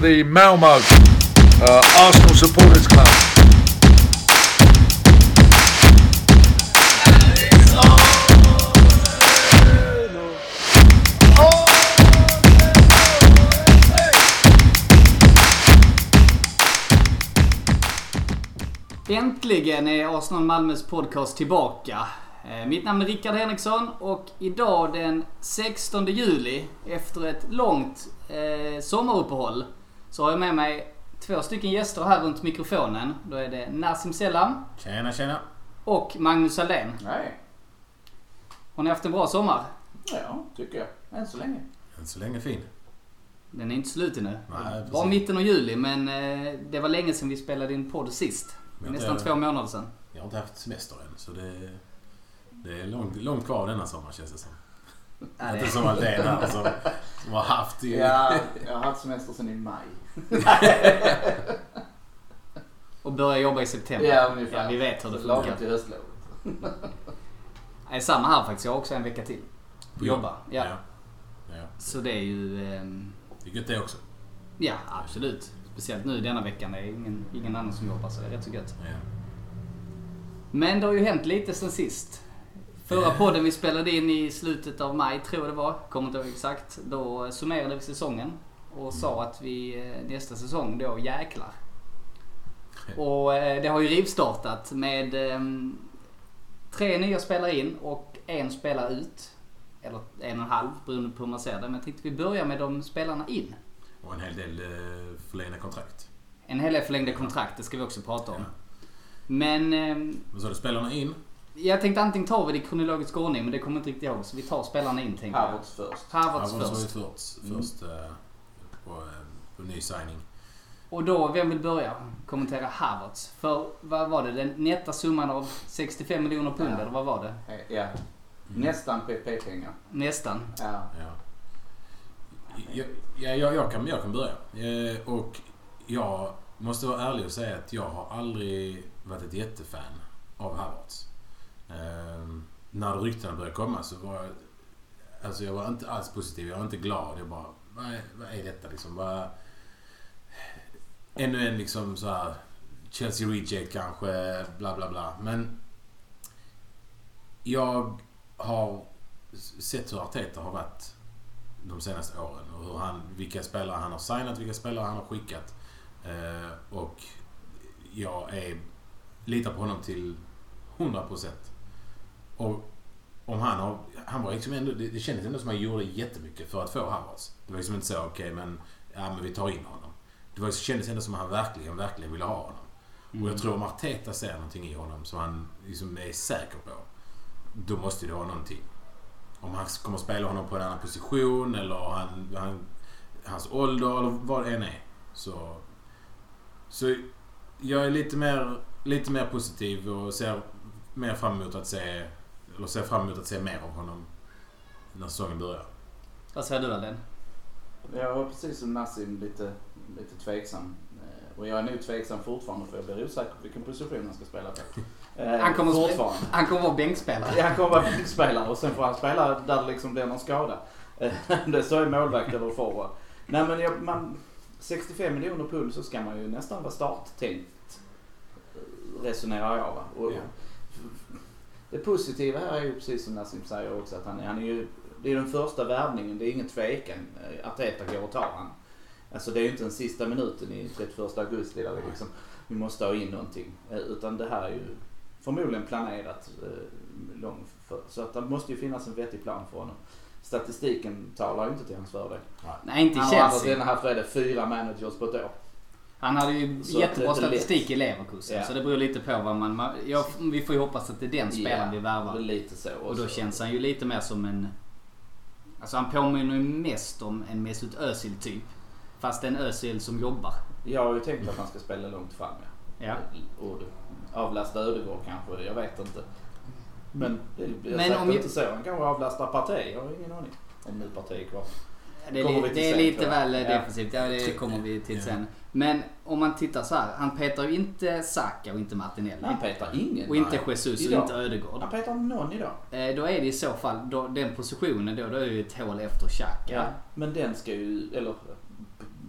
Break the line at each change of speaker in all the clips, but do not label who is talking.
the Malmo uh, Arsenal Supporters Club.
Äntligen är Arsenal Malmös podcast tillbaka. Eh, Mitt namn är Rickard Henriksson och idag den 16 juli efter ett långt eh, sommaruppehåll så har jag med mig två stycken gäster här runt mikrofonen. Då är det Nassim Selam
Tjena tjena!
och Magnus Aldén.
Nej,
Har ni haft en bra sommar?
ja, tycker jag. Än så länge.
Än så länge fin.
Den är inte slut ännu.
Nej,
Det var
precis.
mitten av juli men eh, det var länge sedan vi spelade in podd sist.
Men
Nästan
det-
två månader sedan.
Jag har inte haft semester än så det, det är långt, långt kvar denna sommar känns det som.
Ja, det-
Inte som Aldén här som, som har haft i...
Ja, jag har haft semester sedan i maj.
Och börja jobba i september.
Ja, ungefär.
Ja, vi vet hur det funkar.
Lagom till höstlovet.
Nej, Eh, samma här faktiskt. Jag har också en vecka till.
på
jobba, ja.
Ja. ja.
Så det är ju... ehm,
Det är gött det också.
Ja, absolut. Speciellt nu denna veckan. Det är ingen, ingen annan som jobbar så det är rätt så gött.
Ja.
Men det har ju hänt lite sen sist. Förra
Eh.
podden vi spelade in i slutet av maj, tror jag det var. Kommer inte ihåg exakt. Då summerade vi säsongen. Och sa att vi eh, nästa säsong då jäklar. Och eh, det har ju rivstartat med ehm, tre nya spelare in och en spelare ut. Eller en och en halv beroende på hur man ser det. Men jag tänkte vi börjar med de spelarna in.
Och en hel del eh, förlängda kontrakt.
En hel del förlängda kontrakt, det ska vi också prata om. Men ehm,
Men så är det spelarna in.
jag tänkte antingen ta vi det i kronologisk ordning, men det kommer jag inte riktigt ihåg. Så vi tar spelarna in tänker jag.
Harvards först.
Harvards
Aronson har ju
först. Mm.
förts först eh, på, eh, på ny signing.
Och då, vem vill börja kommentera Harvards? För vad var det? Den netta summan av 65 miljoner pund,
Ja.
eller vad var det?
Eh, Ja.
Mm.
Nästan PP-pengar.
Nästan.
Ja.
Ja. Jag, jag, jag, jag, kan, jag kan börja. Eh, och jag måste vara ärlig och säga att jag har aldrig varit ett jättefan av Havertz. Eh, när ryktena började komma så var jag... Alltså jag var inte alls positiv. Jag var inte glad. Jag bara... Vad är, vad är detta liksom? Vad, ännu en liksom så här... Chelsea reject kanske. Bla bla bla. Men... Jag har sett hur Arteta har varit de senaste åren och hur han, vilka spelare han har signat, vilka spelare han har skickat. Eh, och jag är, litar på honom till 100%. Och om han har, han var liksom ändå, det, det kändes ändå som att han gjorde jättemycket för att få Havertz. Det var liksom inte så, okej men, ja men vi tar in honom. Det var, kändes ändå som att han verkligen, verkligen ville ha honom. Och jag tror om Arteta ser någonting i honom som han liksom är säker på, då måste det vara någonting om han kommer att spela honom på en annan position eller han, han, hans ålder eller vad det än är. Så, så jag är lite mer, lite mer positiv och ser mer fram emot att se, eller ser fram emot att se mer av honom när säsongen börjar.
Vad säger du Alden?
Jag var precis som Nassim lite, lite tveksam. Eh, Och jag är nog tveksam fortfarande för jag blir osäker på vilken position han ska spela på. Eh,
Han kommer att spela-
fortfarande.
Han kommer vara bänkspelare.
Ja, han kommer vara spelare och sen får han spela där det liksom blir någon skada. Eh, Om det så är målvakt eller forward. Nej men jag, man, 65 miljoner pund så ska man ju nästan vara starttänkt. eh, Resonerar jag va. Och,
Ja.
Det positiva här är ju precis som Nassim säger också att han, han är ju, det är den första värvningen, det är ingen tvekan. eh, Arteta går och tar han. Alltså det är ju inte den sista minuten i 31 augusti där vi liksom, vi måste ha in någonting. Eh, Utan det här är ju förmodligen planerat eh, lång för, så att det måste ju finnas en vettig plan för honom. Statistiken talar ju inte till hans fördel.
Nej, inte i
Han har andra
Chelsea.
sidan haft vad är det, fyra managers på ett år.
Han hade ju
Så att det är
jättebra
inte lätt.
statistik i Leverkusen.
Ja.
Så det beror lite på vad man... man ja, vi får ju hoppas att det är den spelaren vi
Ja,
värvar.
Lite så.
Och då
så-
känns han ju lite mer som en... Alltså han påminner ju mest om en Mesut Özil typ. Fast en Özil som jobbar.
Jag har ju tänkt att han ska spela långt fram ja.
Ja.
Och avlasta Ödegård kanske, jag vet inte. Men det blir
Men
säkert
om ju-
inte så. Han kanske avlastar parti, jag har ingen aning. Om nu parti är kvar.
Det är,
Kommer
li-
vi till
det är
sen,
lite
tror jag.
väl eh,
Ja.
defensivt. Ja, det kommer vi till
Ja.
sen. Men om man tittar så här. Han petar ju inte Saka och inte Martinelli.
Han petar ingen.
Och inte Jesus och
Idag.
inte Ödegård.
Han petar någon idag.
Eh, Då är det i så fall, då, den positionen då, då är det ju ett hål efter Xhaka.
Men den ska ju, eller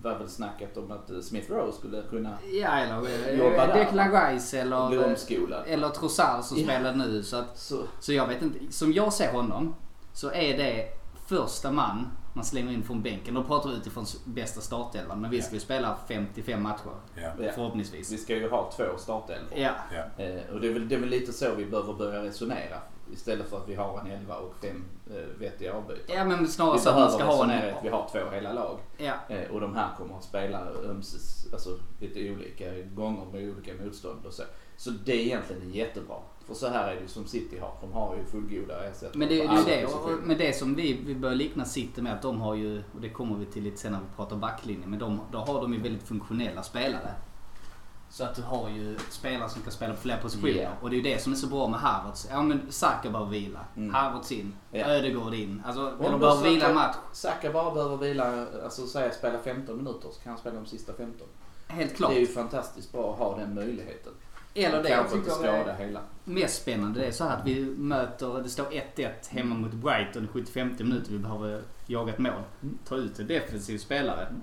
var väl snacket om att eh, Smith Rowe skulle kunna
Ja, eller eh,
Jobba där.
Declan Rice eller,
bli
eh,
omskolad.
eller Trossard som
Ja.
spelar nu. Så, att,
Så,
så jag vet inte. Som jag ser honom så är det första man man slänger in från bänken. Då pratar vi utifrån s- bästa startelvan. Men vi ska ju spela 55 matcher
Ja.
Ja.
förhoppningsvis.
vi ska ju ha två startelvor.
Ja,
Ja.
Eh, och det är, väl, det är väl lite så vi behöver börja resonera. Istället för att vi har en elva och fem eh, vettiga avbytare.
ja men snarare
Vi
så att man
behöver
ska ha
resonera
en...
att vi har två hela lag.
Ja,
Eh, och de här kommer att spela ömses, alltså lite olika gånger med olika motstånd och så. Så det är egentligen jättebra. För så här är det ju som City har. De har ju fullgoda ersättare
Men det, det
på
är ju
alla
det. Och,
positioner.
och- men det som vi, vi börjar likna City med att de har ju, och det kommer vi till lite sen när vi pratar backlinje, men de, då har de ju väldigt funktionella spelare. Så att du har ju spelare som kan spela på flera positioner.
Ja.
Och det är ju det som är så bra med Harvards. Ja men Saka behöver vila.
Mm.
Havertz in.
Ja.
Ödegård in. Alltså,
Om
de
då
behöver vila
Saka-
en match.
Saka bara behöver vila, alltså säga spela 15 minuter så kan han spela de sista 15.
Helt klart.
Det är ju fantastiskt bra att ha den möjligheten.
Eller det jag
Kanske inte
tycker jag
skada
är
hela.
mest spännande det är så här att vi möter, det står 1-1 hemma mot Brighton i 75 minuter. Vi behöver jaga ett mål.
Mm.
Ta ut en defensiv spelare.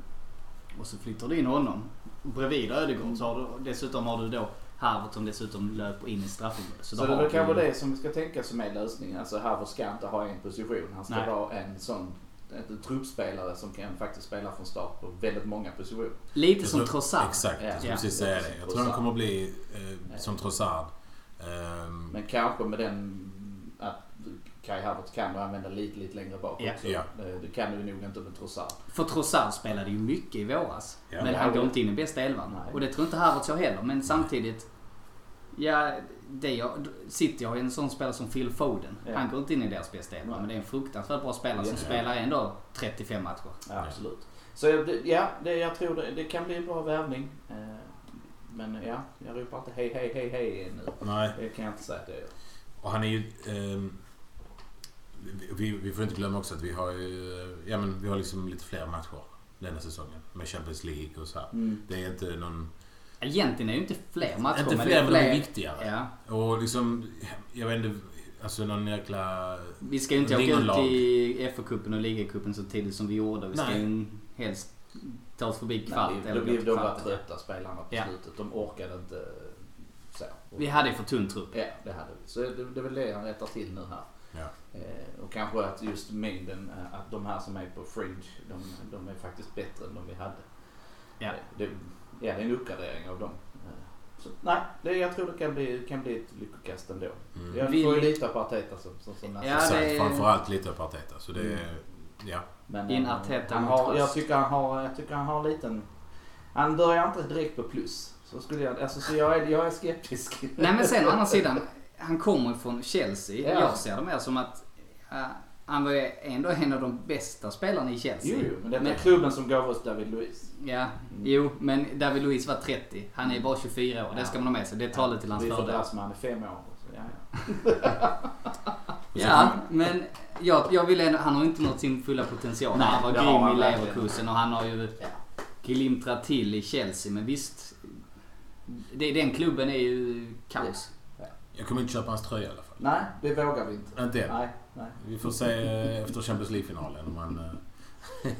Och så flyttar du in honom. Bredvid Ödegård så har du, dessutom har du då Harvard som dessutom löper in i straffområdet.
Så,
då
det
har
är väl
du-
kanske det som vi ska tänka som är lösningen. Alltså Havertz ska inte ha en position. Han ska
Nej.
vara en sån en truppspelare som kan faktiskt spela från start på väldigt många positioner.
Lite
Jag
som
tror-
Trossard.
Exakt, jag skulle
Ja.
precis säga det. Jag tror han kommer bli eh, som Trossard. Ehm,
Men kanske med den att Kai Havertz kan du använda lite, lite längre bak
Ja.
också.
Ja.
Eh, Det kan du nog inte med Trossard.
För Trossard spelade ju mycket i våras.
Ja.
men han går inte in i bästa elvan.
Nej.
Och det tror inte Harvard så heller. Men samtidigt. Ja, det jag, City har ju en sån spelare som Phil Foden.
Ja.
Han går inte in i deras bästa elva.
Nej.
Men det är en fruktansvärt bra spelare som
Ja.
spelar ändå 35 matcher.
Ja, absolut. Så jag- det- ja, det, jag tror det, det kan bli en bra värvning. Eh, Men ja, jag ropar inte hej, hej, hej, hej nu.
nej,
Det kan jag inte säga att det är.
och han är ju... ehm, vi- vi, vi får inte glömma också att vi har ju... eh, Ja, men vi har liksom lite fler matcher denna säsongen. Med Champions League och så här.
Mm.
Det är inte någon...
Egentligen är det ju inte fler matcher.
inte
det
fler, men de är viktigare.
Ja.
Och liksom... Jag vet inte... Alltså någon jäkla...
Vi ska ju inte åka ut
Lingonlag.
i FA-cupen och ligacupen så tidigt som vi gjorde. Vi ska
Nej.
ju helst ta oss förbi kvart.
Nej,
eller
då blev
gå till
de bara
kvarten.
trötta spelarna på
Ja.
slutet. De orkade inte eh, så.
Vi hade ju för tunn trupp.
Ja, det hade vi. Så det, det är väl det han rättar till nu här.
Ja.
Eh, och kanske att just mängden, eh, att de här som är på fringe, de, de är faktiskt bättre än de vi hade.
Ja.
Eh, Det, ja, det är en uppgradering av dem. Eh, Så, nej, det, jag tror det kan bli, kan bli ett lyckokast ändå.
Mm.
Jag
Vi-
får ju lita på Arteta som, som, som
Ja,
Exakt,
det är-
framförallt lite på Arteta. Så det...
Mm.
Ja.
Men,
In
eh,
Arteta
han
mot
har, jag,
Trust.
tycker han har, jag tycker han har en liten... Han börjar inte direkt på plus. Så, skulle jag, alltså, så jag, är, jag är skeptisk.
Nej men sen å andra sidan, han kommer från Chelsea.
Ja.
Jag ser det mer som att eh, han var ju ändå en av de bästa spelarna i Chelsea.
Jo, jo, men detta är
Men-
klubben som gav oss David Luiz.
Ja, jo, men David Luiz var 30. Han är ju bara 24 år.
Ja.
Det ska man ha med sig. Det talar till hans
Vi får
fördel.
dras med han i fem år. Så, ja, ja.
Ja, men jag, jag vill ändå, han har inte nått sin fulla potential.
Nej,
han var
det har
grym
han
i
verkligen.
Leverkusen och han har ju glimtrat till i Chelsea. Men visst, det, den klubben är ju kaos.
Jag kommer inte köpa hans tröja i alla fall.
Nej, det vågar vi inte.
Inte än.
Nej, nej.
Vi får se eh, efter Champions League-finalen om han... eh,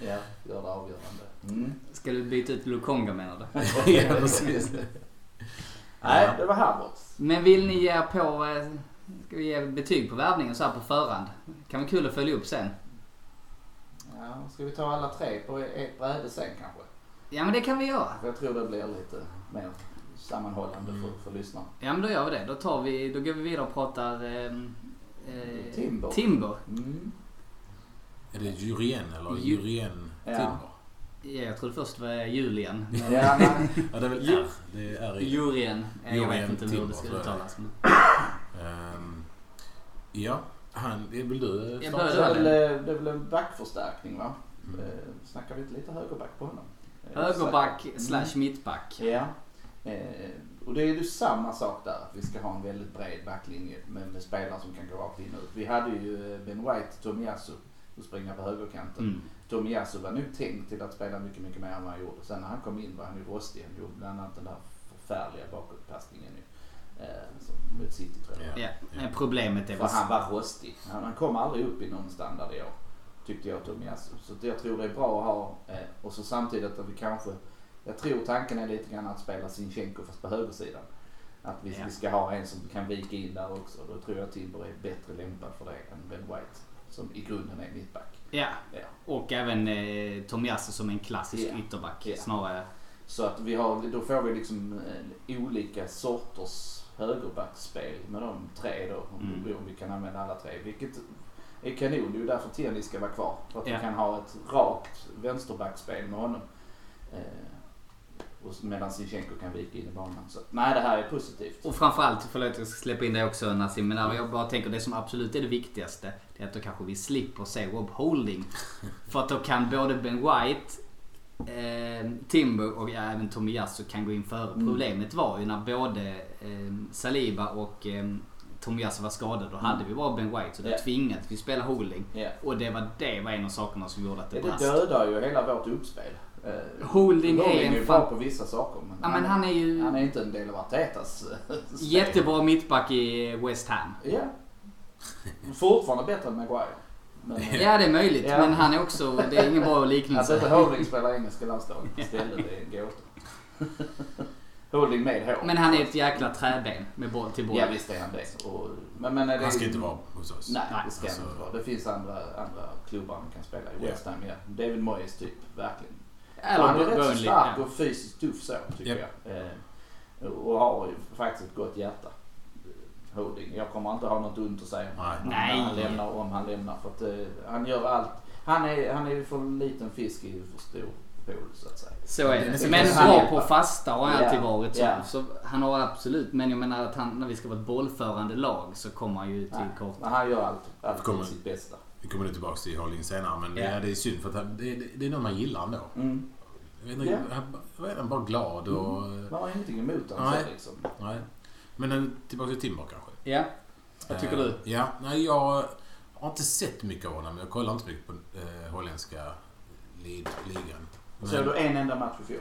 Ja, gör det avgörande. Mm.
Ska du byta ut Lukonga menar du?
ja, precis.
Nej, det var Havertz.
Men vill ni ge er på... eh, Ska vi ge betyg på värvningen så här på förhand? Kan vara kul att följa upp sen.
Ja, ska vi ta alla tre på ett bräde sen kanske?
Ja men det kan vi göra.
För Jag tror det blir lite mer sammanhållande för, för lyssnarna.
Ja men då gör vi det. Då, tar vi, då går vi vidare och pratar... ehm, eh,
Timber.
Timber.
Mm.
Är det Jurien eller
Ju-
Jurien
Ja.
Timber?
Ja, jag trodde först det var Julian.
Ja, nej.
Ja, det är väl
Ju-
R. Det är R i.
Jurien. Eh, Jag vet
Jurien
inte hur
Timber,
det ska
tror jag.
uttalas. men-
Ehm, ja, han... det Vill du eh,
Jag
starta?
Så
börjar.
det, är väl, eh, det är väl en backförstärkning va?
Mm.
Eh, Snackar vi inte lite högerback på honom? Eh,
Högerback
säkert.
slash mittback.
Ja. Eh, och det är ju samma sak där. att Vi ska ha en väldigt bred backlinje med, med spelare som kan gå rakt in och ut. Vi hade ju eh, Ben White, Tomiyasu och springa på högerkanten.
Mm.
Tomiyasu var nog tänkt till att spela mycket, mycket mer än vad han gjorde. Sen när han kom in var han ju rostig. Han gjorde bland annat den där förfärliga bakåtpassningen ju. Eh, som mot City tror jag.
Ja.
Ja, men problemet är
För
väl...
han var rostig. Han, han kom aldrig upp i någon standard i år. tyckte jag Tobias. Så att jag tror det är bra att ha. eh, Och så samtidigt att vi kanske, jag tror tanken är lite grann att spela Sinchenko fast på högersidan. Att vi,
Ja.
vi ska ha en som kan vika in där också. Då tror jag Timber är bättre lämpad för det än Ben White. Som i grunden är mittback.
Ja,
Ja.
och även eh, Tomiasso som en klassisk
Ja.
ytterback
Ja.
snarare.
Så att vi har, då får vi liksom eh, olika sorters högerbackspel med de tre då. Om
Mm.
vi- om vi kan använda alla tre. Vilket är kanon. Det är ju därför Tierney ska vara kvar. För att
Ja.
vi kan ha ett rakt vänsterbackspel med honom. Eh, och s- medan Zinchenko kan vika in i banan. Så, nej, det här är positivt.
Och framförallt, förlåt jag ska släppa in dig också Nassim, men när jag bara tänker det som absolut är det viktigaste. Det är att då kanske vi slipper se Rob Holding. För att då kan både Ben White, eh, Timber och ja, även Tomiyasu kan gå in före.
Mm.
Problemet var ju när både eh, Saliba och eh, Tomiyasu var skadade. Då
Mm.
hade vi bara Ben White så då
Ja.
tvingades vi spela Holding.
Ja.
Och det var, det var en av sakerna som gjorde att det
Det,
brast.
dödar ju hela vårt uppspel. Eh,
Holding är en
ju
fan-
bra på vissa saker. Men,
Ja men han är ju
han är inte en del av Artetas eh, spel.
jättebra mittback i West Ham.
Ja. Fortfarande bättre än Maguire. Men, eh,
Ja det är möjligt
Ja. Alltså,
men han är också, det är ingen bra
Att
liknelse.
inte Holding spelar engelska landslaget istället är en gåta. Holding med H.
Men han är ett jäkla träben med boll till boll.
Ja visst är han det. Och, men, men är det
Han ska inte vara hos oss.
Nej,
Nej,
det ska han
alltså-
inte vara. Det finns andra, andra klubbar man kan spela i.
Ja.
West Ham, ja. David Moyes typ, verkligen.
Eller
han är rätt så
Burnley,
stark
ja.
och fysiskt tuff så, tycker
Japp.
jag. Eh, och har ju faktiskt ett gott hjärta. Holding. Jag kommer inte ha något ont att säga om
Nej.
honom när
Nej.
han lämnar, om han lämnar. För att, eh, han gör allt. Han är, han är ju för liten fisk i för stor pool, så att säga.
Så är
Det
det.
är
Men
precis.
bra på fasta har han
Ja.
alltid varit. Så,
Ja.
så han har absolut, men jag menar att han, när vi ska vara ett bollförande lag så kommer han ju till
Nej,
korta.
Men han gör allt, allt
Kommer.
till sitt bästa.
Vi kommer nog tillbaka till Holding senare men
Ja.
ja. det är synd för att han, det, det, det är någon man gillar ändå.
Mm.
Jag vet inte,
Ja. Mm.
han, jag vet, han bara glad och...
Man har ingenting emot honom
Nej.
så liksom.
Nej. Men en, tillbaka till Timber kanske.
Ja. Vad tycker
Eh,
du?
Ja, nej jag har inte sett mycket av honom. Jag kollar inte mycket på eh, holländska lid, ligan. Men,
Såg du en enda match i fjol?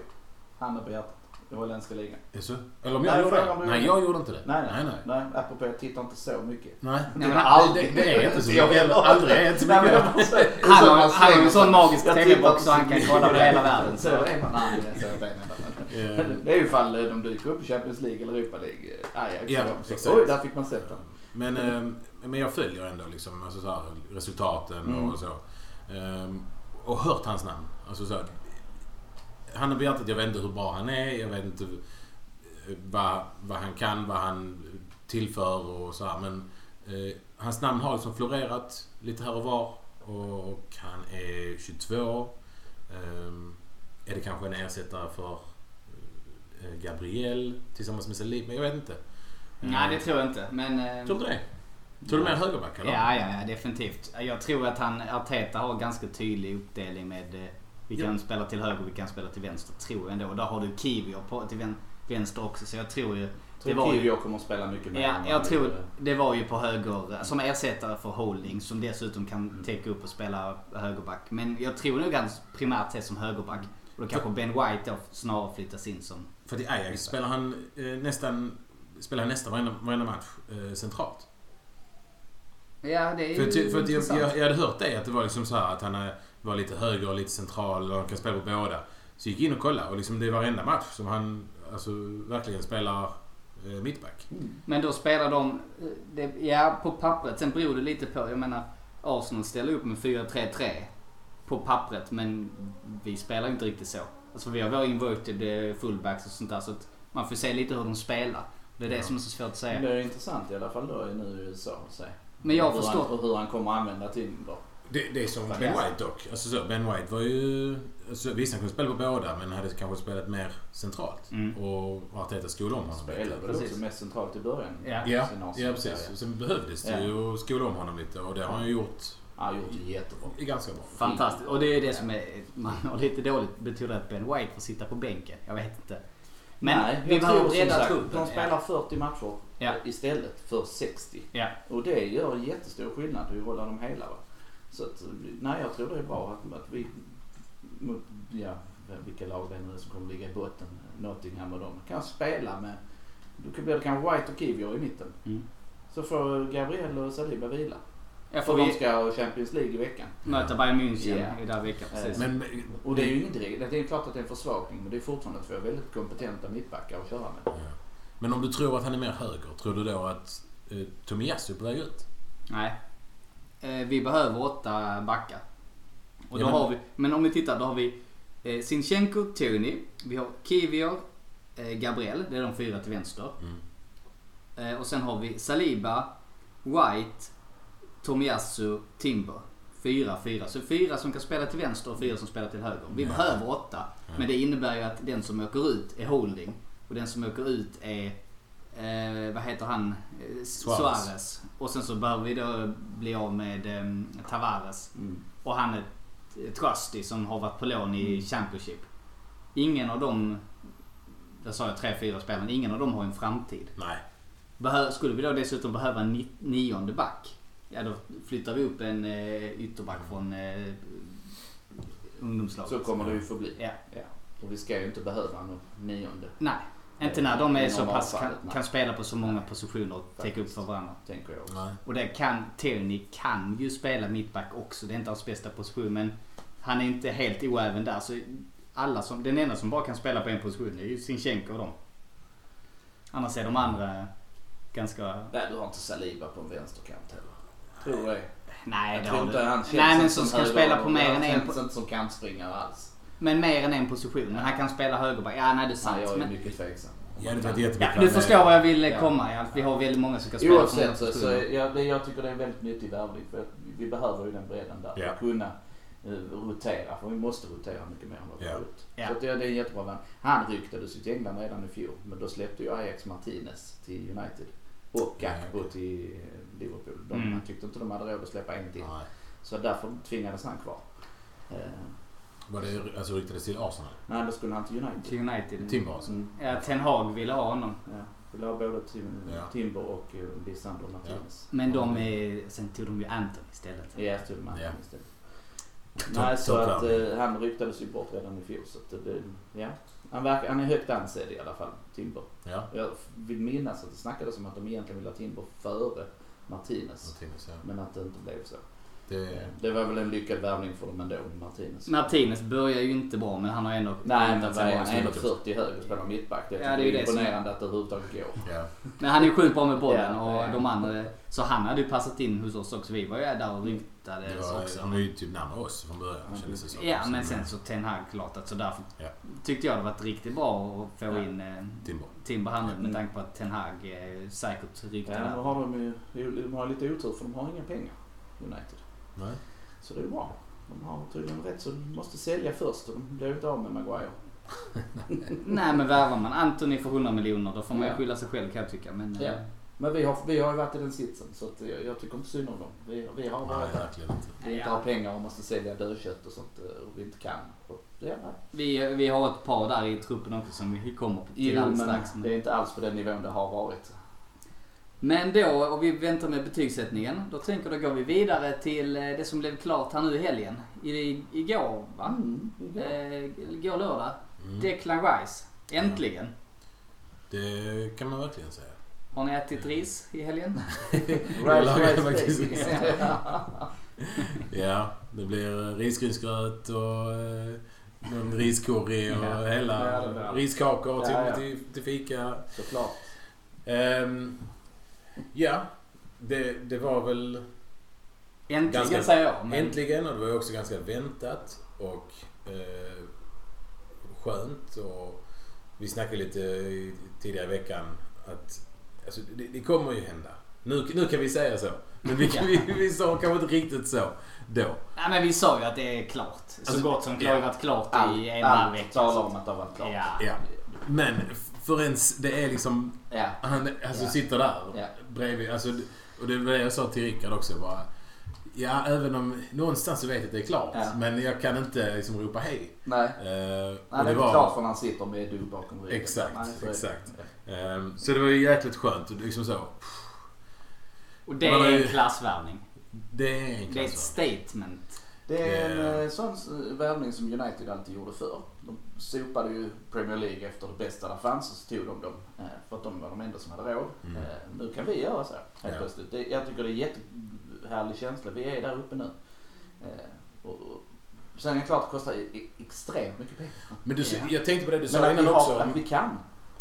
Handen på hjärtat. I holländska ligan.
Jaså? Eller om
Nej,
jag
jag
gjorde
frågar om
det?
du
Nej,
gjorde
jag gjorde inte det.
Nej, nej.
nej.
nej. nej apropå, jag tittar inte så mycket.
Nej.
Nej, men
aldrig.
Det, det är inte så
Jag
mycket.
vet.
Aldrig är inte så
Nej, men
mycket.
jag måste säga-
Han har-
så man
han har ju en
slänger
sån
sig.
magisk
Jag
tv-box
tittar
så han
inte
kan kolla på hela
mycket.
världen, så.
Så är man. Nej, det är så det är man.
Eh,
Det är ju ifall de dyker upp i Champions League eller Europa League. eh, Ajax.
Ja,
så-
exakt.
Oj, där fick man sett den.
Men, eh, men jag följer ändå liksom, alltså så här, resultaten
Mm.
och så. Eh, och hört hans namn. Alltså så, här, han har begärt att jag vet inte hur bra han är. Jag vet inte eh, vad, vad han kan, vad han tillför och så här. Men eh, hans namn har liksom florerat lite här och var. Och han är 22. Eh, är det kanske en ersättare för eh, Gabriel tillsammans med Salib? Men jag vet inte.
Nej det tror jag inte. Men... eh,
Tror du det? Tror du mer högerback eller?
Ja, ja, ja, definitivt. Jag tror att han, Arteta har ganska tydlig uppdelning med eh, vilka
Ja.
han spelar till höger och vilka han spelar till vänster. Tror jag ändå. Och där har du Kivior på till vän, vänster också. Så jag tror ju...
Det
var ju-
kommer att spela mycket mer.
Ja,
än vad
jag
han
tror
gjorde.
det var ju på höger som ersättare för Holding som dessutom kan täcka upp och spela högerback. Men jag tror nog han primärt ses som högerback. Och då kanske Ben White då snarare flyttas in som...
För i Ajax spelar han eh, nästan spelar han nästan varenda, varenda match eh, centralt.
Ja, det
För, ty, för att jag, jag, jag hade hört det, att det var liksom så här att han eh, var lite höger och lite central och han kan spela på båda. Så gick jag in och kollade och liksom det är varenda match som han alltså, verkligen spelar eh, mittback.
Men då spelar de, eh, det, ja på pappret, sen beror det lite på, jag menar Arsenal ställer upp med 4-3-3 på pappret men vi spelar inte riktigt så. Alltså vi har våra inverted eh, fullbacks och sånt där så att man får se lite hur de spelar. Det är det
Ja.
som är så svårt att
Men
säga.
Det är intressant i alla fall då nu i USA. att se.
Men jag
hur
förstår.
Han, och hur han kommer att använda Timber.
Det, det är som Ben White dock. Alltså så, ben White var ju... Alltså, visst, han kunde spela på båda men hade kanske spelat mer centralt.
Mm.
Och Arteta skolade om honom lite.
Spelade väl
Precis.
också mest centralt i början.
Ja.
Ja,
Sin
ja
Arsenal-serie.
precis. Och Sen behövdes det
Ja.
ju att skola om honom lite och det har han ju gjort
Han har gjort det jättebra.
ganska bra.
Fantastiskt. Och det är det som är, man har lite dåligt betyder att Ben White får sitta på bänken. Jag vet inte. Men
Nej,
vi
jag
behöver
tror som
bredda
sagt,
truppen.
De spelar 40 matcher
Ja.
istället för 60.
Ja.
Och det gör jättestor skillnad hur håller de hela. Va? Så att, nej, jag tror det är bra att, att vi, mot, ja, vilka lag det nu är som kommer ligga i botten, Nottingham och de, kan spela med, då blir det kanske White och Kivior i mitten.
Mm.
Så får Gabriel och Saliba vila.
Ja, för
Och de
vi
ska ha Champions League i veckan.
möter Bayern München
Ja.
i den här veckan. Precis.
Men,
Och det är ju inte direkt, det är klart att det är en försvagning men det är fortfarande två väldigt kompetenta mittbackar att köra med.
ja. men om du tror att han är mer höger, tror du då att eh, Tomiyasu är på väg ut?
Nej. Eh, vi behöver åtta backar. Och då
Ja, men-
har vi, men om vi tittar, då har vi eh, Sinchenko, Tony, vi har Kivior, eh, Gabriel, det är de fyra till vänster.
Mm.
Eh, och sen har vi Saliba, White, Tomiyasu, Timber. Fyra, fyra. Så fyra som kan spela till vänster och fyra som spelar till höger. Vi
Ja.
behöver åtta. Men det innebär ju att den som åker ut är Holding. Och den som åker ut är, eh, vad heter han, Eh,
Suarez.
Suarez. Och sen så behöver vi då bli av med eh, Tavares.
Mm.
Och han är Trusty som har varit på lån i
Mm.
Championship. Ingen av dem, där sa jag tre, fyra spelare, ingen av dem har en framtid.
Nej.
Behö- skulle vi då dessutom behöva en ni- nionde back? Ja då flyttar vi upp en eh, ytterback från eh, ungdomslaget.
Så kommer det ju få bli.
Ja.
Ja. Och vi ska ju inte behöva någon nionde,
Nej, inte när de är
Inom
så pass kan,
avfallet, Eh, nej.
kan spela på så många positioner och täcka upp för varandra.
tänker jag också.
Nej.
Och det kan Tierney kan ju spela mittback också. Det är inte hans bästa position men han är inte helt oäven där. Så alla som, den enda som bara kan spela på en position är ju Sinchenko och dem. Annars är de andra ganska
Nej, du har inte Saliba på en vänsterkant heller. Tror du det?
Nej,
Jag
det
tror
har
inte
du.
han känns
Nej, men
inte
som
som
ska spela på
högerback.
mer än
Han
en, po-
känns inte som kantspringare alls.
men mer än en position. Men han kan spela högerback. Ja, nej, det är sant.
Nej, jag är
men,
mycket tveksam.
Jag hade varit jättebekväm
ja, du
med-
förstår vad jag vill eh,
Ja.
komma i. Att vi har väldigt många som kan spela på
Oavsett
många
så, så
positioner.
jag, det- jag tycker det är en väldigt nyttig värvning för att vi behöver ju den bredden där.
Ja.
För att kunna eh, rotera, för vi måste rotera mycket mer än vad vi
Ja.
har gjort.
Ja.
Så att det, det är en jättebra värvning. Han ryktades ju till England redan i fjol, men då släppte ju Ajax Martinez till United. Och Gakpo
okej.
till eh, Liverpool. De,
Mm.
Han tyckte inte de hade råd att släppa en till.
Nej.
Så därför tvingades han kvar. Eh,
Var det alltså ryktades till Arsenal?
nej, då skulle han till United.
Till United.
Timber alltså?
Mm.
Ja, Ten Hag ville ha honom.
Ja. Vill ha både Tim,
Ja.
Timber och eh, Lisandro Martinez.
Men de är... Sen tog de ju Anton istället.
Ja, Aston Martin
Ja.
istället. Nej, så
topp
att
värvning.
eh, han ryktades ju bort redan i fjol. Så att det, ja. han, verkar, han är högt ansedd i alla fall, Timber.
Ja.
Jag vill minnas att det snackades om att de egentligen ville ha Timber före Martinez.
Martinez, ja.
Men att det inte blev så.
Det,
Det var väl en lyckad värvning för dem ändå, Martinez.
Martinez börjar ju inte bra, men han har ändå...
Nej, men
hittat
vad
sig
är
bra.
han?
skulle ha
1,40 hög och spelar mittback. Det,
Ja, det är ju
är typ
det som-
imponerande att det överhuvudtaget går.
ja.
Men han är ju sjukt bra med bollen
Ja,
och
ja.
de andra... Så han hade ju passat in hos oss också. Vi var ju där och
Det
ryktades
var,
också.
han var ju typ närmare oss från början kändes det som.
Ja, men sen så Ten Hag klart att så därför
Ja.
tyckte jag det varit riktigt bra att få
Ja.
in eh,
Timber.
Timber här nu med
Mm.
tanke på att Ten Hag eh, säkert
Ja,
ryktade.
nu har de ju de har lite otur för de har inga pengar, United.
Nej.
Så det är bra. De har tydligen rätt så de måste sälja först och de blir inte av med Maguire.
Nej men värvar man Anthony för 100 miljoner då får man ju
Ja.
skylla sig själv kan jag tycka. Men, eh,
Ja. Men vi har, vi har ju varit i den sitsen så att jag, jag tycker inte synd om dem. Vi, vi har
Nej,
varit där.
verkligen inte.
Vi inte
Ja.
har pengar och måste sälja dödkött och sånt eh, och vi inte kan. Och, ja, nej.
vi, eh, vi har ett par där i truppen också som vi kommer till
jo,
alldeles strax.
men det är inte alls på den nivån det har varit.
Men då, och vi väntar med betygssättningen. Då tänker jag då går vi vidare till eh, det som blev klart här nu i helgen. I, igår va?
Mm, ja.
Eh, igår lördag.
Mm.
Declan Rice. Äntligen.
Det kan man verkligen säga.
Har ni ätit ris i helgen?
Jag
Rice,
lagar
rice,
faktiskt
rice.
ris. Ja, det blir eh, risgrynsgröt och eh, någon riskurry och
Ja.
hela
Ja, det där.
riskakor till,
Ja, ja.
till, till fika.
Såklart.
Ehm, ja, det, det var väl
Äntligen
Ganska-
säger jag. Men
äntligen och det var ju också ganska väntat och eh, skönt. Och vi snackade lite i- tidigare i veckan att alltså, det, det kommer ju hända. Nu, nu kan vi säga så. Men vi,
Ja.
vi, vi sa kanske inte riktigt så då.
Nej men vi sa ju att det är klart. Så
Alltså,
gott som klart.
ja.
Det har varit klart i en och en halv
Allt
vecka.
talar
så-
om att det har varit klart.
Ja.
Ja. Men förrän det är liksom
Ja.
Han alltså,
Ja.
sitter där
Ja.
bredvid. Alltså, och det var det jag sa till Rickard också. Bara, ja, även om någonstans så vet jag att det är klart.
Ja.
Men jag kan inte liksom ropa hej.
Nej.
Eh, och
Nej, det är inte klart för när han sitter med du bakom ryggen.
Exakt,
Nej, så är det.
exakt. eh, så det var ju jäkligt skönt. och Liksom så.
Och det
Men det
är
är
en
ju-
klassvärvning.
Det är en
Det är ett
klass.
statement.
Det är en
Det-
eh, sån eh, värvning som United alltid gjorde förr. De sopade ju Premier League efter det bästa där fanns och så tog de dem. eh, För att de var de enda som hade råd.
Mm.
Eh, Nu kan vi göra så här, helt
Ja.
plötsligt. Det, jag tycker det är jätte... härlig känsla. Vi är där uppe nu. Eh, och, och, sen är det klart att det kostar i- i- extremt mycket pengar.
Men du,
Ja.
jag tänkte på det du sa
Men att vi,
innan
har,
också.
att vi kan.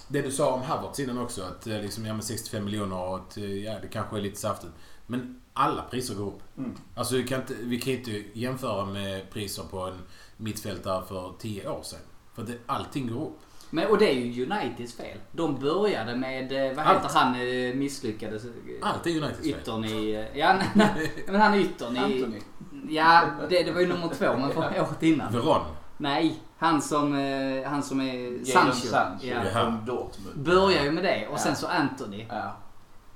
Det du sa om Havertz innan också, att eh, liksom, ja, men 65 miljoner och att, eh, ja, det kanske är lite saftigt. Men alla priser går upp.
Mm.
Alltså, vi kan inte, vi kan inte jämföra med priser på en mittfältare för 10 år sedan. För det, allting går upp.
Men, och det är ju Uniteds fel. De började med, eh, vad heter
Allt.
han eh, misslyckades eh,
Allt är Uniteds fel.
yttern i... eh, Ja, nej, nej, men han är yttern i...
Anthony.
Ja, det, det var ju nummer två, men från året innan.
Veron.
Nej, han som, eh, han som är
Jadon
Sancho.
Sancho
Ja.
Ja.
från Dortmund.
Börjar ju med det och sen
Ja.
så Anthony.
Ja.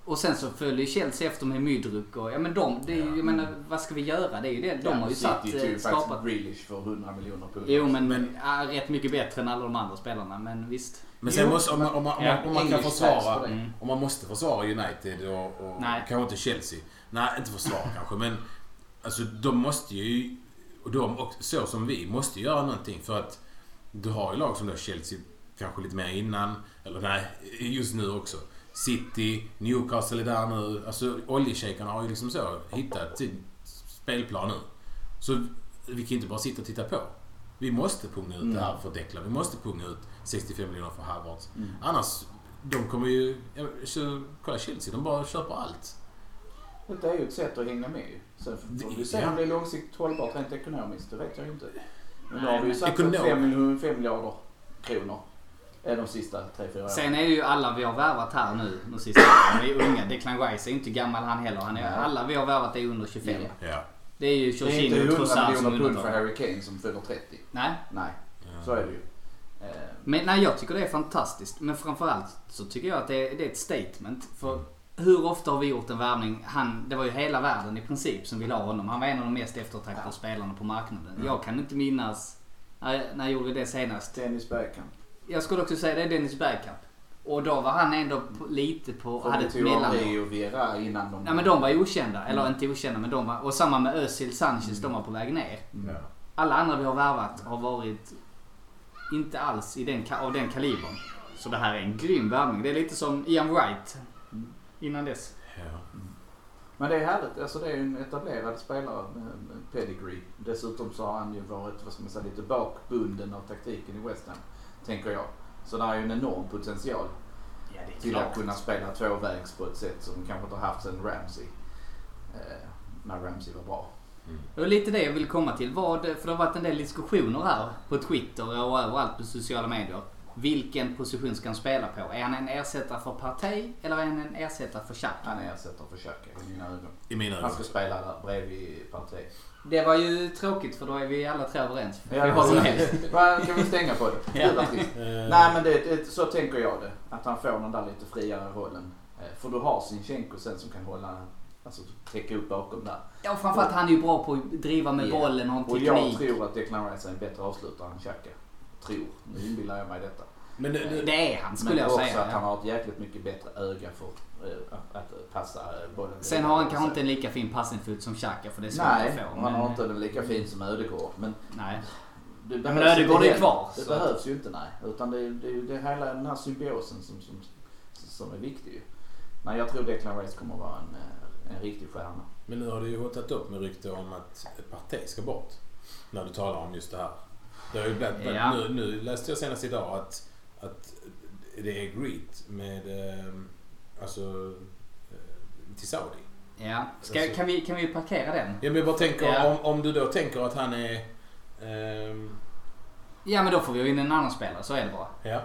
Och sen så följer Chelsea efter med Mydruk och ja men de, det är, ju- jag menar vad ska vi göra? Det är ju det. De
mm. Ja,
har ju
City
satt,
tog ju
eh,
faktiskt
skapat...
Grealish för 100 miljoner pund.
Jo men,
Men-
ja, rätt mycket bättre än alla de andra spelarna men visst.
Men sen
Jo,
måste, om man, om man, om
ja,
man, om man kan
English fans
försvara...
på det.
Mm.
Om man måste försvara United och, och
Nej.
kanske inte Chelsea. Nej, inte försvara kanske, men alltså, de måste ju... Och de, och så som vi, måste göra någonting för att du har ju lag som då Chelsea kanske lite mer innan, eller nej, just nu också. City, Newcastle är där nu. Alltså oljeshejkarna har ju liksom så hittat sin spelplan nu. Så vi kan inte bara sitta och titta på. Vi måste punga ut det här för Declan. Vi måste punga ut 65 miljoner för Havertz. Annars, de kommer ju... ja, Så, kolla Chelsea, de bara köper allt.
Det är ju ett sätt att hänga med ju. Sen får vi se
Ja.
om det är långsiktigt hållbart rent ekonomiskt. Det vet jag inte. Men då
Nej,
har vi ju
men
satsat
ekonom-
5 miljarder kronor eh, de sista 3-4 åren.
Sen är det ju alla vi har värvat här nu de sista åren. Vi är unga. Declan Rice är inte gammal han heller. Han är, alla vi har värvat är under 25.
Ja.
Ja.
Det är ju
det är inte
Jorginho
100
trots allt som
miljoner pund för
undantag.
Harry Kane som fyller 30.
Nej.
Nej, så är det ju. Eh,
Men nej, jag tycker det är fantastiskt. Men framförallt så tycker jag att det är, det är ett statement. För hur ofta har vi gjort en värvning? Han, det var ju hela världen i princip som ville ha honom. Han var en av de mest eftertraktade
Ja.
spelarna på marknaden. Jag kan inte minnas... När, när gjorde vi det senast?
Dennis Bergkamp.
Jag skulle också säga det är Dennis Bergkamp. Och då var han ändå på, lite på...
För
hade
vi
ett
tog Henri
mellanår.
och Vera innan de...
Nej men de var ju okända. Eller inte okända men de var... Och samma med Özil Sanchez. De var på väg ner.
Mm.
Alla andra vi har värvat har varit inte alls i den, ka- av den kalibern. Så det här är en grym värvning. Det är lite som Ian Wright innan dess.
Ja.
Men det är härligt. Alltså det är ju en etablerad spelare med med pedigree. Dessutom så har han ju varit, vad ska man säga, lite bakbunden av taktiken i West Ham. Tänker jag. Så det är ju en enorm potential
Ja, det
till att kunna spela tvåvägs på ett sätt som kanske inte har haft sedan Ramsey. Eh, när Ramsey var bra.
Det var lite det jag ville komma till. Vad, för det har varit en del diskussioner här på Twitter och överallt på sociala medier. Vilken position ska han spela på? Är han en ersättare för Partey eller är han en ersättare för Chapp?
Han ersätter försöka i mina ögon.
I mina
Han
ögon.
ska spela där bredvid Partey.
Det var ju tråkigt för då är vi alla tre överens.
Ja,
vi håller med.
Vad kan vi stänga på det?
Ja.
Gud vad trist.
Eh,
Nej men det, det, så tänker jag det. Att han får den där lite friare rollen. Eh, För du har Sinchenko sen som kan hålla, alltså täcka upp bakom där.
Ja, framförallt han är ju bra på att driva med bollen och har en
Och jag
teknik.
tror att Declan Rice är en bättre avslutare än Xhaka. Tror. Nu inbillar jag mig detta.
Men nu, nu,
Det är han
Men
skulle jag
också
säga.
att
ja.
han har ett jäkligt mycket bättre öga för eh, att passa eh, bollen.
Sen har han kanske inte en lika fin passningsfot som Xhaka för det är svårt att
Nej,
få.
och han har inte den lika fin som Ödegård. Men
Nej.
Det
Ödegård
inte
är
heller.
kvar,
Det
så
behövs ju inte nej. Utan det, är- det, är ju- det är hela den här symbiosen som, som, som är viktig ju. Nej, jag tror Declan Rice kommer vara en, eh, en riktig stjärna.
men nu har det ju hotat upp med rykte om att ett parti ska bort. När du talar om just det här. Det har ju blivit,
Ja.
nu, nu läste jag senast idag att, att det är greet med... eh, Alltså... eh, Till Saudi.
Ja. Ska,
Alltså-
kan, vi, kan vi parkera den?
Ja, men jag bara tänker,
Ja.
om, om du då tänker att han är... ehm,
Ja men då får vi ju in en annan spelare, så är det bara.
ja.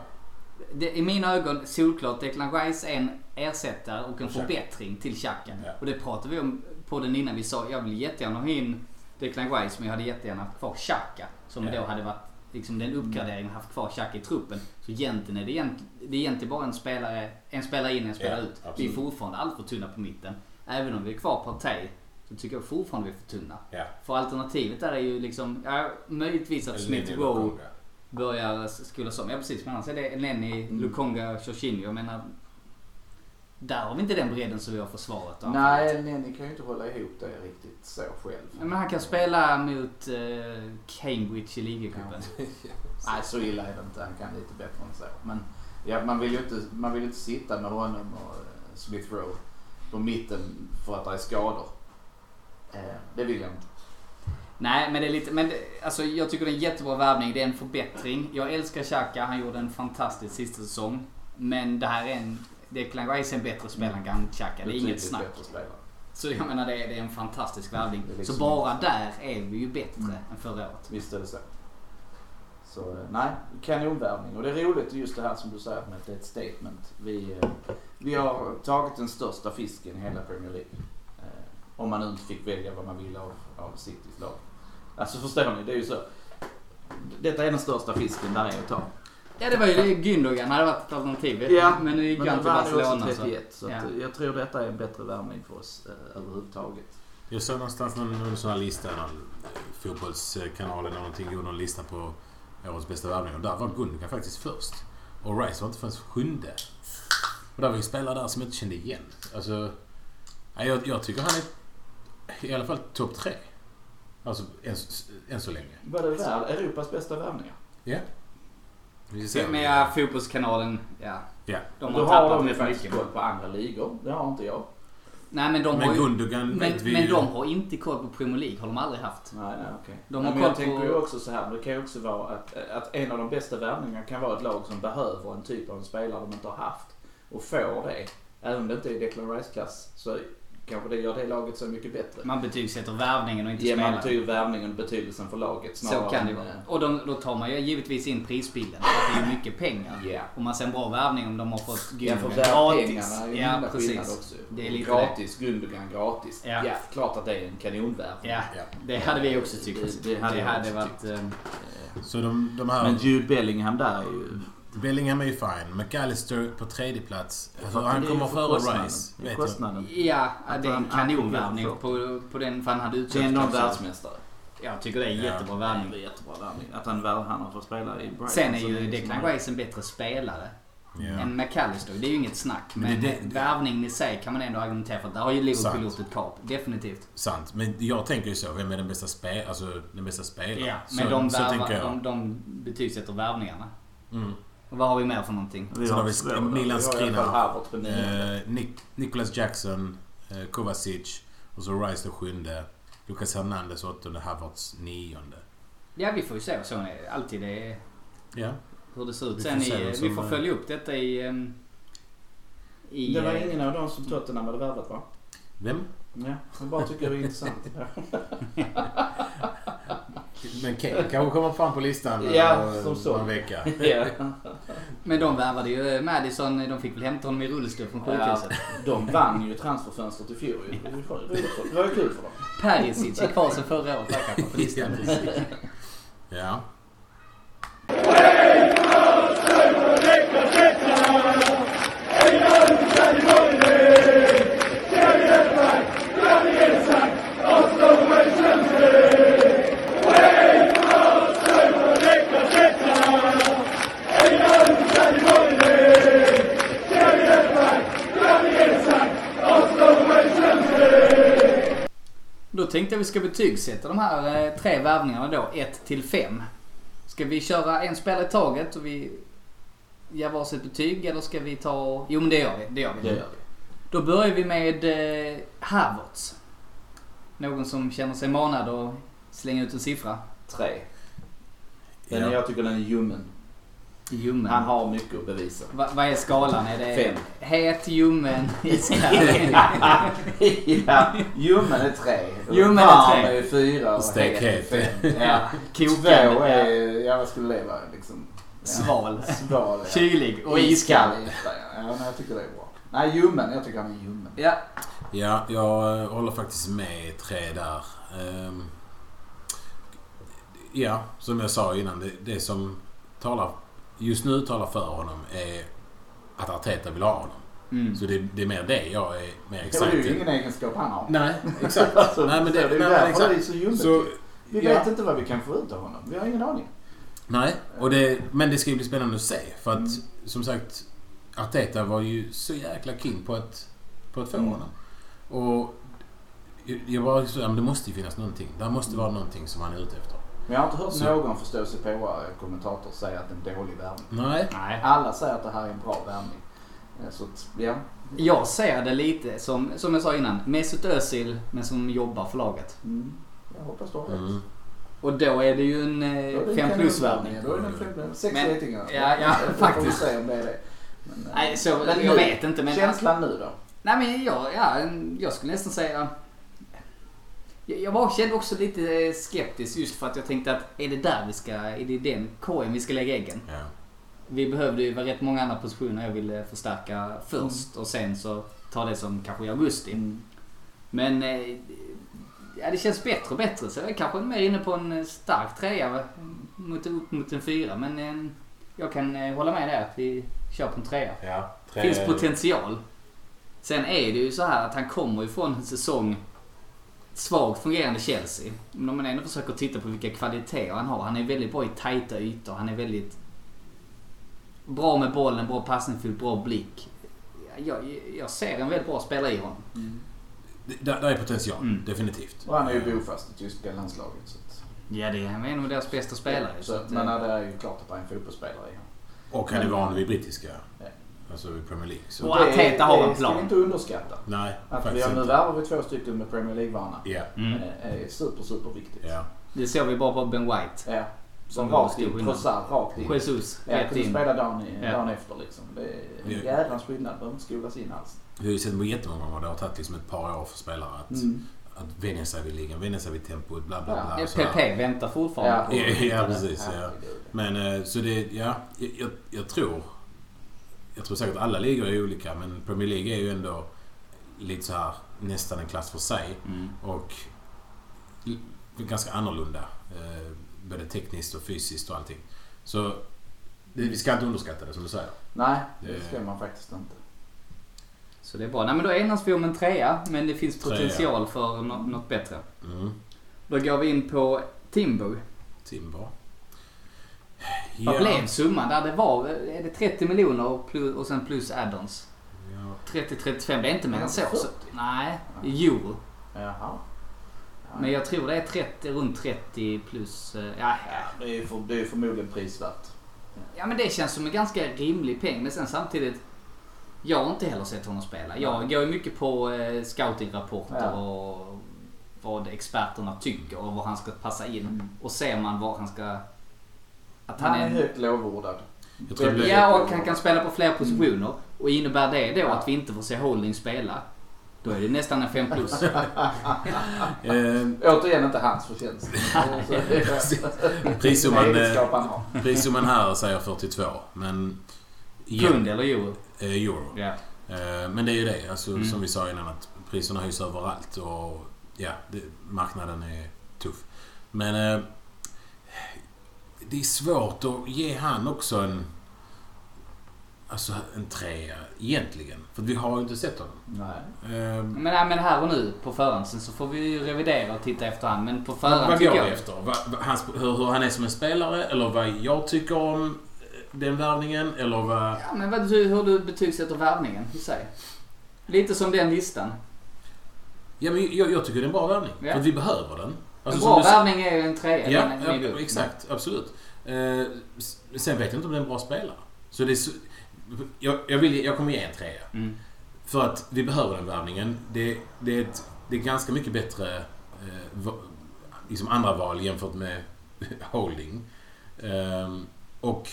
Det, I mina ögon solklart Declan Rice är en ersättare och en
Xhaka.
förbättring till Xhaka.
Ja.
Och det pratade vi om på den innan vi sa jag vill jättegärna ha in Declan Rice men jag hade jättegärna haft kvar Xhaka. Som
Ja. Mm.
då hade varit liksom den uppgraderingen haft kvar Xhaka i truppen. Så egentligen är det, egent, det är egentligen bara en spelare, en spelare in en spelare
Ja,
ut. Vi är
absolut.
fortfarande allt för tunna på mitten. Även om vi är kvar Partey så tycker jag fortfarande vi är för tunna.
Ja.
För alternativet där är ju liksom, ja, möjligtvis att
Eller
Smith
Lenny
Rowe
Lokonga.
börjar skolas om. Ja precis, men annars är det Lenny,
Mm.
Lukonga, Jorginho. Jag menar, där har vi inte den bredden som vi har försvaret. och anfallet.
Nej, Nenny kan ju inte hålla ihop det riktigt så själv.
Ja, Men han kan spela mot eh, Cambridge i ligacupen.
Nej, så illa är det inte. Han kan lite bättre än så. Men ja, man, vill ju inte, man vill ju inte sitta med honom och eh, Smith Rowe på mitten för att det är skador. Eh, Det vill jag inte.
Nej, men det är lite... Men det, alltså, jag tycker det är en jättebra värvning. Det är en förbättring. Jag älskar Xhaka. Han gjorde en fantastisk sista säsong. Men det här är en... Declan Rice är en bättre spelare än gamla Xhaka. Det är inget
Betydligt
snack.
bättre spelare.
Så jag menar, det är, det är en fantastisk värvning.
Det är liksom
Så bara där är vi ju bättre än förra året.
Visst är det så. Så eh, nej, kanonvärvning. Och det är roligt just det här som du säger med att det är ett statement. Vi, eh, vi har tagit den största fisken i hela Premier League. Eh, Om man nu inte fick välja vad man ville av, av Citys lag. Alltså förstår ni, det är ju så. Detta är den största fisken där är att ta.
Ja, det var ju det. Gündogan hade varit ett alternativ. men nu gick han till
vann ju också
Barcelona. Så.
31, så att eh,
Ja.
jag tror detta är en bättre värvning för oss eh, överhuvudtaget.
Jag såg någonstans någon, någon sån här lista, någon fotbollskanal eller någonting, gjorde någon lista på årets bästa värvningar. Och där var Gundogan faktiskt först. Och Rice var inte förrän sjunde. Och där var ju spelare där som jag inte kände igen. Alltså, nej, jag, jag tycker han är i alla fall topp tre. Alltså, än, än så länge.
Var det värld, Europas bästa värvningar?
Ja. Vi ska se om-
Men ja, fotbollskanalen, ja.
Ja.
De
Då
har
har
tappat
de ju
rätt
faktiskt
mycket.
koll på andra ligor. Det har inte jag.
Nej, men de har
Men
ju...
Gundogan
Men,
vet vi
men
ju-
de har inte koll på Premier League. Har de aldrig haft.
Nej, nej, okej.
De
Nej,
har
men jag
koll
tänker
på-
ju också så här, det kan ju också vara att, att en av de bästa värvningarna kan vara ett lag som behöver en typ av en spelare de inte har haft och får det. Även om det inte är Declan Rice-klass så kanske det gör det laget så mycket bättre.
Man betygsätter värvningen och inte
Ger man
spelaren.
betyg värvningen och betydelsen för laget
Så
snarare
kan det
än,
vara.
eh,
Och de, då tar man ju givetvis in prisbilden. för att Det är ju mycket pengar.
Ja.
Och man ser en bra värvning om de har fått
Ja, för
Gundogan
gratis.
gratis.
pengarna är ju en
Ja,
himla skillnad
precis.
också.
Det är lite
gratis, Gundogan gratis. Ja.
Ja.
klart att det är en kanonvärvning.
Ja,
Ja.
det hade vi också tyckt.
Det- det hade jag också
varit... eh,
Så de, de här...
Men Jude Bellingham där är ju...
Bellingham är ju fine. McAllister på tredje plats. Alltså,
Det är
han
ju
kommer
för
före
kostnaden.
Rice.
Det är
Vet jag.
kostnaden.
Ja,
Att
det är en
han- han
kanonvärvning
fick
på, på den. För han hade
Det är
utköpt
ändå en
också.
världsmästare.
Jag tycker det är en
Ja.
jättebra
Ja, Det
värvning.
är jättebra värvning. Att han, väl, han har fått spela i Brighton.
Sen är
så liksom-
ju
länge som
Declan
han-
Rice en bättre spelare
liksom- Ja.
än McAllister. Det är ju inget snack.
Men
Men
det- det-
värvningen i sig kan man ändå argumentera för. Där har ju Liverpool
Sant.
gjort ett kap. Definitivt.
Sant. Men jag tänker ju så. Vem är den bästa, spe, alltså, den bästa spelaren?
Ja,
så,
men de,
så tänker
värvar, de,
jag.
de betygsätter värvningarna.
Mm.
Och vad har vi mer för någonting?
Vi
Sen har vi
två
Sk-
där.
Milan
Vi har i alla
Skriniar.
fall Havertz på nio.
Eh, Nick, Nicholas Jackson, eh, Kovacic och så Rice den sjunde. Lucas Hernandez åttonde, Havertz nionde.
Ja, vi får ju se. Så är det alltid det är
Ja.
hur det ser ut.
Vi
Sen
får se
i,
vad som-
vi får följa upp detta i... ehm, i
Det var
eh,
ingen av dem som Tottenham hade värvat va?
Vem?
Ja, jag bara tycker det är intressant.
Men Kane kanske kommer fram på listan
Ja,
eh,
som så.
någon vecka.
Ja.
Men de värvade ju eh, Madison. De fick väl hämta honom i rullstol från
Ja,
sjukhuset.
de vann ju transferfönstret i fjol ju. Det var ju roligt för- Det var ju kul för dem.
Perisic är kvar sedan förra året tackar på
Ja,
listan.
precis. ja.
Då tänkte jag vi ska betygsätta de här eh, tre värvningarna då, 1 till 5. Ska vi köra en spelare i taget och vi ger varsitt betyg eller ska vi ta... Jo men det gör vi. Det gör vi.
Det gör vi.
Då börjar vi med eh, Havertz. Någon som känner sig manad och slänga ut en siffra?
Tre. Den
Ja.
jag tycker den är ljummen.
Ljummen.
Han har mycket att bevisa.
Va, vad är skalan? Är det
Fem.
het, ljummen, iskall?
ja, ljummen är tre.
Ljummen är
Varm
tre.
är fyra och
Stek het.
är fem. Ja. Två är, ja vad skulle det vara liksom? Ja.
Sval.
Sval ja.
Kylig och iskall.
Ja, men jag tycker det är bra. Nej, ljummen. Jag tycker han är ljummen.
Ja,
Ja, jag eh, håller faktiskt med i tre där. Ehm, ja, som jag sa innan. Det, det som talar, just nu talar för honom är att Arteta vill ha honom.
Mm.
Så det, det är mer det jag är mer
Det är ju
excited.
ingen egenskap han har.
Nej, exakt.
Alltså,
Nej, men
det,
det-
är
nej,
ju
men
därför
exakt.
det är så ljummet.
Så,
vi
ja.
vet inte vad vi kan få ut av honom. Vi har ingen aning.
nej, och det, men det ska ju bli spännande att se. För att som sagt, Arteta var ju så jäkla king på att, på att få
Mm.
honom. Och jag bara, så, ja, men det måste ju finnas någonting. Det måste vara någonting som han är ute efter.
Men jag har inte hört
Så-
någon förståsigpåare-kommentator säga att det är en dålig värvning.
Nej,
Nej.
Alla säger att det här är en bra värvning. Eh, Så att, ja.
Jag ser det lite som, som jag sa innan, Mesut Özil men som jobbar för laget.
Mm. Jag hoppas du har rätt.
Mm.
Och då är det ju en eh,
Då är det
5
en
plus-värvning.
Då är det en fem plus. Sex
Men-
getingar.
ja, ja,
Då får vi
faktiskt.
se om det är det. Men, eh,
Nej, så,
men
jag
nu-
vet inte men...
Känslan nu då?
Nej men jag, ja, en- jag skulle nästan säga... Jag, jag var, kände också lite eh, skeptisk just för att jag tänkte att är det där vi ska, är det i den korgen vi ska lägga äggen?
Ja.
Vi behövde ju rätt många andra positioner jag ville förstärka först och sen så ta det som kanske i augusti. Men eh, ja, det känns bättre och bättre så jag är kanske mer inne på en eh, stark trea va? mot, upp mot en fyra. Men eh, jag kan eh, hålla med där att vi kör på en trea.
ja. Tre-
Finns potential. Sen är det ju så här att han kommer ju från en säsong svagt fungerande Chelsea. Men om man ändå försöker titta på vilka kvaliteter han har. Han är väldigt bra i tajta ytor. Han är väldigt bra med bollen, bra passningsfot, bra blick. Jag, jag ser en väldigt bra spelare i honom.
Det- Där, där är potential,
Mm.
definitivt.
Och han är ju bofast i tyska landslaget. Så att,
Ja, det är han är nog deras bästa spelare. eh,
så att, men ja, det är ju klart att han är en fotbollsspelare i honom.
Och han är van vid brittiska.
Ja.
Alltså vid Premier League. Så.
Och Arteta har en
Det ska
plan.
vi inte underskatta.
Nej,
Att vi
faktiskt
har nu
inte.
värvar vi två stycken med Premier League-vana.
Ja,
mm.
Eh, är super, super viktigt.
ja.
det såg vi bara på Ben White.
Ja. Som
Som
rakt
stor
in,
skillnad.
trossar rakt in.
Jesus,
Ja,
rätt
kunde
in.
spela dagen, i,
Ja.
dagen efter liksom. Det är en
Ja.
jädrans skillnad. Behöver inte skolas in alls.
Vi har ju sett på jättemånga gånger. Det har tagit liksom ett par år för spelare att,
Mm.
att vänja sig vid ligan, vänja sig vid tempot, bla bla
Ja.
bla.
Ja,
och sådär.
PP väntar fortfarande på...
Ja, ja, precis, ja.
herregud.
Men eh, så det, ja, jag, jag, jag tror... Jag tror säkert alla ligor är olika men Premier League är ju ändå lite så här nästan en klass för sig
Mm.
och l- ganska annorlunda. eh, Både tekniskt och fysiskt och allting. Så det, vi ska inte underskatta det som du säger.
Nej,
Det-
det ska man faktiskt inte.
Så det är bra. Nej men då enas vi om en trea, men det finns
Trea.
potential för nå- något bättre.
Mm.
Då går vi in på Timbo.
Timber.
Vad blev summan där? Det var, är det 30 miljoner och, plus, och sen plus add-ons?
Ja.
30-35, det är inte mer än så.
Ja,
så
40.
nej, i euro.
Jaha. Ja.
Men jag tror det är 30, runt 30 plus... eh, Ja,
Ja, det är ju för, det är ju förmodligen prisvärt.
ja men det känns som en ganska rimlig peng. Men sen samtidigt, jag har inte heller sett honom spela. Jag går ju mycket på eh, scoutingrapporter
Ja.
och vad experterna tycker och vad han ska passa in.
Mm.
Och ser man var han ska... Att han
Han är
är...
högt lovordad.
Jag tror det blev...
Ja, och han kan spela på fler positioner. Och innebär det då att vi inte får se Holding spela, då är det nästan en 5 plus.
Eh,
Återigen inte hans förtjänst. Så det är-
prissumman,
Det är
eh,
egenskap han har.
prissumman här säger 42 men... igen,
Pund eller euro.
eh, Euro.
Ja.
Eh, Men det är ju det, alltså,
Mm.
som vi sa innan att priserna höjs överallt och ja, det, marknaden är tuff. Men eh, det är svårt att ge han också en, alltså, en trea egentligen. För vi har ju inte sett honom.
Nej.
Eh,
Men, nej, men här och nu på förhand, sen så får vi ju revidera och titta efterhand. Men på förhand
Vad går
tycker
jag
jag...
efter? Vad, vad, hans, hur, hur han är som en spelare eller vad jag tycker om eh, den värvningen eller vad...
Ja, men vad, du- hur du betygsätter värvningen i sig. Lite som den listan.
Ja, men jag, jag tycker det är en bra värvning.
Ja.
För att vi behöver den.
En
Alltså,
bra
som du sa-
värvning är ju en trea.
Ja,
men-
ja,
men-
exakt. Absolut. Eh, s- sen vet jag inte om det är en bra spelare. Så det är, så- jag, jag, vill, jag kommer ge en trea.
Mm.
För att vi behöver den värvningen. Det, det, är, ett, det är ganska mycket bättre eh, va- liksom andra val jämfört med holding. Ehm, och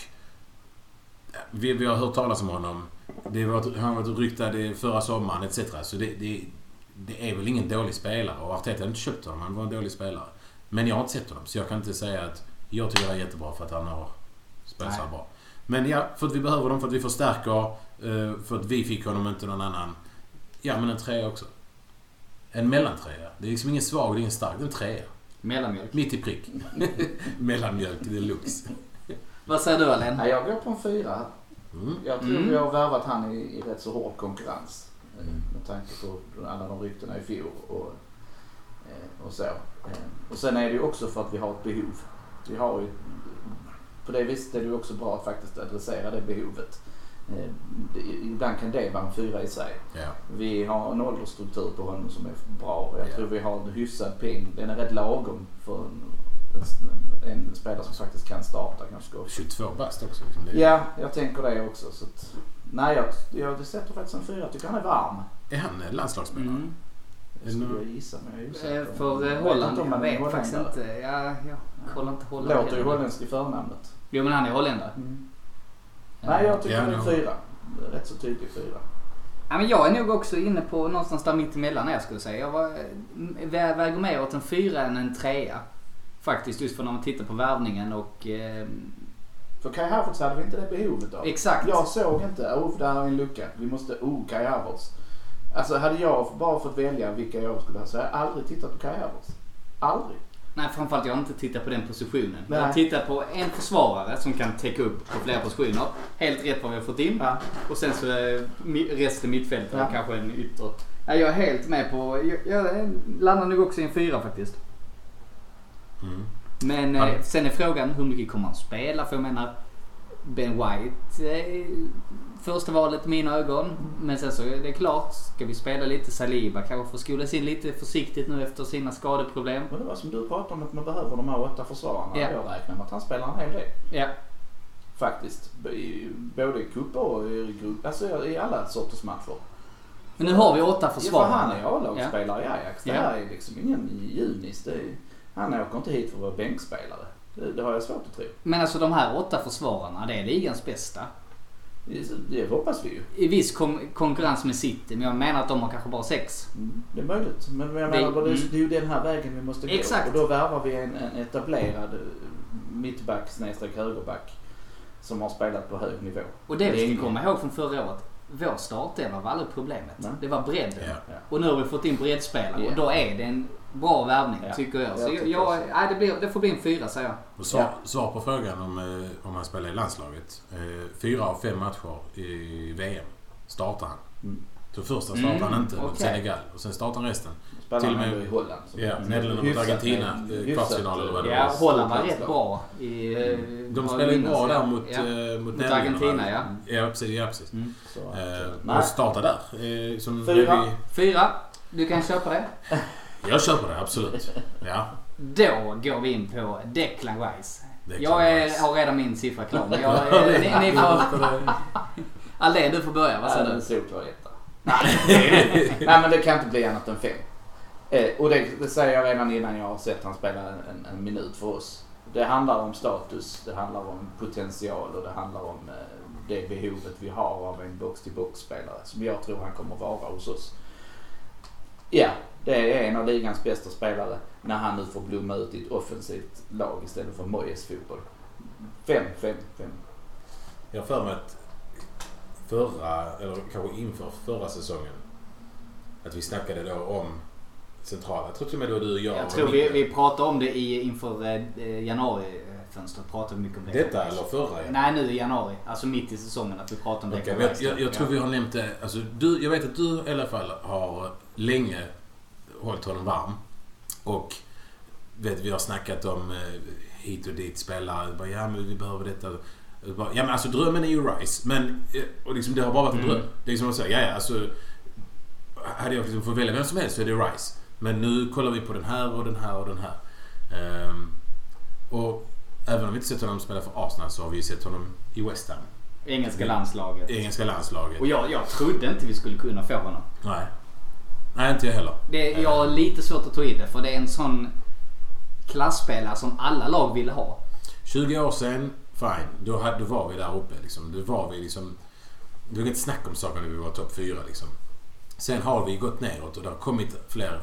vi, vi har hört talas om honom. Det var, han var ryktad i förra sommaren etc. Så det, det, det är väl ingen dålig spelare. Och Arteta har inte köpt honom. Han var en dålig spelare. Men jag har inte sett honom. Så jag kan inte säga att jag tycker han är jättebra för att han har spelat så här
Nej.
bra. Men ja, för att vi behöver dem, för att vi förstärker. eh, För att vi fick honom, inte någon annan. Ja, men en trea också. En mellantrea. Det är liksom ingen svag, det är ingen stark. Det är en trea.
Mellanmjölk.
Mitt i prick. Mellanmjölk deluxe.
Vad säger du Alen?
Nej, jag går på en fyra.
Mm.
Jag tror
Mm.
vi har värvat han i, i rätt så hård konkurrens. eh,
Mm.
Med tanke på alla de ryktena i fjol och, eh, och så. Eh, Och sen är det ju också för att vi har ett behov. Vi har ju, på det viset är det ju också bra att faktiskt adressera det behovet. Eh, det- Ibland kan det vara en fyra i sig.
Ja.
Vi har en åldersstruktur på honom som är bra och jag
Ja.
tror vi har en hyfsad peng. Den är rätt lagom för en, en, en spelare som faktiskt kan starta kanske.
22 bast också. Liksom. Det är-
Ja, jag tänker det också. Så att Nej, jag, jag sätter faktiskt en fyra. Jag tycker han är varm.
Är han eh, landslagsspelare?
Mm.
Det skulle jag gissa, men jag är osäker.
Eh, För eh,
Jag
Holland,
inte om
jag
han är
vet faktiskt
holländare.
inte. Ja, jag kollar inte Holland.
Låter ju
heller.
holländskt i förnamnet.
Jo men han är holländare.
Nej, jag tycker
Mm. Ja,
han är
ja.
fyra. Rätt så tydlig fyra.
Ja, men jag är nog också inne på någonstans där mittemellan jag skulle säga. Jag var, vä- väger mer åt en fyra än en trea. Faktiskt just för när man tittar på värvningen och eh,
För Kai Havertz hade vi inte det behovet av.
exakt.
Jag såg inte, oh där är en lucka, vi måste, oh Kai Havertz. Alltså hade jag bara fått välja vilka jag skulle ha så hade jag aldrig tittat på Kai Havertz. Aldrig.
Nej framförallt jag har inte tittat på den positionen.
Nej.
Jag tittar på en försvarare som kan täcka upp på flera positioner. Helt rätt vad vi har fått in.
Ja.
Och sen så eh, mi- resten mittfältet
Ja.
kanske en ytter. Ja, jag är helt med på, jag, jag landar nog också i en fyra faktiskt.
Mm.
Men
Han-
eh, sen är frågan hur mycket kommer han spela? För jag menar Ben White eh, första valet i mina ögon. Men sen så är det klart, ska vi spela lite Saliba kanske får skolas in lite försiktigt nu efter sina skadeproblem.
Men det var som du pratade om att man behöver de här åtta försvararna.
Ja.
Jag räknar med att han spelar en hel del.
Ja,
Faktiskt. B- i- Både i cuper och i grupp, alltså i alla sorters matcher.
men nu har vi åtta
Försvar. Ja, för han
försvarare.
är A-lagsspelare i Ajax. Det
Ja.
här är liksom ingen junis. Det är, han åker inte hit för att vara bänkspelare. Det, det har jag svårt att tro.
Men alltså de här åtta försvararna, det är ligans bästa.
Det, det hoppas vi ju.
I viss kom- konkurrens med City, men jag menar att de har kanske bara sex.
Mm, Det är möjligt. Men jag
Det-
menar, det,
mm.
det är ju den här vägen vi måste gå.
Exakt.
Och då värvar vi en, en etablerad eh, mittback snedstreck högerback som har spelat på hög nivå.
Och det vi
är
ska komma ihåg från förra året. Vår startelva var aldrig problemet.
Nej.
Det var bredden.
Ja.
Och nu har vi fått in breddspelare
Ja.
och då är det en bra värvning
Ja,
tycker jag. Så
jag
jag,
tycker
jag,
också.
nej, det, blir, det får bli en fyra säger jag.
Och svar,
Ja.
svar på frågan om, eh, om han spelar i landslaget. Eh, fyra av fem matcher i VM startar han.
Mm.
Så första startar
Mm,
han inte mot
okej.
Senegal och sen startar han resten.
Spelar
Till och
han
med-
ändå i Holland. så-
Ja, Nederländerna mot
Hyfsat-
Argentina, eh,
hyfsat-
kvartsfinal eller vad det
Ja,
Ja,
Holland var rätt bra. I, eh,
De
vad
spelar ju
minns,
bra
ja.
där mot,
Ja.
eh, mot,
Mot
Nederländerna.
Argentina ja. Mm.
Ja, precis. Ja, precis.
Så att, eh,
Eh,
nej.
och starta där. Eh, som
Fyra.
när
Fyra, du kan köpa det.
Vi, jag köper det, absolut. Ja,
Då går vi in på Declan Rice.
Declan
jag är,
Rice.
har redan min siffra klar. Men jag, eh, ni, ni får, Aldén du får börja, vad
Nej,
säger
alltså, det är en
du?
solklar etta. Nej, Nej, men det kan inte bli annat än fem. Eh, och det, det säger jag redan innan jag har sett han spela en, en minut för oss. Det handlar om status, det handlar om potential och det handlar om eh, det behovet vi har av en box-till-box-spelare som jag tror han kommer vara hos oss. Ja, det är en av ligans bästa spelare när han nu får blomma ut i ett offensivt lag istället för Moyes fotboll. Fem, fem, fem.
Jag har för mig att förra, eller kanske inför förra säsongen, att vi snackade då om centrala. Jag tror till och med då du och jag...
Jag
och
tror vi,
Micke-
vi pratade om det i, inför eh, januarifönstret. Pratade vi mycket om det.
Detta eller förra? ja.
Nej, nu i januari. Alltså mitt i säsongen att vi pratar om det.
Okej, men jag, jag, jag tror vi har nämnt det. Alltså, du, jag vet att du i alla fall har länge hållit honom varm. Och vet, vi har snackat om eh, hit och dit spelare. Bara, ja, men vi behöver detta. Bara, ja, men alltså drömmen är ju Rice. Men eh, och liksom, det har bara varit en dröm. Det är som att säga, ja, ja, alltså. Hade jag liksom fått välja vem som helst så är det Rice. Men nu kollar vi på den här och den här och den här. Ehm, och även om vi inte sett honom spela för Arsenal så har vi ju sett honom i West Ham.
Engelska landslaget.
Engelska landslaget.
Och jag, jag trodde inte vi skulle kunna få honom.
Nej. Nej, inte jag heller.
Det, jag har lite svårt att ta in det för det är en sån klassspelare som alla lag ville ha.
20 år sedan, fine. Då, hade, då var vi där uppe. Liksom. Då var vi liksom... Det var inget snack om saker när vi var topp fyra. Liksom. Sen har vi gått neråt och det har kommit fler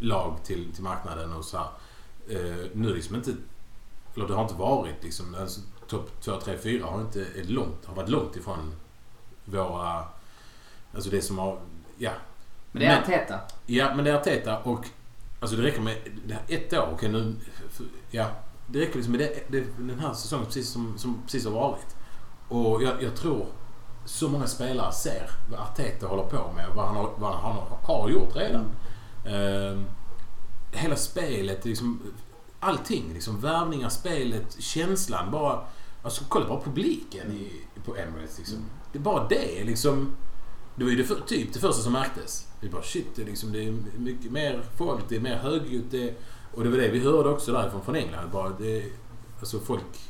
lag till, till marknaden och så här. Eh, nu liksom inte... Eller det har inte varit liksom... Alltså, topp 2, 3, 4 har inte är långt, har varit långt ifrån våra... Alltså det som har... Ja,
Men det är
Men-
Arteta.
Ja, men det är Arteta och... Alltså det räcker med det här ett år. Okej, nu... Ja. Det räcker liksom med det, det, den här säsongen precis som, som precis har varit. Och jag, jag tror så många spelare ser vad Arteta håller på med och vad han har, vad han har, har gjort redan. Ehm, hela spelet, liksom, allting. Liksom, värvningar, spelet, känslan. Bara, alltså, kolla bara publiken i, på Emirates. Liksom.
Mm.
Det är bara det. Liksom, det var ju det, för, typ det första som märktes. Vi bara shit, det är, liksom, det är mycket mer folk, det är mer högljutt. Det, och det var det vi hörde också därifrån från England. Bara det,
Mm.
alltså folk,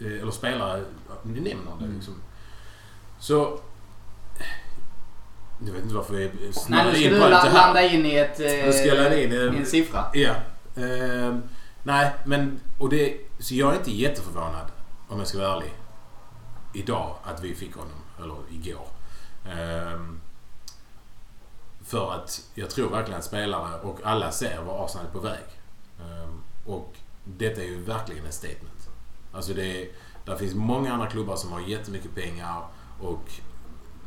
eh, eller spelare, nämner det liksom. Så... Jag vet inte varför jag
Nej, nu
snurrar
ska
in
du
på allt det
la-
här.
landa in i ett... eh,
Nu ska jag landa in i en-
i en siffra.
Ja. Ehm, nej, men... Och det, så jag är inte jätteförvånad, om jag ska vara ärlig, idag att vi fick honom. Eller igår. Ehm, för att jag tror verkligen att spelare och alla ser var Arsenal är på väg. Ehm, och detta är ju verkligen ett statement. Alltså det är, där finns många andra klubbar som har jättemycket pengar och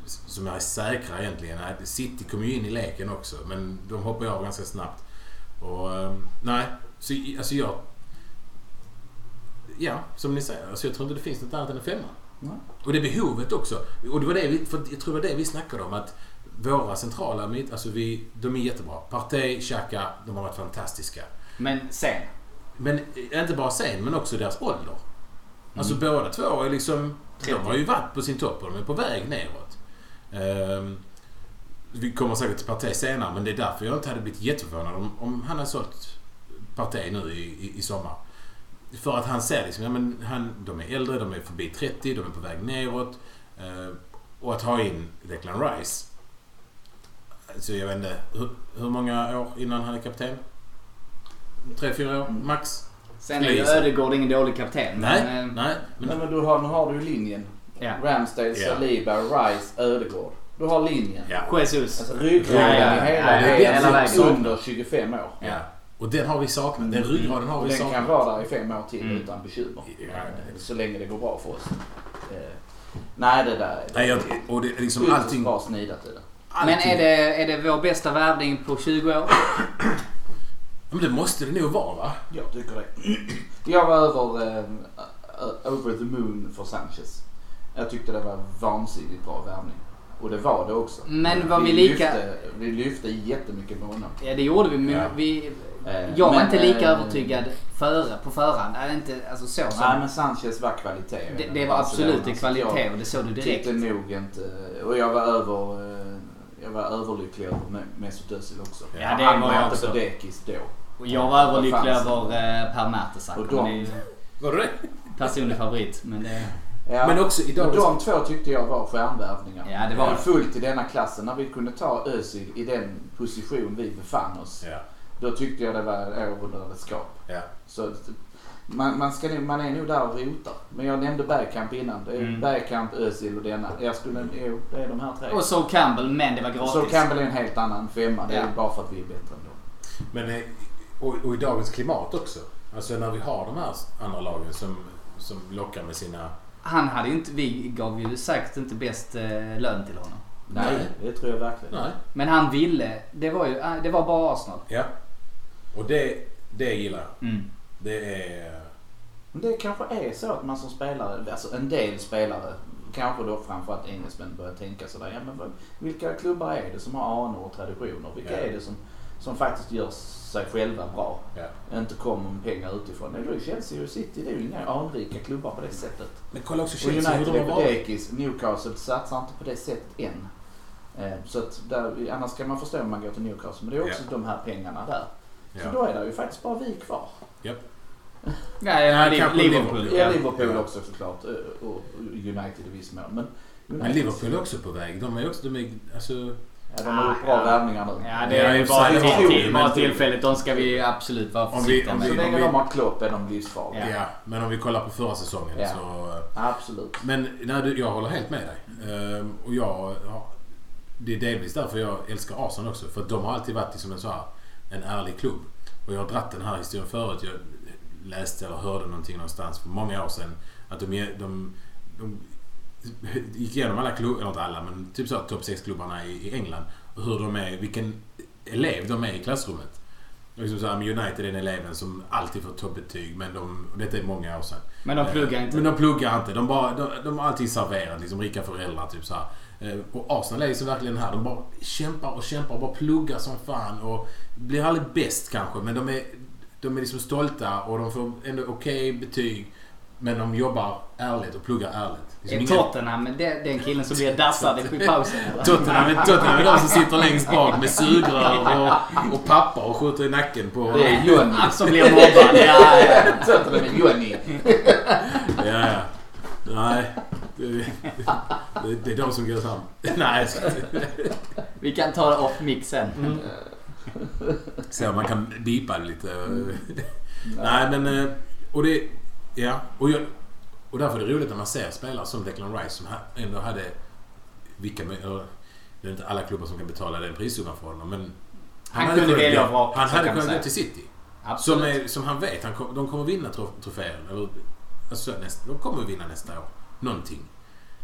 s- som är säkra egentligen. Nej, City kom ju in i leken också men de hoppar ju av ganska snabbt. Och ehm, nej, så, i- alltså jag... Ja, som ni säger. Alltså jag tror inte det finns något annat än en femma.
Nej.
Och det behovet också. Och det var det vi, för jag tror det var det vi snackade om att våra centrala mitt, alltså vi, de är jättebra. Partey, Xhaka, de har varit fantastiska.
Men sen.
Men eh, inte bara sen, men också deras ålder. Alltså båda två är liksom... De
30.
har ju varit på sin topp och de är på väg neråt. Ehm, vi kommer säkert till Partey senare, men det är därför jag inte hade blivit jätteförvånad om, om han hade sålt Partey nu i, i, i sommar. För att han ser liksom, ja, men han, de är äldre, de är förbi 30, de är på väg neråt. Eh, och att ha in Declan Rice. Alltså jag vet inte, hur, hur många år innan han är kapten? Tre, fyra år max?
Sen är ju
Please.
Ödegård ingen dålig kapten.
Nej,
men, eh,
nej. Men,
Nej, men du har, nu har du ju linjen.
Ja.
Ramsdale,
Ja.
Saliba, Rice, Ödegård. Du har linjen.
ja.
Jesus.
Alltså ryggraden
Ja, ja,
i
ja,
hela
det är
vägen
hela vägen.
under 25 år.
ja. Och den har vi saknat. Den ryggraden har
Och
vi
den
saknat.
kan vara där i fem år till
Mm.
utan bekymmer. Eh,
Ja, det-
Så länge det går bra för oss. Eh, nej, det där är
Nej, jag, och det är liksom
ytterst
allting...
bra snidat i det.
allting
Men är det, är det vår bästa värvning på 20 år?
Ja, men det måste det nog vara va?
Jag tycker det. Jag var över, eh, ö- over the moon för Sanchez. Jag tyckte det var vansinnigt bra värvning. Och det var det också.
Men var vi lika-
Lyfte, vi lyfte jättemycket med honom.
Ja, det gjorde vi. Men
Ja.
vi
Eh,
jag var
men,
inte lika
eh,
övertygad före, på förhand. Nej, inte, alltså så som,
Nej men Sanchez var kvalitet.
det, det var absolut en kvalitet och det såg du
Jag
direkt.
tyckte Typ nog inte... Och jag var över... eh, Jag var överlycklig över Me- Mesut Özil också.
Ja, det
Han
var
var
jag
inte
också.
på dekis då.
Och jag var överlycklig
Vad
över
fan.
eh, Per Mertesacker.
Och
men
de-
Det är ju
Var det det?
personlig favorit. Men det,
Ja.
Men också i
Men
dagens...
de två tyckte jag var stjärnvärvningar.
Ja, det var det.
fullt i denna klassen. När vi kunde ta Özil i den position vi befann oss.
Ja,
Då tyckte jag det var århundradets skap.
ja.
Så att man, man, ska, nog- man är nog där och rotar. Men jag nämnde Bergkamp innan. Det är
Mm.
Bergkamp, Özil och denna. Jag skulle... Jo, det är de här tre.
och så Campbell, men det var gratis.
Så Campbell är en helt annan femma. Det är
Ja.
bara för att vi är bättre än dem.
Men, eh, och, och i dagens klimat också. Alltså när vi har de här andra lagen som, som lockar med sina...
Han hade ju inte, vi gav ju säkert inte bäst eh, lön till honom.
Nej, det tror jag verkligen.
Nej.
Men han ville, det var ju, eh, det var bara Arsenal.
Ja. Och det, det gillar jag.
Mm.
Det är...
Men det kanske är så att man som spelare, alltså en del spelare, kanske då framförallt engelsmän börjar tänka sådär. Ja, men vad- vilka klubbar är det som har anor och traditioner? Vilka
Ja.
är det som, som faktiskt gör sig själva bra?
Ja.
Inte kommer med pengar utifrån. Nej, då är Chelsea och City, det är ju inga anrika klubbar på det sättet.
Men kolla också
Och
Chelsea hur
United
de har
är på
varit.
dekis. Newcastle satsar inte på det sättet än. Eh, Så att där, annars kan man förstå om man går till Newcastle. Men det är också
Ja.
de här pengarna där. Så
Ja.
då är det ju faktiskt bara vi kvar.
Japp.
Nej,
Ja,
Li-
kanske
Liverpool.
Liverpool.
Ja, Liverpool
Ja.
också såklart. eh, Och United i viss mån. Men,
Men Liverpool är också på väg. De är också... De är, alltså,
Ja, eh, de har gjort bra
Ah, ja.
värvningar nu.
Ja, det
Ja,
är
i och för
bara
sig,
till,
det var
till,
kul,
bara
men-
tillfälligt. De ska vi absolut vara
Om vi-
försiktiga
om
med.
Så
vi-
länge de har Klopp är de livsfarliga.
Ja.
Ja, men om vi kollar på förra säsongen
Ja.
så... eh,
Absolut.
Men nej, du, jag håller helt med dig. Ehm, och jag, har- det är delvis därför jag älskar Arsenal också. För att de har alltid varit liksom en, så här, en ärlig klubb. Och jag har dratt den här historien förut. Jag läste eller hörde någonting någonstans för många år sedan. Att de, ge- de, de gick igenom alla klubbar, eller inte alla, men typ så här topp 6-klubbarna i, i England. Och hur de är, vilken elev de är i klassrummet. Och Liksom så här, men United är den eleven som alltid får toppbetyg, men de, och detta är många år sedan.
Men de pluggar inte.
Men de pluggar inte. De, bara, de, de har alltid serverat liksom rika föräldrar. Typ så här. Eh, Och Arsenal är ju så verkligen här. De bara kämpar och kämpar och bara pluggar som fan. Och blir aldrig bäst kanske, men de är, de är liksom stolta och de får ändå okej betyg. Men de jobbar ärligt och pluggar ärligt. Liksom
Är
ingen-
Tottenham det- den killen som blir dassad i pausen eller?
Tottenham, är- Tottenham är de som sitter längst bak med sugrör och, och papper och skjuter i nacken på...
Det är Johnny.
Han som blir mobbad. Ja, ja.
Tottenham är Johnny.
Ja, ja. Nej. Det, det, det är de som går fram. Nej, så,
Vi kan ta det off mix sen.
så man kan bipa lite.
Mm.
Nej, men... eh, Och det... Ja. Och, jag, och därför är det roligt när man ser spelare som Declan Rice som ha- ändå hade... Vilka... men, eller, Det är inte alla klubbar som kan betala den prissumman för honom, men...
Han
hade
kunde
kunnat
välja
gå-
och vraka,
Han
så
hade
kan man
kunnat
säga.
gå till City.
Absolut.
Som, är, som han vet, han kom, de kommer vinna trof- troféer. Eller, alltså, nästa, de kommer vinna nästa år. Någonting.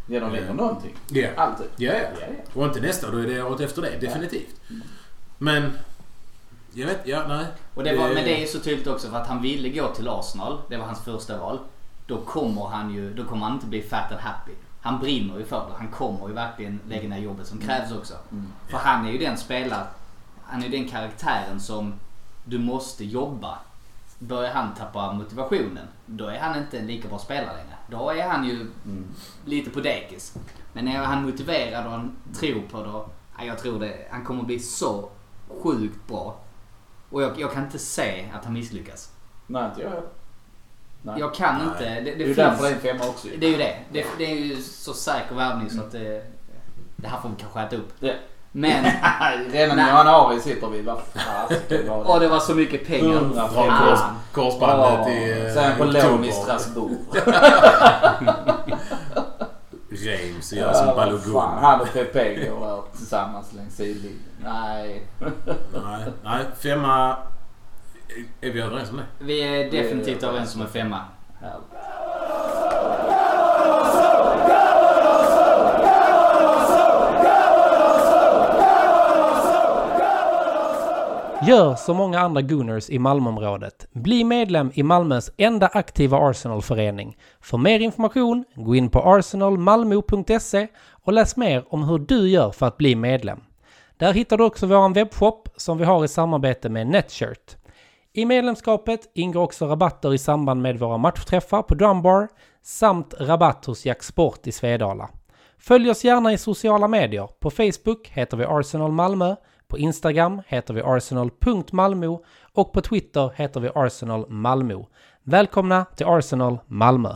Ja, de vinner någonting.
Ja.
Alltid.
Ja, ja.
Ja, ja.
Och inte nästa, då är det året efter det. Definitivt. Men... Jag vet, ja, nej.
Och det var, men det är ju så tydligt också för att han ville gå till Arsenal. Det var hans första val. Då kommer han ju, då kommer han inte bli fat and happy. Han brinner ju för det. Han kommer ju verkligen lägga ner jobbet som krävs också. För han är ju den spelare, han är ju den karaktären som du måste jobba. Börjar han tappa motivationen, då är han inte en lika bra spelare längre. Då är han ju lite på dekis. Men är han motiverad och han tror på det, ja, jag tror det, han kommer bli så sjukt bra. Och jag, jag kan inte se att han misslyckas.
Nej, inte jag. Nej.
Jag kan
Nej.
inte. Det, det,
det är ju därför det är
finns,
en femma också ju.
det är ju det. det. Det är ju så säker värvning så att det, det här får vi kanske äta upp.
Ja.
Men,
Redan i
Nej.
januari sitter vi. Vad fasiken
åh
var det?
det var så mycket pengar.
Hundra
Dra
Ah.
kors,
Fan.
korsbandet i eh,
Sen på lån i
oktober.
Strasbourg.
Reims och gör som
fan,
Balogun.
han och Pepe går där tillsammans längs sidlinjen. Nej.
Nej, nej, femma... Är vi överens om det?
Vi är definitivt överens om en femma.
Härligt.
Gör som många andra Gunners i Malmöområdet. Bli medlem i Malmös enda aktiva Arsenalförening. För mer information, gå in på arsenalmalmo.se och läs mer om hur du gör för att bli medlem. Där hittar du också vår webbshop som vi har i samarbete med Netshirt. I medlemskapet ingår också rabatter i samband med våra matchträffar på Drumbar samt rabatt hos Jack Sport i Svedala. Följ oss gärna i sociala medier. På Facebook heter vi Arsenal Malmö, på Instagram heter vi arsenal.malmo och på Twitter heter vi Arsenal Malmö. Välkomna till Arsenal Malmö!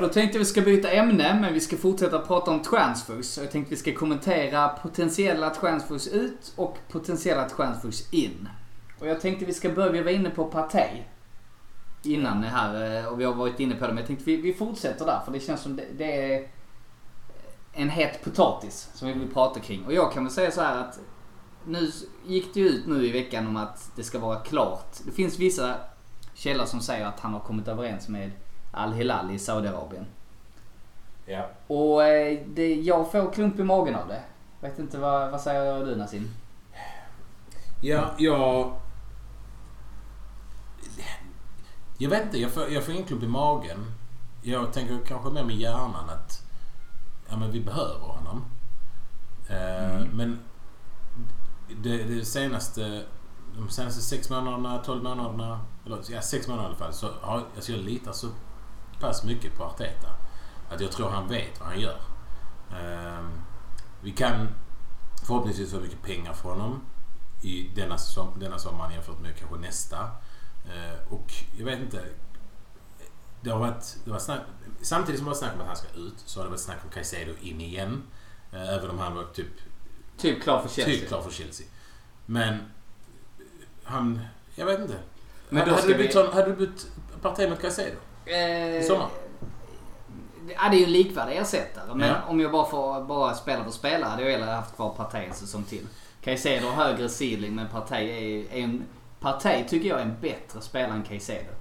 Då tänkte vi ska byta ämne, men vi ska fortsätta prata om transfers. Jag tänkte vi ska kommentera potentiella transfers ut och potentiella transfers in. Och jag tänkte vi ska börja, vi var inne på Partey. Innan det här, eh, och vi har varit inne på det, men jag tänkte vi, vi fortsätter där, för det känns som det, det är en het potatis som vi vill prata kring. Och jag kan väl säga så här att nu s- gick det ju ut nu i veckan om att det ska vara klart. Det finns vissa källor som säger att han har kommit överens med Al Hilal i Saudiarabien.
Ja.
Och eh, det, jag får klump i magen av det. Vet inte vad, vad säger du Nassim?
Ja, jag... Jag vet inte, jag får, jag får en klump i magen. Jag tänker kanske mer med hjärnan att ja, men vi behöver honom. Eh, Men det, det senaste, de senaste sex månaderna, 12 månaderna, eller ja, sex månader i alla fall, så har, alltså jag litar så pass mycket på Arteta. Att jag tror han vet vad han gör. Eh, vi kan förhoppningsvis få mycket pengar från honom i denna, som, denna sommaren jämfört med kanske nästa. Eh, och jag vet inte. Det har varit, det var snack, samtidigt som det var snack om att han ska ut så har det varit snack om Caicedo in igen. Eh, även om han var typ,
Typ klar för Chelsea.
typ klar för Chelsea. Men eh, han... Jag vet inte.
Men
Men
då
hade,
ska
du bytt,
vi-
vi... hade du bytt Partey mot Caicedo?
Eh,
I sommar?
Ja, det är ju en likvärdig ersättare. Men
Ja.
om jag bara får bara spela för spelare hade jag hellre haft kvar Partey en säsong till. Caicedo har högre ceiling men Partey är, är en... Partey tycker jag är en bättre spelare än Caicedo.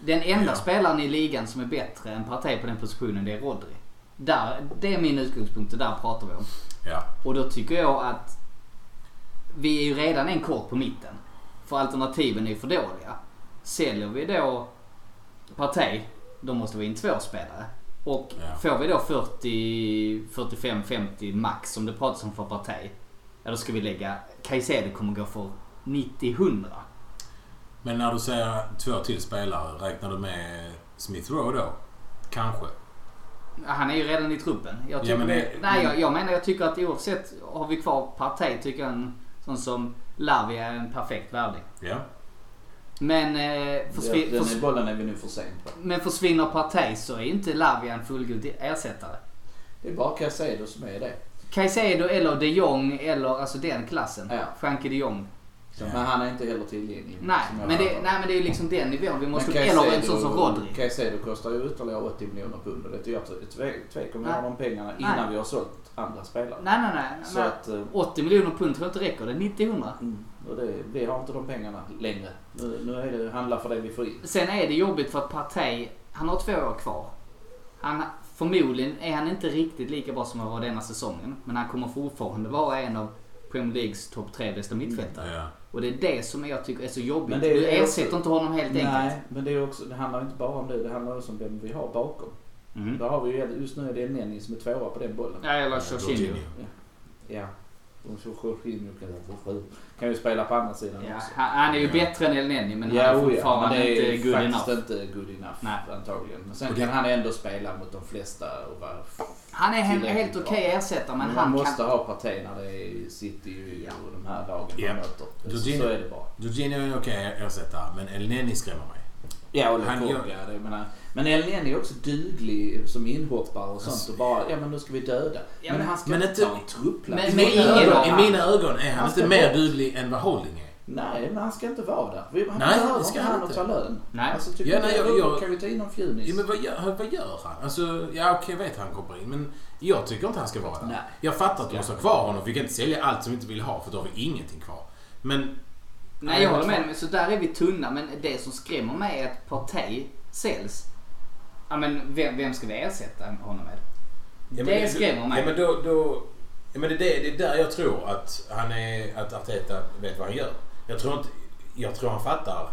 Den enda
Ja.
spelaren i ligan som är bättre än Partey på den positionen det är Rodri. Där, det är min utgångspunkt och där pratar vi om.
Ja.
Och då tycker jag att vi är ju redan en kort på mitten. För alternativen är ju för dåliga. Säljer vi då Partey, då måste vi in två spelare. Och
Ja.
får vi då 40, 45, 50 max som det pratas om för Partey. Ja då ska vi lägga, Caicedo kommer gå för 90, 100.
Men när du säger två till spelare, räknar du med Smith Rowe då? Kanske?
Han är ju redan i truppen. Jag
Ja,
tycker,
men det-
nej, jag, jag menar jag tycker att oavsett har vi kvar Partey tycker jag en sån som Lavia är en perfekt värvning.
Ja.
Men, eh, försvin-
Den
förs-
är bollen är vi nu för sent på.
men försvinner Partey så är inte Lavia en fullgod ersättare.
Det är bara Caicedo som är det.
Caicedo eller de Jong eller alltså den klassen.
Ja.
Frankie de Jong.
Ja.
Men han är inte heller tillgänglig.
Nej
som jag
men, det,
hör.
nej men det är ju liksom den nivån vi
Men
måste upp.
Caicedo-
Eller en sån som Rodri.
Caicedo kostar ju ytterligare 80 miljoner pund och det är jag tve- tvekar om vi
Nej.
har de pengarna innan vi har sålt andra spelare.
Nej nej nej.
Så
nej.
att, eh,
80 miljoner pund tror jag inte räcker. Det är 90-100.
mm, och det, vi har inte de pengarna längre. Nu, nu är det handla för det vi får in.
Sen är det jobbigt för att Partey, han har två år kvar. Han, förmodligen är han inte riktigt lika bra som han var denna säsongen. Men han kommer fortfarande vara en av Premier Leagues topp tre bästa mittfältare.
ja.
Och det är det som jag tycker är så jobbigt.
Men det är
du
ju också-
ersätter inte honom helt enkelt.
Nej, men det, är också, det handlar inte bara om det. Det handlar också om vem vi har bakom.
Mm.
Där har vi ju, just nu är det Nenni som är tvåa på den bollen.
Ja, eller
Jorginho.
Jorginho.
Ja. Och så Jorginho kan jag få ut. Kan ju spela på andra sidan
Ja,
också.
han han är ju bättre än Elneny men
Ja,
han är
oh ja, men
fortfarande
det är
inte good
faktiskt
enough.
inte good enough
Nej.
antagligen. Men sen
Och det-
kan han ändå spela mot de flesta och vara...
Han är helt,
tillräckligt
helt
bra.
okej ersättare men,
Men han
han
måste
kan...
ha parti när det är City
Ja.
och de här lagen
Ja.
han möter. Så,
Jorginho.
så är det bara.
Jorginho är en okej ersättare, men El Neni skrämmer mig.
Ja, och
Han
Lukonga.
gör-
det, jag menar, men Elneny är också duglig som inhoppare och sånt
Alltså-
och bara, ja men nu ska vi döda.
Ja,
men
men-
han ska
men inte-
ta en truppplats.
Men-
I
men
mina
ingen av
ögon,
han-
i mina ögon är han
Han ska
inte mer
bort.
duglig än vad Holding är.
Nej, men han ska inte vara där. Vi, han
Nej, det
behöver
ska
inte
han
han att
inte.
ta lön.
Nej.
Alltså, tycker
Ja,
jag,
nej, jag-
jag,
jag-
kan vi ta in någon
Ja,
fjunis?
men vad gör, vad gör han? Alltså, ja okej, jag vet han kommer in. Men jag tycker inte han ska vara där.
Nej.
Jag fattar att de måste ha kvar honom. Vi kan inte sälja allt som vi inte vill ha för då har vi ingenting kvar. Men
Nej jag håller med dig, så där är vi tunna men det som skrämmer mig är att Partey säljs. Ja men vem, vem ska vi ersätta honom med?
Ja, men
Det skrämmer mig.
Ja, men då, då, ja, men det, det, det är där jag tror att, han är, att Arteta vet vad han gör. Jag tror, inte, jag tror han fattar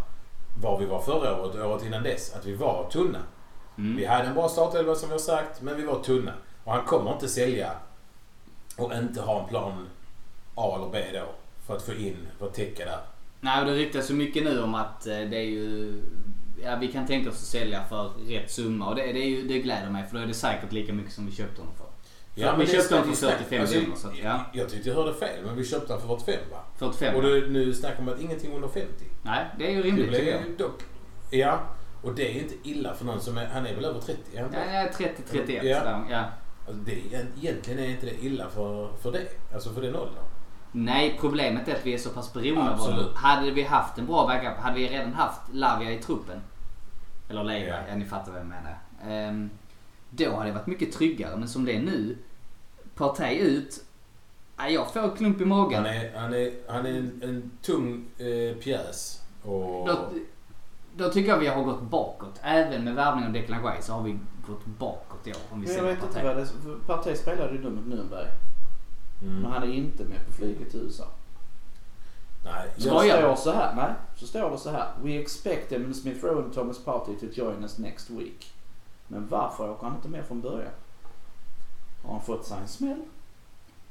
var vi var förra året och året innan dess. Att vi var tunna.
Mm.
Vi hade en bra startelva som vi har sagt, men vi var tunna. Och han kommer inte sälja och inte ha en plan A eller B då. För att få in, för att täcka där.
Nej och det ryktas så mycket nu om att eh, det är ju... Ja vi kan tänka oss att sälja för rätt summa och det, det, är ju, det gläder mig för då är det säkert lika mycket som vi köpte honom för. Ja, vi
det
köpte honom
snack-
för 45
alltså,
miljoner, så att, ja.
Jag tyckte jag hörde fel, men vi köpte honom för 45 va?
45.
Och nu, nu snackar man att ingenting under 50.
Nej det är ju
Det
rimligt tycker jag.
blev dock... Ja, och det är ju inte illa för någon som är... Han är väl över 30? Är han inte?
Ja, ja, 30-31
Ja.
sådär. Ja.
Alltså, det, är- egentligen är inte det illa för, för det. Alltså för den åldern.
Nej, problemet är att vi är så pass beroende av
Absolut.
honom. Hade vi haft en bra backup, hade vi redan haft Lavia i truppen. Eller Leiva,
Ja.
ja. ni fattar vad jag menar. Ehm, då hade det varit mycket tryggare, men som det är nu. Partey ut. Ja, jag får klump i magen.
Han är, han är, han är en, en tung eh, pjäs. Och...
Då, då tycker jag vi har gått bakåt. Även med värvningen av Declan Rice så har vi gått bakåt i år. Om vi
Men jag
ser
vet inte
Partey.
vad det för Partey spelade ju nu mot Nürnberg. Men
Mm.
han är inte med på flyget till USA.
Nej,
Så
Skojar
det står
du?
så här. Nej, så står det så här. We expect Emil Smith Rowe and Thomas Partey to join us next week. Men varför åker han inte med från början? Har han fått sig en smäll?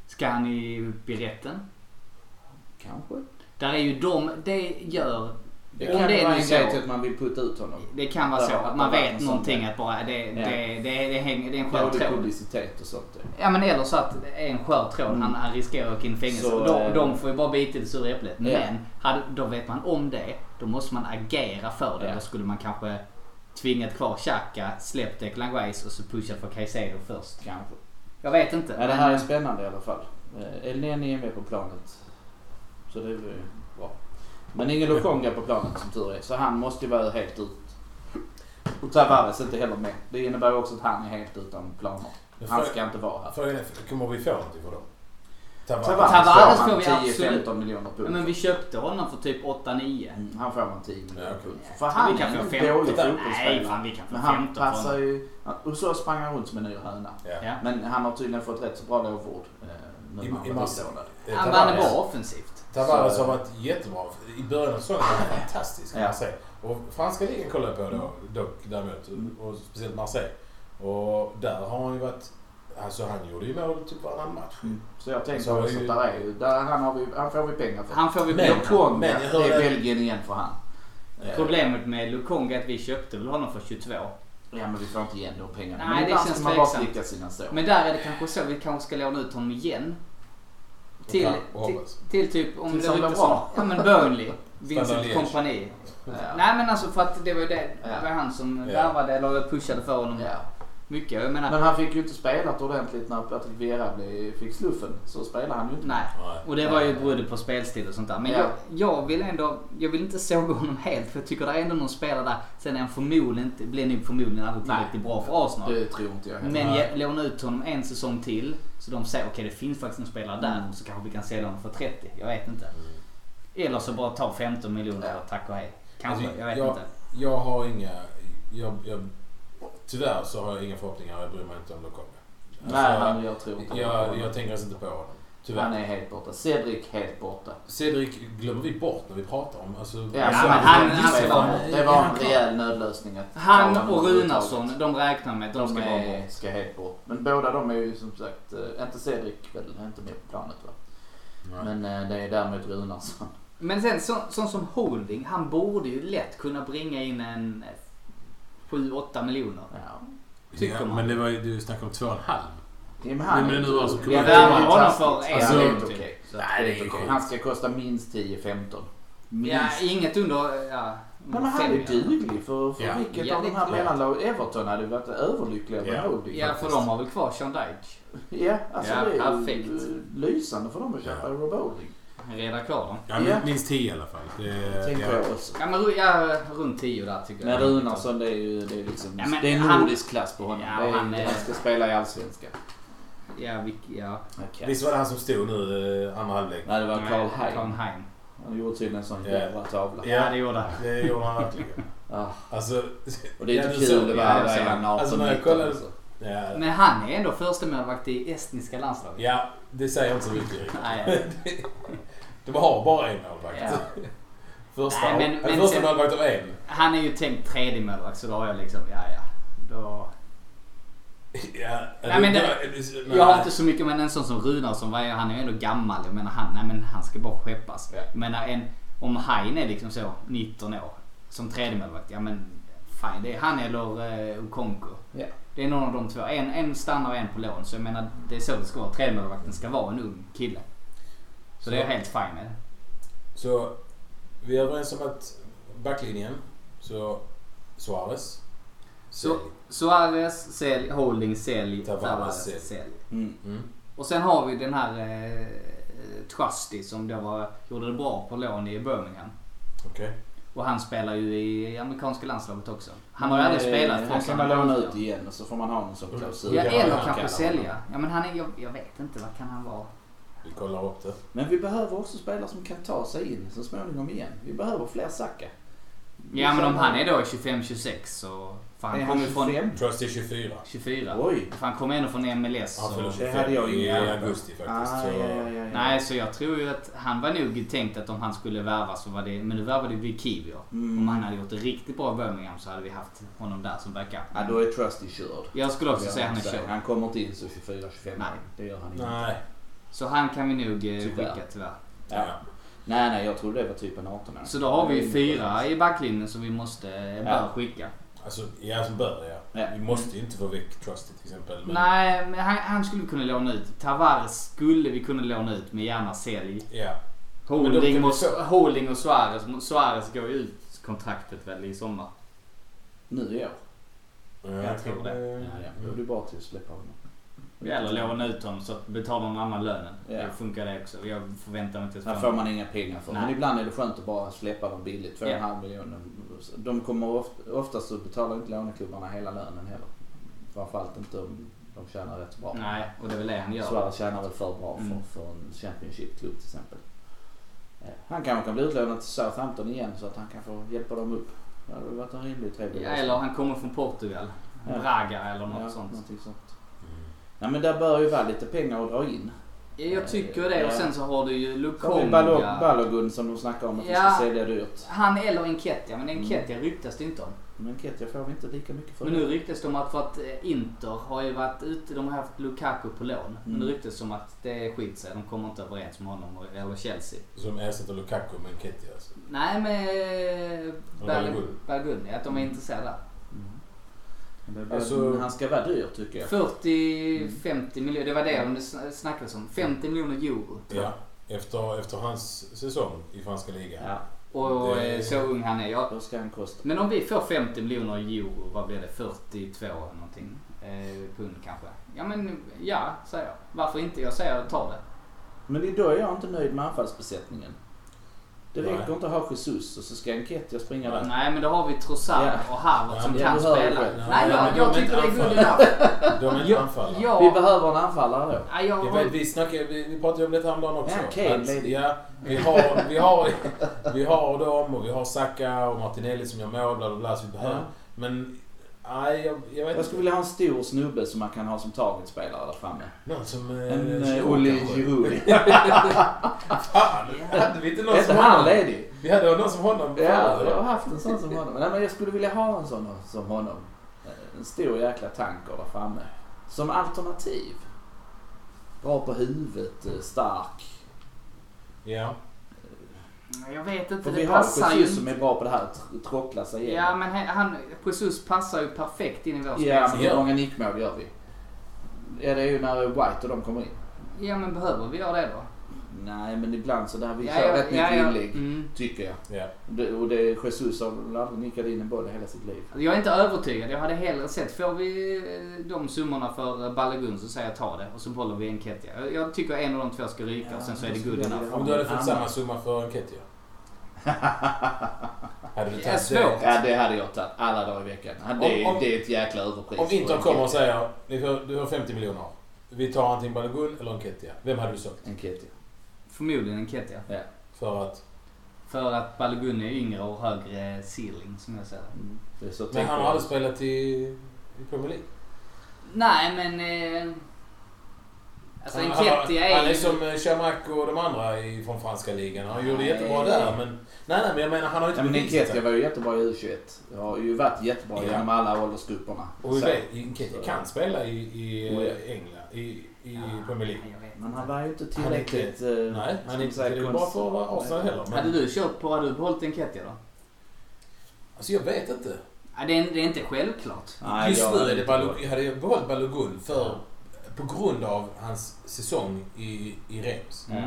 Ska han i biretten?
Kanske.
Där är ju de, det gör...
Det
om
kan
det är
vara
nu
en
så-
grej till att man vill putta ut honom.
Det kan vara
Ja,
så att
det
man
var
vet
en sån
någonting
där.
att bara det, det,
Ja.
det, det, hänger, det är en skör
Dålig
tråd.
publicitet och sånt. ja.
Ja men eller så att det är en skör tråd.
Mm.
Han, han riskerar att åka in i fängelse.
Så,
och de,
eh,
de får ju bara bita i det sura äpplet.
Ja.
Men hade, då vet man om det. Då måste man agera för det.
Ja.
Då skulle man kanske tvingat kvar Xhaka, släppt Declan Rice och så pushat för Caicedo först.
Kanske.
Jag vet inte.
Ja, det
men-
här är spännande i alla fall. Eh, Elneny är med på planet. Så det är ju bra. Men ingen Lokonga på planet som tur är. Så han måste ju vara helt ut. Och Tavares är inte heller med. Det innebär ju också att han är helt utan planer.
Men
Han
frå-
ska inte vara här.
Frågan är, kommer vi få någonting för dem?
Tavares,
Tavares
får man
får vi
10-15
Ja,
miljoner pund
men
för.
vi köpte honom för typ 8-9.
Mm, Han får man 10 miljoner
Ja, okej.
pund för. För han
vi kan
är
få
inte
15.
dålig
Nej
fotbollsspelare.
fan vi kan få
Men han
15
passar
från...
ju... Och så sprang han runt som en ny höna.
Ja.
Ja.
Men han har tydligen fått rätt så bra lovord. eh,
I,
nu när han
i
var
mars,
utlånad.
eh,
Han vann
Tavares-
bra offensivt.
Tavares
Så-
har alltså varit jättebra. I början av säsongen var han fantastisk kan
Ja.
man säga. Och franska ligan kollar jag på då, dock däremot.
Mm.
Och speciellt Marseille. Och där har han ju varit... Alltså han gjorde ju mål typ varannan match.
Så jag tänker
Så
så
Alltså, är
att
ju-
där är ju, där han, har vi, han får vi pengar för.
Han får vi
Men-
blocka.
Lokonga,
men jag
det
hörde-
är Belgien igen för han. Eh,
Problemet med Lukonga är att vi köpte väl honom för 22.
Ja men vi får inte igen de pengarna.
Nej,
men
det
ibland
känns
ska man bara
tveksamt.
sticka sina sår.
Men där är det kanske så vi kanske ska låna ut honom igen. Till,
och
till,
hoppas.
till typ om
Tills
det
han blir
ryktas
bra.
om... Ja men Burnley. Vincent
Standard
kompani.
Ja.
Nej men alltså för att det var ju det.
Ja.
Det var han som
Ja.
värvade eller pushade för honom
Ja.
mycket. Jag menar,
Men han fick ju inte spelat ordentligt när Patrick Vera blev- fick sluffen. Så spelade han ju inte.
nej.
Nej.
Och det var ju berodde på spelstil och sånt där. Men
Ja.
jag, jag vill ändå, jag vill inte såga honom helt för jag tycker det är ändå någon spelare där. Sen är han förmodligen inte, blir nog förmodligen aldrig
Nej.
tillräckligt bra för Arsenal.
Det tror inte jag heller.
Men
Nej.
ge- låna ut honom en säsong till. Så de säger okej det finns faktiskt en spelare där
Mm.
så kanske vi kan sälja honom för 30. Jag vet inte. Eller så bara ta 15 miljoner och tack och hej. Kanske,
Alltså,
jag vet
jag,
inte.
Jag har inga... Jag, jag, tyvärr så har jag inga förhoppningar. Jag bryr mig inte om Lukonga.
Nej, han, jag tror inte
jag, jag tänker alltså inte på honom. Tyvärr.
Han är helt borta. Cedric helt borta.
Cedric glömmer vi bort när vi pratar om. Alltså,
Ja,
alltså,
men han-
det-
han-
det-
han-
det var en rejäl nödlösning att ta
Han
honom
och Runarsson,
överhuvudtaget.
de räknar med att de ska
de
vara bra.
är, ska helt bort. Men båda de är ju som sagt, eh, inte Cedric väl, inte med på planet va.
Nej.
Men eh, det är däremot Runarsson.
Men sen så, sån som Holding, han borde ju lätt kunna bringa in en 7-8 miljoner.
Ja.
tycker
ja,
man.
men det var ju du snackade om två och en halv.
Tim
Nej, men
är-
nu alltså,
Jag
Ja, det
värvar
är
honom för en
Alltså,
det är
miljon
helt
typ.
okej.
Så att-
Nej, det är ju
Okej,
sjukt.
Han ska kosta minst 10-15. Minst.
Ja, inget under... Ja,
Nej, men han
fem,
är duglig för, för
Ja.
vilket
Ja,
av de
det
här
är
mellanlagen. Everton hade varit överlyckliga över
Ja.
Holding.
Ja, för de har väl kvar Sean Dyche.
Ja, alltså
Ja,
det är
perfekt.
ju lysande för dem att köpa
Ja.
Rob Holding.
Reda kvar dem.
Ja,
Ja.
Minst tio i alla fall. Det,
Tänker
ja.
jag också.
Ja, men ru- ja, runt 10 där tycker
Men
jag.
Runarsson det är ju det är liksom,
Ja, men
det är
han-
nordisk klass på honom.
Ja,
det är,
han
han,
är-
ska spela i Allsvenskan.
Ja, vilk- ja.
Okay.
Visst var det han som stod nu eh, andra halvlek?
Nej, det var Karl
Karl
Heim.
Heim.
Han gjorde tydligen en sån
Ja.
jävla tavla.
Ja, det gjorde han.
Det gjorde han verkligen.
Ah,
Alltså,
och det är
ja,
inte
du
kul
såg
att
det.
vara
ja,
mellan 18
Alltså, när jag
och 19,
kollade-
alltså.
Ja,
Men han är ändå första målvakt i estniska landslaget.
ja, det säger inte så mycket. Erik.
Nej,
Det var bara en målvakt.
ja.
Första,
Nej, men-
eller
men
första
sen-
målvakt av en.
Han är ju tänkt tredje målvakt så då har jag liksom, ja ja. Då...
Ja,
Nej, men det-
nej.
Jag har inte så mycket men en sån som Runarsson, vad är- han är ju ändå gammal. Jag menar han, nej men han ska bara skeppas.
Ja.
Jag menar en, om Hein är liksom så 19 år som tredje målvakt, ja men fine. Det är han eller eh, Okonko.
Ja.
Det är någon av de två. En, en stannar och en på lån. Så jag menar det är så det ska vara. Tredje målvakten ska vara en ung kille. Så, det är jag helt fine med.
Så vi är överens om att backlinjen, så Suarez,
Så,
Selig.
Suarez, sälj, Holding, sälj,
Tavares,
Tavares,
sälj.
sälj.
Mm.
Mm.
Och sen har vi den här eh, Trusty som då var, gjorde det bra på lån i Birmingham.
Okej.
Och han spelar ju i amerikanska landslaget också. Han har ju aldrig
Nej,
spelat
Han
trots
kan
att
man
han-
låna ut igen och så får man ha någon som klausul.
Ja,
kan
eller
man
kanske
kalla
sälja. Ja, men han är, jag, jag vet inte, vad kan han vara?
Vi kollar upp det.
Men vi behöver också spelare som kan ta sig in så småningom igen. Vi behöver fler Saka.
Ja, men om han är då 25-26 så... För han
Är
kommer
han
ju från
25?
Trusty 24.
24.
Oj.
För han kommer ändå från MLS.
Han
Så,
fyller
Det hade
25
jag
i
ingen aning om.
augusti faktiskt.
Ah,
så,
ja, ja, ja, ja.
nej, så jag tror ju att han var nog tänkt att om han skulle värvas så var det... Men nu värvade vi Kivio.
Mm.
Om han hade gjort det riktigt bra i Birmingham så hade vi haft honom där som backup.
Ja, då är Trusty körd.
Jag skulle också säga att han är
Säger,
körd.
Han kommer inte in så 24-25
Nej.
nej. Det gör han inte. Nej.
Nej.
Så han kan vi nog eh,
Tyvärr.
skicka tyvärr.
Ja.
nej, jag trodde det var typ en 18 år.
Så då har vi ju
Mm.
fyra i backlinjen som vi måste, eh, bör
Ja.
skicka.
Alltså, ja som bör ja.
Ja.
Vi måste ju inte få väck Trusty till exempel.
Mm.
Men,
Nej, men han, han skulle vi kunna låna ut. Tavares skulle vi kunna låna ut, men gärna sälj.
Ja. Men då kan
Holding,
vi
måste,
få-
Holding och Suarez. Suarez går ju ut kontraktet väl i sommar.
Nu i år.
Jag tror det.
Ja,
Eh,
ja. Då är det bara till att släppa honom.
Eller låna ut honom så att betala någon annan lönen.
Mm. Ja.
Det funkar det också. Jag förväntar mig inte att
Här får man inga pengar för.
Nej.
Men ibland är det skönt att bara släppa dem billigt. 2,5
Ja.
miljoner. De kommer oft, oftast så betalar inte låneklubbarna hela lönen heller. Framförallt inte om de tjänar rätt bra.
Nej, och det är väl det han gör.
Suarez tjänar väl för bra för,
Mm.
för en Championship-klubb till exempel. Eh, Han kanske kan bli utlånad till Southampton igen så att han kan få hjälpa dem upp. Det hade väl varit en rimlig trevlig
Ja,
lösning.
eller han kommer från Portugal.
Ja.
Braga eller något
Ja,
sånt.
någonting sånt.
Mm.
Nej men där bör ju vara lite pengar att dra in.
Ja, jag tycker det. Och
Ja.
sen så har du ju
Så har vi
Lukonga.
Balo- Balogun som de snackar om att vi
Ja.
ska sälja dyrt.
Han eller Enketia, men Enketia ryktas det inte om.
Men Ketja får vi inte lika mycket för.
Men nu ryktas det om att, för att eh, Inter har ju varit ute, de har haft Lukaku på lån. Men nu
Mm.
ryktas det om att det är skit sig, de kommer inte överens med honom och- eller Chelsea.
Som ersätter Lukaku med Ketty alltså.
Nej men... eh, Bal-
Och Balogun. Mm.
Balogun, ja, att de är intresserade.
Mm. Men
Alltså-
han ska vara dyr tycker jag.
Mm.
40-50 miljoner, det var det de sn- snackades om. 50 miljoner euro.
Ja, efter, efter hans säsong i franska ligan.
Ja,
Och
Det-
eh, så ung han är. Ja.
då ska han kosta.
Men om vi får 50 miljoner euro, vad blir det? 42 eller någonting? Eh, pund kanske? Ja men ja, säger jag. Varför inte? Jag säger ta det.
Men idag är jag inte nöjd med anfallsbesättningen. Det
Nej.
räcker inte att ha Jesus och så ska Enketia springa där.
Nej men då har vi Trossard
Ja.
och Harvard som
Ja,
kan
du hör ju
spela.
själv.
Nej,
Ja,
jag,
men
jag
de är
tycker det är
inte
good enough.
De är inte anfallare.
Ja,
Vi behöver en anfallare då.
ja, jag
Vi,
har
vet, vi, snackade, vi, vi pratade om det häromdagen också.
Ja, Kane,
Att-
baby.
ja, vi, har, vi, har, vi har dem och vi har Saka och Martinelli som gör mål. Bla, bla, bla, så vi behöver.
Ja.
Men nej, jag, jag vet
Jag skulle
inte.
vilja ha en stor snubbe som man kan ha som targetspelare där framme.
Någon som... eh,
En
slår
eh, Olle
kanske.
Giroud.
Fan, hade vi inte
Är
någon
inte
som
han
honom?
ledig?
Vi hade någon som honom
Ja,
förut,
jag har
eller?
haft en sån som honom. Nej, men jag skulle vilja ha en sån som honom. Eh, En stor jäkla tanker där framme. Som alternativ. Bra på huvudet, eh, stark.
Ja.
Jag vet inte,
För vi
det
har
passar ju
Jesus som
inte.
är bra på det här att tråcklassa
Ja
igenom.
men he- han, Jesus passar ju perfekt in i vår
Ja, men
spelstil.
hur många nickmål gör vi? Ja, det är ju när White och de kommer in.
Ja men behöver vi göra det då?
Nej, men ibland så där vi
Ja,
kör
ja,
rätt
ja,
mycket
ja.
inlägg.
Mm.
Tycker jag.
ja.
Det- Och det är Jesus som aldrig nickade in en boll i hela sitt liv.
Jag är inte övertygad. Jag hade hellre sett, får vi eh, de summorna för eh, Balogun så säger jag ta det och så behåller vi Enketia. Jag- Jag tycker en av de två ska ryka och sen så är det good enough.
Om du hade fått samma summa för Enketia? Hade du
Det är
tagit
svårt.
det?
Ja, det hade jag tagit alla dagar i veckan. Ja, Det,
Om- om-
det är ett jäkla överpris.
Om Inter
för
kommer och säger "Ni får- du har 50 miljoner. Vi tar antingen Balogun eller Enketia. Vem hade du sålt?
Enketia.
Förmodligen Enketia.
Ja.
För att...
För att Balogun är yngre och högre ceiling som jag ser det.
Mm. Det är så
Men
tänker
han har
jag.
aldrig spelat i, i Premier League.
Nej men... Eh, alltså
han,
Enketia
han, han är
är
som eh, Chamac och de andra i, från franska ligan. Han gjorde
Nej.
jättebra där men... Nej, nej men jag menar han har
Ja,
inte
men
bevisat
Enketia
det.
var ju jättebra i U21. Det har ju varit jättebra
Ja.
genom alla åldersgrupperna.
Och vi
Så.
vet, Enketia kan spela i, i
Oh, ja.
eh, England. I, i Premier League.
jag vet
Men
inte.
han var ju inte
Han är inte-
tillräckligt... eh,
Nej,
ska
han är
man
inte
säga,
tillräckligt bra
konst-
för att vara Arsenal heller.
Hade
Men,
du kört på, hade du behållit Enketia då?
alltså jag vet inte.
Ja, det, är, det är inte självklart.
Nej,
Just
jag
nu
hade
är det
inte varit-
Balog- hade jag behållit Balogun för, på grund av hans säsong i, i Reims.
Ja.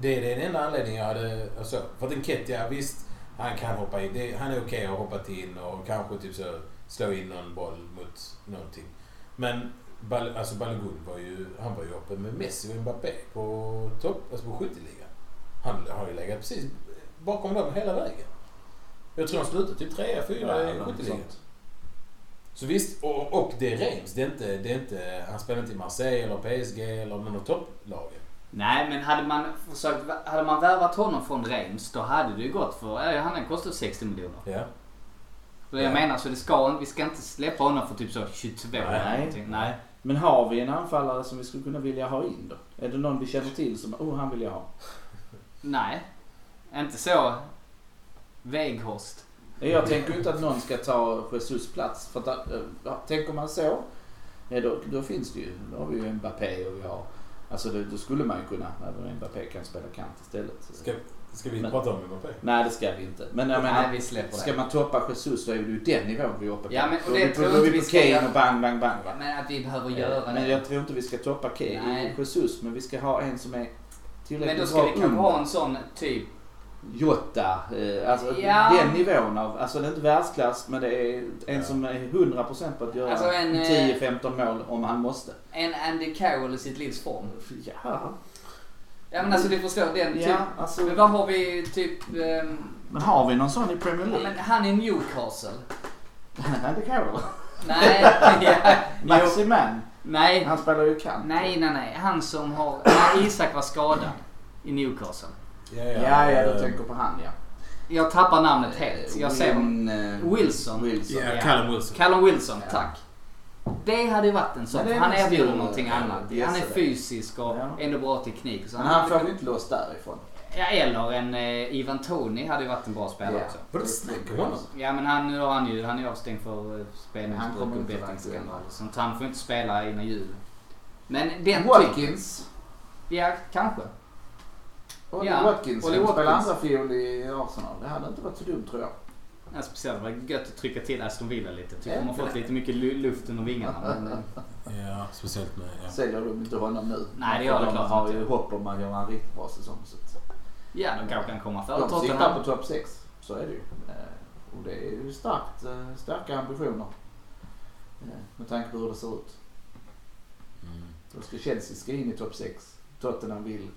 Det är den enda anledningen jag hade. Alltså, för att Enketia, visst, han kan hoppa in. Det, han är okej att hoppa in och kanske typ så slå in någon boll mot någonting. Men Bal, alltså Balogun var ju, han var ju uppe med Messi och Mbappé på topp, alltså på skytteligan. Han har ju legat precis bakom dem hela vägen. Jag tror han slutade typ trea, fyra i
Ja, något
skytteligan.
sånt.
Så visst, och, och det är Reims. Det är inte, det är inte, han spelar inte i Marseille eller PSG eller någon av topplagen.
Nej, men hade man, försökt, hade man värvat honom från Reims då hade det ju gått för... eh, Han kostar 60 miljoner.
Ja.
Och Jag
Ja.
menar, så det ska, vi ska inte släppa honom för typ så 22 eller
Nej.
någonting. Nej.
Men har vi en anfallare som vi skulle kunna vilja ha in då? Är det någon vi känner till som, oh han vill jag ha?
Nej. Inte så. Weghorst.
Jag tänker ju inte att någon ska ta Jesus plats. För att, eh, ja, tänker man så, eh, då, då finns det ju. Då har vi ju Mbappé och vi har... Alltså det, då skulle man ju kunna, även om Mbappé kan spela kant istället.
Ska, ska vi
Men-
prata om Mbappé?
Nej det ska vi inte. Men jag
Nej,
menar,
vi släpper
ska
det.
man toppa Jesus då är det ju den nivån vi är uppe på.
Ja, men- och
Då
det
är vi på-
tror
då är
inte
vi
vi
på
ska
Kane
göra.
och bang, bang, bang va? Eh,
Men att vi behöver göra
Men
det.
jag tror inte vi ska toppa Kane
Nej.
och Jesus, men vi ska ha en som är
Men då
tillräckligt
ska
bra
vi kanske
under.
ha en sån typ.
Jota, eh, alltså
Ja.
den nivån av, alltså det är inte världsklass men det är en som är 100% på att göra
Alltså en, eh,
10-15 mål om han måste.
En Andy Carroll i sitt livs form.
Ja,
Ja men alltså du förstår den typ.
Mm. ja alltså.
Men vad har vi typ... ehm,
Men har vi någon sån i Premier
ja,
League?
men han i Newcastle.
Nej, det kan väl.
Nej, ja, jo,
Maximan,
nej,
han spelar ju kant.
nej, nej, nej. Han som har... När Isak var skadad i Newcastle.
Ja, ja,
eh,
du tänker på han ja.
Jag tappar
Eh,
namnet helt. Jag ser honom.
Win, eh,
Wilson.
Wilson.
Ja,
Ja.
Callum Wilson.
Callum Wilson,
Ja.
tack. Det hade ju varit en sån.
Men det
för
är
Han
en stor-
erbjuder någonting annat.
Yes,
Han är
det är.
fysisk och
Ja.
ändå bra teknik. och Så
Men han får ju inte loss därifrån.
ja, eller en eh, Ivan Tony hade ju varit en bra spelare
Ja.
också.
Vadå snack om honom?
Ja men han, nu har han, ju, han är avstängd för eh,
Han
spelmissbruk
kommer
och
inte vara
bettingskandal.
aktuell.
Sånt han får inte spela innan jul. Men den typen.
Watkins.
Ja, kanske.
Ollie
Ja,
Watkins.
Ollie
Han spelar
Watkins.
andra fiol i Arsenal. Det hade inte varit så dumt tror jag.
Ja, speciellt var det gött att trycka till Aston Villa lite. Tycker
Ja.
de har fått lite mycket lu- luft under vingarna. Men, eh,
Ja, speciellt med... Ja.
Säljer de inte honom nu?
Nej, det gör
För
det
de
klart
har
inte.
ju hopp om att göra en riktigt bra säsong. Så att
ja, de kanske kan komma före
de siktar
Tottenham.
på topp 6. Så är det ju. Eh, Och det är ju starkt, eh, starka ambitioner. Eh, Med tanke på hur det ser ut.
Mm.
Då ska Chelsea ska in i topp 6. Tottenham vill.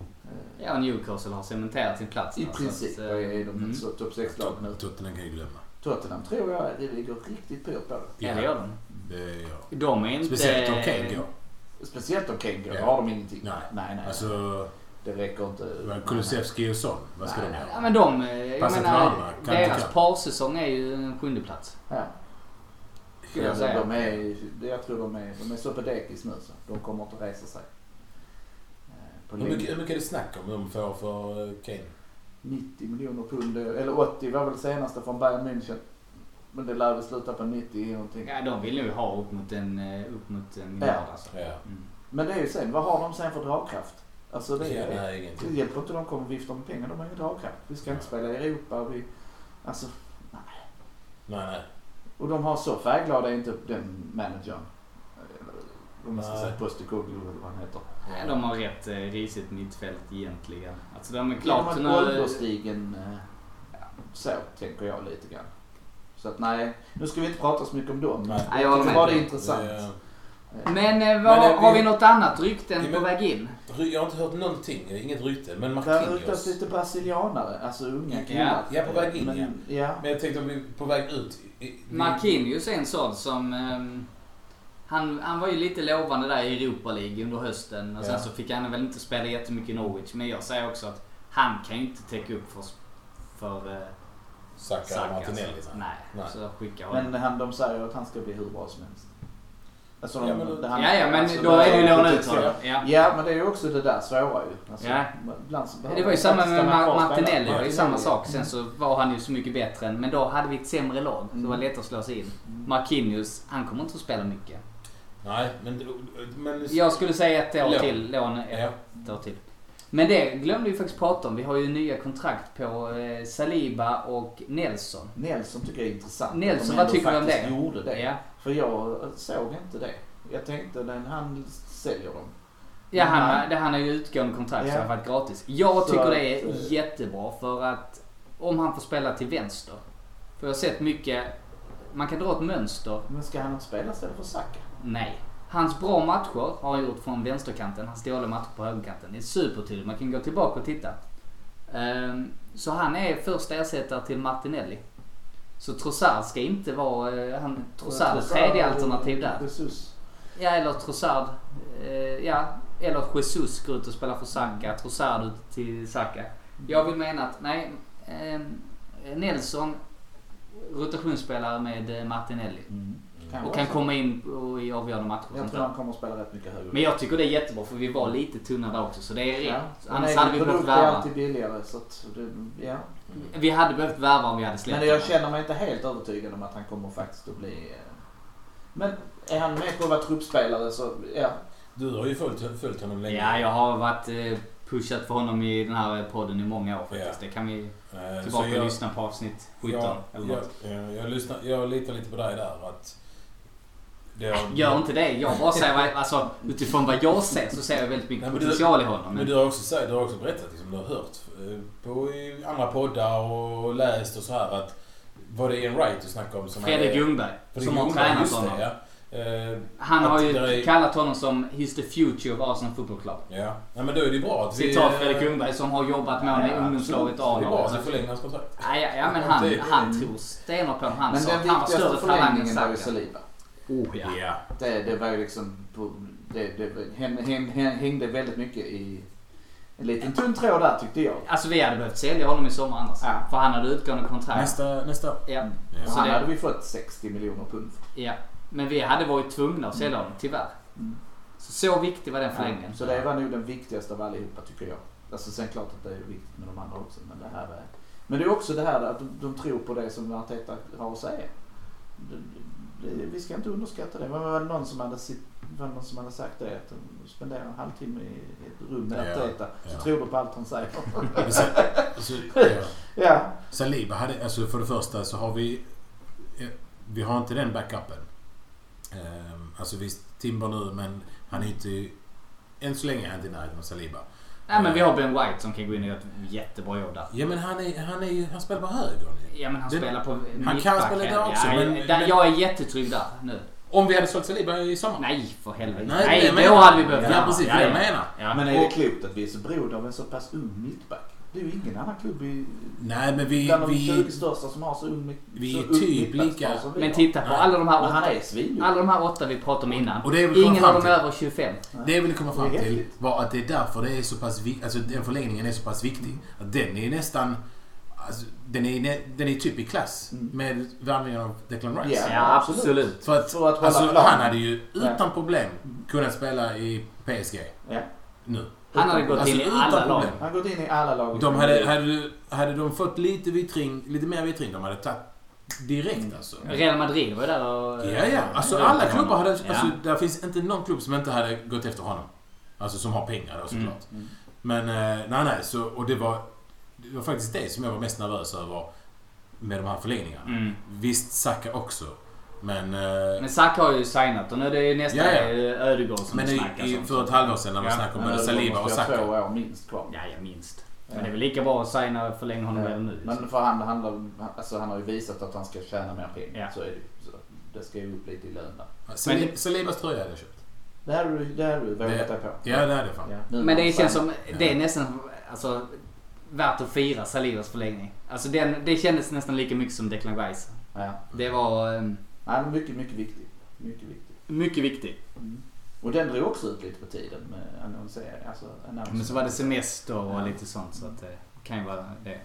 Eh,
Ja, Newcastle har cementerat sin plats.
I
där, så
princip
att,
är
eh,
de inte
mm.
så topp 6-lag nu.
Tottenham kan ju glömma.
Tottenham tror jag det ligger riktigt pyrt på det.
Ja, det gör de.
Det gör
De är inte...
Speciellt om Kane går.
Speciellt om Kane går,
Ja.
har de ingenting.
Nej.
nej. nej.
Alltså,
det räcker inte.
Kulusevski och Son. Vad ska de
Nej,
Ja,
göra?
men de... eh, Jag
Passar till
menar,
varandra, kan inte
deras
kan.
parsäsong är ju en sjunde plats.
Ja.
Skulle jag
Alltså,
säga.
de är, jag tror de är, de är så på dekis nu så de kommer inte resa sig. Eh, På
Hur mycket,
länge.
hur mycket är det snack om de får för eh, Kane?
90 miljoner pund, eller 80 var väl senaste från Bayern München. Men det lär väl sluta på 90 någonting.
Ja, de vill nu ha upp mot en, eh, upp mot en miljard
Ja.
alltså.
Ja.
Mm.
Men det är ju sen, vad har de sen för dragkraft? Alltså det,
Ja,
är,
nej,
det
ingenting.
hjälper inte de kommer vifta med pengar, de har ingen dragkraft. Vi ska inte spela i Europa. Vi, alltså,
Nej, nej.
och de har så färgglada är inte den managern. Eller, Om man ska
Nej.
säga Postikoglu eller vad han heter.
Nej, De har rätt eh, risigt mittfält egentligen. Alltså de är
Klart,
klart...
Genom
nu-
att ålderstigen... eh, Så tänker jag lite grann. Så att nej, nu ska vi inte prata så mycket om dem.
Nej.
Nej, jag håller
det
med.
var det intressant.
Det-
Men, eh, vad,
Men, eh,
har
vi-
vi något annat rykten
Ja,
på
men-
väg in?
Ry- Jag har inte hört någonting, inget rykte. Men
Där ryktas
Marquinhos.
lite brasilianare, alltså unga
Ja,
killar.
ja, på väg in,
Men, ja.
Men jag tänkte om vi är på väg ut. i- i-
Marquinhos är en sån som... ehm, han, han var ju lite lovande där i Europa League under hösten. Och sen
Ja.
så fick han väl inte spela jättemycket i Norwich. Men jag säger också att han kan ju inte täcka upp för, för eh,
Saka och
Saka.
Martinelli.
alltså.
så.
Nej,
Nej.
så skicka honom.
Men han, de säger att han ska bli hur bra som helst. Alltså, de,
Ja, men då-
det han-
ja, ja, men
alltså,
då är det ju
de-
låna ut honom. Ja.
Ja, men det är ju också det där svåra ju. Alltså,
Ja.
ibland så behöver
Det var ju
man
samma
faktiskt
med
stanna
Ma-
kvar och spela.
Martinelli. Det var ju samma
Martinelli,
sak. Sen så var han ju så mycket bättre. än- Men då hade vi ett sämre lag. Så det
Mm.
var lätt att slå sig in. Marquinhos, han kommer inte att spela mycket.
Nej, men... men
Jag skulle säga ett år
Lån.
till. Lån
Ja.
ett år till. Men det glömde vi faktiskt prata om. Vi har ju nya kontrakt på eh, Saliba och Nelson.
Nelson tycker jag är intressant.
Nelson,
att de
vad
ändå
tycker du om
faktiskt
det?
gjorde det.
Ja.
För jag såg inte det. Jag tänkte den han säljer dem.
Ja, han,
Nej.
det, han har ju utgående kontrakt så
Ja.
han har varit gratis. Jag
Så
tycker det är
att, eh,
jättebra för att om han får spela till vänster. För jag har sett mycket, man kan dra ett mönster.
Men ska han inte spela istället för Saka?
Nej. Hans bra matcher har han gjort från vänsterkanten. Hans dåliga matcher på högerkanten. Det är supertydligt. Man kan gå tillbaka och titta. Ehm, så han är första ersättare till Martinelli. Så Trossard ska inte vara... eh, Han, Trossard är tredje alternativ där.
Precis.
Ja, eller Trossard... eh, ja, eller Jesus går ut och spelar för Saka.
Mm.
Trossard ut till Saka. Jag vill mena att, nej. ehm, Nelson, rotationsspelare med eh, Martinelli. Och kan komma in och i avgörande matcher. och
Mm. Jag
sånt
tror
där.
han kommer att spela rätt mycket högre.
Men jag tycker det är jättebra för vi var lite tunna där också så det är
Ja.
rätt.
Men
Annars
egen
hade vi
produkt
behövt
är
värva.
alltid billigare så att det, ja.
Vi hade behövt värva om vi hade släppt
Men jag
honom.
känner mig inte helt övertygad om att han kommer faktiskt att bli... eh, Men är han med på att vara truppspelare så ja.
Du har ju följt, följt honom länge.
Ja, jag har varit eh, pushat för honom i den här podden i många år faktiskt. Det kan vi
Eh, så
tillbaka och
jag-
lyssna på avsnitt 17
jag,
eller
jag,
något.
jag, jag, lyssnar, jag litar lite på dig där. Att det har,
Gör inte det. Jag bara säger vad, alltså, utifrån vad jag ser så ser jag väldigt mycket
Nej, men du-
potential i honom.
Men
Men,
du har också, sagt- du har också berättat, liksom, du har hört eh, på i andra poddar och läst och så här att var det Ian Wright du snackade om? Som
Fredrik
är-
Ljungberg
Fredrik
som har
Ljungberg,
tränat
just det,
honom.
Ja. Eh,
Han
Att
har
det
ju
är-
kallat honom som “He's the future of Arsenal Football Club”.
ja. Nej, men då är det ju bra att vi...
Citat Fredrik Ljungberg som har jobbat med honom i
Ja,
ungdomslaget
Det är bra
A-laget.
att vi förlänger hans kontrakt.
Ja, ja, ja men
Det
han,
är-
han tror stenhårt på honom. Han
Men
sa
den
att han var
viktigaste
större talang än
förlängningen var ju
Saka.
Saliba.
Oh, ja.
Ja.
Det, det var ju liksom... På, det det häng, häng, häng, hängde väldigt mycket i... En liten tunn tråd där tyckte jag.
Alltså vi hade behövt sälja honom i sommar annars.
Ja.
För han hade utgående kontrakt.
Nästa, nästa år.
Ja.
Mm. Och
Så
han
det-
hade vi fått 60 miljoner pund för.
ja. Men vi hade varit tvungna att sälja honom, tyvärr.
Mm.
Så, så viktig var den förlängningen.
Så det var nog den viktigaste av allihopa tycker jag. Alltså sen klart att det är viktigt med de andra också. Men det här är... Men det är också det här att de, de tror på det som Arteta har att säga. Det, det, vi ska inte underskatta det. Men var det någon som hade, sitt, var det någon som hade sagt det? Att de spenderar en halvtimme i ett rum med
Ja,
Arteta. Så
ja.
tror du på allt han säger.
Så, så, ja.
ja,
Saliba hade, alltså för det första så har vi... eh, Vi har inte den backupen. Ehm, Alltså visst, Timber nu men han är inte... Än så länge är han inte i närheten av Saliba.
Nej men vi har Ben White som kan gå in och göra ett jättebra jobb där.
Ja men han är han, är, ju- han spelar på höger nu.
Ja men han
Det-
spelar på
kan
mittbacken.
spela där också,
Ja,
men-
där,
men-
Jag är jättetrygg där nu.
Om vi hade sålt Saliba i sommar.
Nej för helvete.
Nej,
Nej,
det
då
menar jag.
hade vi behövt
Ja, precis, det jag menar.
Ja,
Men
men,
är det
Och-
klokt att vi är så beroende av en så pass ung mittback? Det är ju ingen annan klubb i...
Nej men vi...
Bland de
vi
20 största som har så ung mitt-
vi
så
är
ung
typ
mittbackspar
lika-
som vi
men
har.
titta på
Nej.
alla de här
Men han
åtta.
är svindyr.
Alla de här åtta vi pratar om innan.
Och det är väl
Ingen av
framför
dem är
allt-
över 25.
det jag ville komma fram
Det är
till
häftigt.
var att det är därför det är så pass viktigt. Alltså den förlängningen är så pass viktig. Att den är nästan... Alltså, den, är, nä- den är typ i klass med värvningen av Declan Rice.
Mm. Ja,
Ja,
absolut.
absolut.
För att,
För att hålla
alltså,
plan.
han hade ju
Ja.
utan problem kunnat spela i PSG
Ja.
nu.
Han hade gått
Alltså,
in i
utan
alla lag.
problem.
Han har gått in i alla lag.
De hade, hade, hade de fått lite vitring, lite mer vitring, de hade tagit direkt alltså.
Real Madrid var ju där och...
Ja, ja. Alltså
Ja,
alla
honom.
klubbar hade...
Ja.
Alltså, där finns inte någon klubb som inte hade gått efter honom. Alltså som har pengar då såklart. Men eh, nej, nej. Så, och det var, det var faktiskt det som jag var mest nervös över med de här förlängningarna.
Mm.
Visst, Saka också. Men... eh,
Men Saka har ju signat och nu är det ju nästa
Ja, ja.
eh, Ödegård som
men
det
i,
snackas
i,
om.
för ett halvår sedan när man
Ja.
snackade om
Men
både Saliba och
måste ha två
Saka.
år minst kvar.
Ja, ja, minst.
Ja.
Men det är väl lika bra att signa och förlänga honom redan nu.
Men för han, handlar, om- alltså han har ju visat att han ska tjäna mer pengar.
Ja.
Så är det ju. Så Det ska ju upp lite i lön där.
Sali-
Men-
Alltså, Salibas tröja hade jag köpt.
Det här har du, det här har du vågat dig på.
Ja, det hade jag fan.
Ja, nu
Men
när
det
han
känns
signar.
som, det är nästan alltså, värt att fira Salivas förlängning. Alltså den, det kändes nästan lika mycket som Declan Rice.
Ja.
Det var eh,
Nej, men mycket, mycket viktigt. Mycket viktigt.
mycket viktigt.
Och den drog också ut lite på tiden med annonsering. Alltså, annonsering.
Men så var det semester och lite sånt så att det kan ju vara det.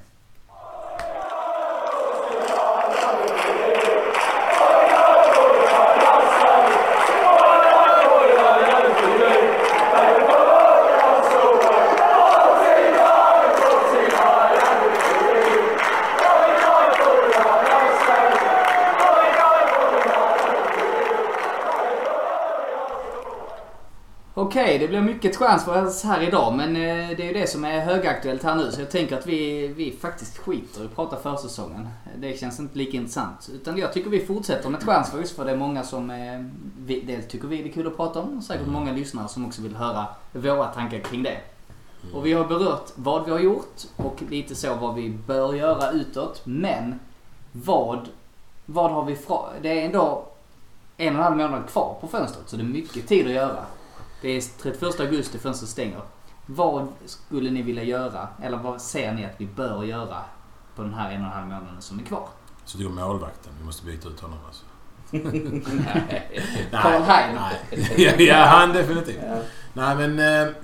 Okej, det blir mycket chans för oss här idag men eh, det är ju det som är högaktuellt här nu så jag tänker att vi, vi faktiskt skiter i att prata försäsongen. Det känns inte lika intressant. Utan jag tycker vi fortsätter med chans för just för det är många som eh, vi, dels tycker vi det är kul att prata om och säkert många lyssnare som också vill höra våra tankar kring det. Och vi har berört vad vi har gjort och lite så vad vi bör göra utåt men vad, vad har vi fra, Det är ändå en och en halv månad kvar på fönstret så det är mycket tid att göra. Det är 31 augusti fönstret stänger. Vad skulle ni vilja göra? Eller vad ser ni att vi bör göra på den här en och en halv månaden som är kvar?
Så tog målvakten. Vi måste byta ut honom alltså. Nej.
Karl Hein.
Nej. ja, han definitivt. Nej, men... eh,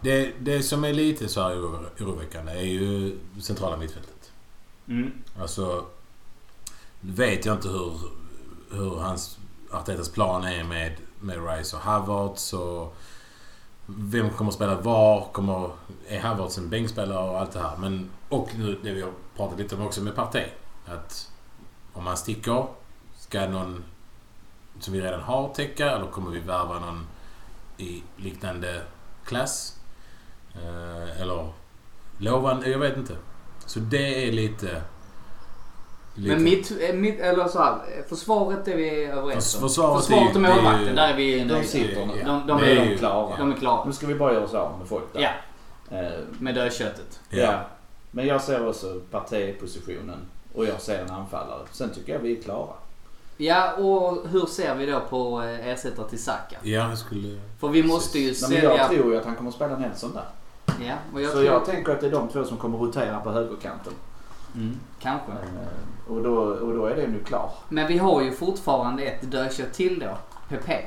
Det, det som är lite så här oro- oroväckande är ju centrala mittfältet.
Mm.
Alltså... Nu vet jag inte hur, hur hans... Artetas plan är med, med Rice och Havertz och... Vem kommer spela var? Kommer, är Havertz en bänkspelare och allt det här? Men, och nu det vi har pratat lite om också med Partey. Att om han sticker, ska någon som vi redan har täcka eller kommer vi värva någon i liknande klass? Eh, eller lovan? Jag vet inte. Så det är lite... lite
Men mitt, eh, mitt, eller så här, eh, försvaret är vi överens om.
Förs- försvaret
Försvaret och
är ju- det är ju-
målvakten, där är vi
De
nöjda.
sitter nu.
Ja.
De, de,
Det
är,
är
de,
ju-
klara. de är klara.
Nu ska vi bara göra oss av med folk där.
Ja,
Eh,
med dödköttet.
Ja.
Ja. Men jag ser också partipositionen och jag ser en anfallare. Sen tycker jag vi är klara.
Ja, och hur ser vi då på eh, ersättare till Saka?
Ja, jag skulle...
För vi måste ju
Nej, men jag
sälja...
tror ju att han kommer spela Nelson där.
Ja, och jag
så
tror...
jag tänker att det är de två som kommer rotera på högerkanten.
Mm, kanske.
Eh, Och då, och då är det nu klar.
Men vi har ju fortfarande ett dödkött till då. Pepe.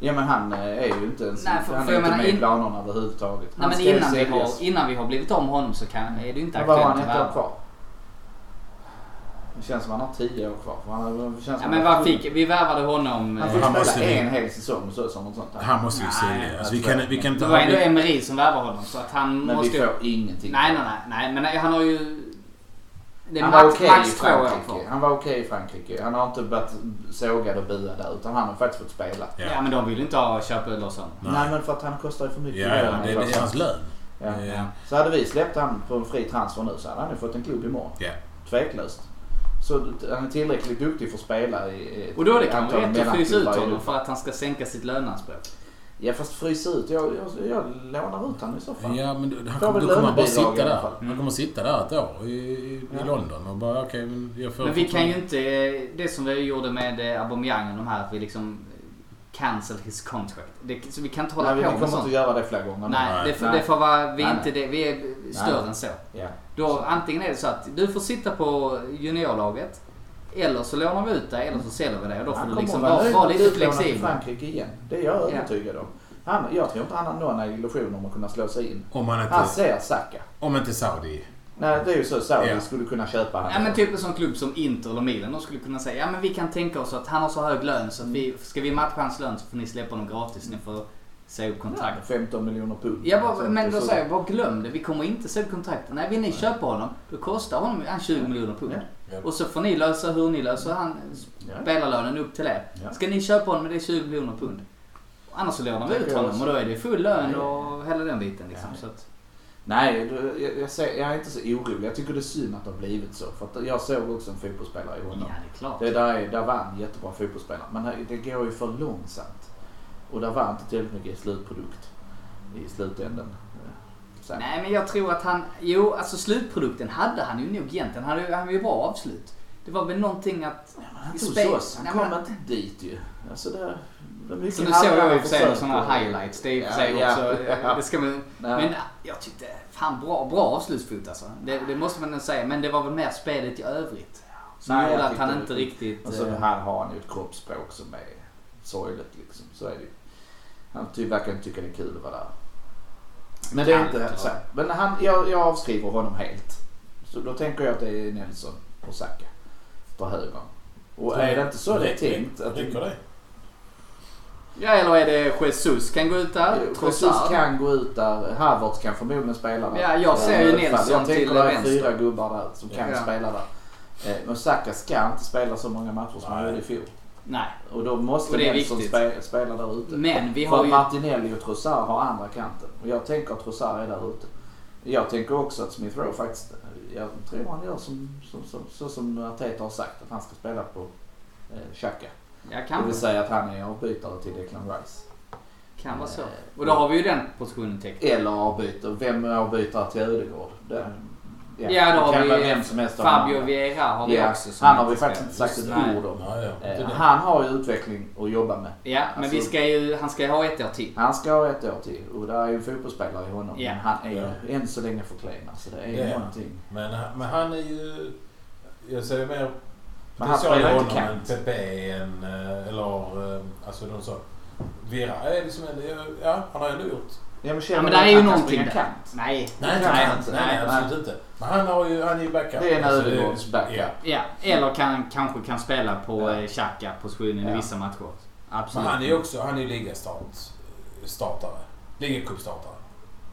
Ja men han eh, är ju inte ens
Nej, för-
han
för
är
jag
inte
menar,
med i
in-
planerna överhuvudtaget.
Nej,
Han
men
ska ju
innan vi, har,
säljas.
innan vi har blivit om honom så kan, är det ju inte
Men Vad har han
aktuellt
ett
att
år
värva.
kvar? Det känns som han har tio år kvar. Han, det känns
Ja,
som
men
han-
vad fick, vi värvade honom.
Han
eh,
får
Han
spela
måste ju-
en hel säsong så, som något sånt. här.
Han måste vi
Nej,
sälja. Alltså,
jag
vi,
tror
kan,
jag-
vi kan inte
Det var
ha...
ändå Emery som värvade honom så att han
Men
måste
vi
ju...
får ingenting.
Nej, nej, nej, nej. Men han har ju... Det är
han var
max,
okej i
max två år kvar.
Frankrike. Han var okej i Frankrike. Han har inte varit sågad och buad där utan han har faktiskt fått spela.
Ja.
Ja.
men de vill inte ha köpa loss honom.
Nej.
Nej.
men för att han kostar ju för mycket.
Ja, ja, det, det är hans lön.
Ja.
Ja.
Så hade vi släppt han på en fri transfer nu så hade han ju fått en klubb imorgon.
Ja.
Tveklöst. Så d- han är tillräckligt duktig för att spela i ett
Och då är det kanske
antal
rätt att frysa ut
mellanklubbar i
honom
Europa.
för att han ska sänka sitt löneanspråk.
Ja fast frysa ut. Jag, jag, jag lånar ut honom i så fall.
Ja, men då, han
Får
kommer,
väl
då kommer han bara
lönebidrag
sitta
i alla
där.
fall. Mm.
Han kommer sitta där ett år i, i
Ja.
London och bara okej, men jag får...
Men vi kan ju inte, det som vi gjorde med eh, Aubameyang och de här, att vi liksom cancel his contract. Det, så vi kan inte hålla
Nej, vi
på med
kommer inte
sånt.
att göra det fler gånger nu.
Nej, det, får-
Nej.
det får vara, vi är
Nej,
inte det, vi är större
Nej.
än så.
Ja.
Då, antingen är det så att du får sitta på juniorlaget. Eller så lånar vi ut dig eller så säljer vi dig. Och då får
Han
du
kommer
liksom
vara
vara,
nöjd
vara
att
lite
utlånas till
flexibel.
Frankrike igen. Det är jag övertygad om. Han, jag tror inte han har några illusioner om att kunna slå sig in.
Om han
Han
inte...
ser Saka.
Om inte Saudi...
Nej, det är ju så Saudi
Ja.
skulle kunna köpa honom.
Ja men typ en sån klubb som Inter eller Milan. De skulle kunna säga ja men vi kan tänka oss att han har så hög lön så att vi,
Mm.
ska vi matcha hans lön så får ni släppa honom gratis. Ni får säga upp
Ja,
kontrakt.
15 miljoner pund.
Ja, bara, men då
Så-
säger jag bara glöm det. Vi kommer inte sälja kontraktet. Nej, vill ni köpa honom, då kostar honom han 20 miljoner pund.
Ja.
Och så får ni lösa hur ni löser han
Ja.
spelarlönen upp till er.
Ja.
Ska ni köpa honom, det är 20 miljoner pund. Annars så lånar vi
Tänker
ut
jag
honom
också.
och då är det full lön
Ja.
och hela den biten. Liksom.
Ja.
Så att,
Nej, du, jag, jag, ser, jag är inte så orolig. Jag tycker det är synd att det har blivit så. För att jag såg också en fotbollsspelare i
ja,
honom.
det är klart.
Det där, är- där var en jättebra fotbollsspelare. Men här- det går ju för långsamt. Och där var inte tillräckligt mycket i slutprodukt. I slutändan. Eh, Sen.
Nej, men jag tror att han... Jo, alltså slutprodukten hade han ju nog egentligen. Han hade ju, han hade ju bra avslut. Det var väl någonting att...
Men han
I
tog
Spe-
oss. Han
Nej,
kom
men-
inte dit ju. Alltså det, det är mycket
Så nu såg jag i
halvbra
och för sig
försök
sådana
och-
här highlights. Det är i och för
Ja,
sig
ja,
också...
ja.
Det ska man,
Nej.
Men äh, jag tyckte, fan bra, bra avslutsfot alltså. Det, det måste man ändå säga. Men det var väl mer spelet i övrigt. Som
Nej, jag
gjorde att
tyckte
han
det.
inte riktigt...
Och så
eh,
här har han ju ett kroppsspråk som är sorgligt liksom. Så är det ju. Han ty- verkar inte tycka det är kul att vara där. Men det är
Kan
inte
inte
så.
vara.
Men han, jag, jag avskriver honom helt. Så då tänker jag att det är Nelson och Saka på höger. Och är det inte så det är tänkt? Att
Räcker det?
Ja, eller är det Jesus kan gå ut där? Trots
Jesus
allt.
kan gå ut där. Havertz kan förmodligen spela där.
Ja, jag ser ju
Eh,
Nelson
för Jag tänker
till
det är
vänster.
fyra gubbar där som kan
Ja.
spela där. Eh, Men Saka ska inte spela så många matcher som han
Nej.
gjorde i fjol.
Nej,
Och då måste
Och det är
Nelson
viktigt.
spe, spela där ute.
men vi
För
har
att
ju...
Martinelli och Trossard har andra kanten. Och jag tänker att Trossard är där ute. Jag tänker också att Smith Rowe faktiskt, eh, jag tror han gör som, som, som, så som Arteta har sagt att han ska spela på eh, Xhaka.
Ja,
Det vill
kan,
säga att han är avbytare till Declan Rice.
kan vara så.
Eh,
Och då har vi ju den positionen täckt.
Eller avbytare, vem är avbytare till Ödegård? Det,
Ja, då
det
har
kan
vi
vara vem som helst av
Fabio
dem.
Vieira har vi
Eh, Ja,
också. som
han har vi faktiskt inte
spelar.
sagt ett
Nej.
ord om.
Nej, ja.
Eh,
Inte det.
Han har ju utveckling att jobba med.
Ja, men vi
Alltså-
ska ju, han ska ju ha ett år till.
Han ska ha ett år till och där är ju en fotbollsspelare i honom.
Ja.
Men han är ju
Ja.
än så länge för klen. Alltså det är ju
Ja.
någonting.
Men, han- men han är ju... Jag ser mer
Men han
potential i
spelar inte
honom än
kant.
Pepe än, eh, eller... eh, Alltså de sa... Vera är liksom en... Ja, han har ändå gjort...
Ja men,
Ja, men där är ju någonting där.
kant.
Nej.
Nej,
kan
nej,
han
nej,
inte.
nej,
Nej.
absolut inte. Men han, har ju, han är ju backup.
Det är en
Alltså,
övergångsbackup.
Ja.
Ja, eller kan, kanske kan spela på
Mm. Ja.
eh, Xhaka-positionen i
Ja.
vissa matcher.
Men
Absolut.
han är ju också han är ju ligastart- startare. Ligacupstartare.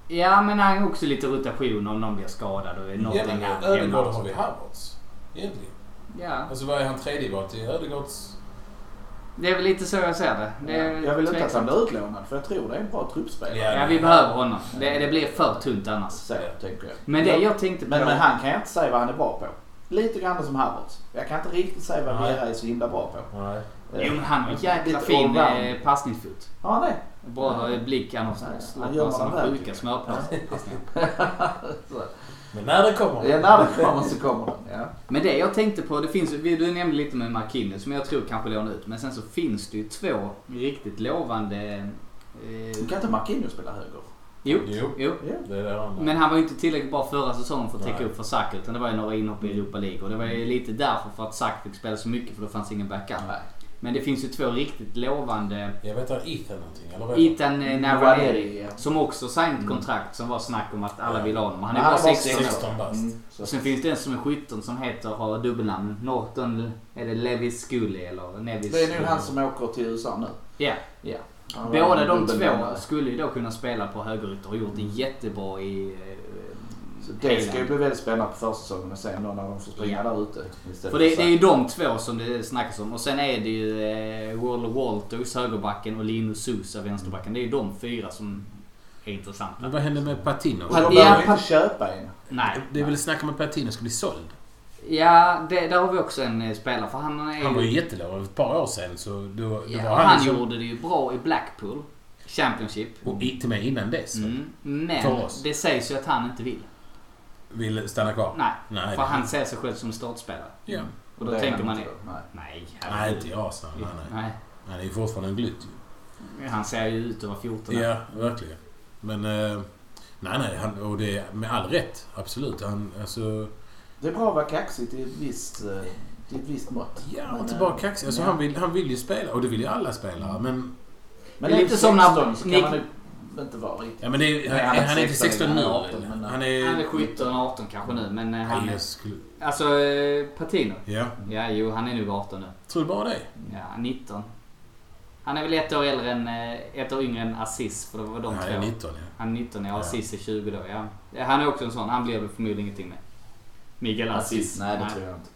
Ja, men han har också lite rotation om någon blir skadad och
Ja,
någonting
men
händer.
Ödegård har vi Havertz. Egentligen.
Ja,
Alltså vad är han tredje val till Ödegårds...
det är väl lite så jag ser det. det är
Jag vill inte att han
tveksamt.
blir utlånad för jag tror det är en bra truppspelare.
Ja.
Ja, vi behöver honom. Det, det blir för tunt annars.
Så tänker jag.
Men det jag tänkte på...
Men, men han kan jag inte säga vad han är bra på. Lite grann som Havertz. Jag kan inte riktigt säga vad
Nej.
Vera är så himla bra på.
Nej.
Jo, men han har en jäkla
Lite
fin
allround.
eh, passningsfot.
Ja, nej.
Bra eh, blick. Han har
Ja, han gör
sådana
vad han
sjuka
vill.
smörpassningar.
Men när det kommer.
Ja, när det kommer så kommer den. Ja.
Men det jag tänkte på, det finns, vi- du nämnde lite med Marquinhos som jag tror kanske lånar ut. Men sen så finns det ju två riktigt lovande...
Du
Eh,
kan inte Marquinhos spela höger?
jo,
Jo.
jo.
Ja.
Det är det han
Men han var ju inte tillräckligt bra förra säsongen för att täcka
Nej.
upp för Sack utan det var ju några inhopp i Europa League. Och det var ju lite därför för att Sack fick spela så mycket för då fanns ingen backup.
Mm. Nej.
Men det finns ju två riktigt lovande.
Jag vet att Ethan någonting. Eller vad
Mm.
heter
Ethan eh,
Nwaneri,
Nawaneri
ja.
som också signat kontrakt som var snack om att alla
Ja.
vill ha honom. Han är
Mm. Men han
bara
är bara
16
han?
år.
16 bast.
Mm, så.
Och sen finns det en som är 17 som heter, har dubbelnamn. Norton, är det Levis Scully eller Nevis?
Det är nog han som åker till USA nu.
Ja.
Ja. Han var
Båda de
dubbeldomare.
två skulle ju då kunna spela på högerytter och gjort det jättebra i... eh,
Så det ska ju
England.
bli väldigt spännande på försäsongen och se någon av dem får springa där ute. istället
För det,
för
det är ju de två som det snackas om. Och sen är det ju eh, World Walters, högerbacken, och Linus Sousa, vänsterbacken. Det är ju de fyra som
är intressanta.
Men vad hände med Patino?
Och då
Ja,
behöver vi
pa-
inte köpa en.
Nej.
Det är väl snack om att Patino ska bli såld?
Ja, det, där har vi också en eh, spelare för han är
Han var ju jättelåg för ett par år sedan. Så det var, det
ja,
var liksom.
han, han
som-
gjorde det ju bra i Blackpool. Championship.
Och i- till mig innan dess.
Mm.
För
Men
oss.
det sägs ju att han inte vill.
Vill stanna kvar?
Nej,
Nej,
för
det-
han ser sig själv som startspelare.
Ja.
Och då
Det är
tänker man
inte
ju...
då, Nej.
Nej,
Nej,
herregud.
inte jag sa nej, nej.
Nej.
Han är ju fortfarande en glutt ju.
Han ser ju ut att vara 14 år.
Ja, verkligen. Men... eh, nej, nej. Han, och det är med all rätt. Absolut. Han, alltså...
Det är bra att vara kaxig till ett visst, eh, till ett visst mått.
Ja,
Men,
inte
eh,
bara kaxig. Alltså,
ja. Mm.
han, vill, han vill ju spela. Och det vill ju alla spelare. Men,
Men
Det är
lite
lite som
som
när
så
Nick-
kan man ju inte vara riktigt.
ja, men det är,
Nej,
han,
han är
han är inte
16
16 nu.
eller
väl?
18, men, eh,
Han
Han är
är...
17, 18 kanske nu men eh, han...
Nej,
är-
jag skulle,
Alltså eh, Patino.
ja.
Ja, jo han är nog 18 nu.
Tror du bara det?
Ja, 19. Han är väl ett år äldre än... eh, Ett år yngre än Aziz för det var de
han
två.
är 19, ja.
Han är 19 ja,
Ja.
Aziz är 20 då ja. Ja, Han är också en sån, han blir väl förmodligen ingenting med. Miguel Aziz.
Nej, det tror jag inte.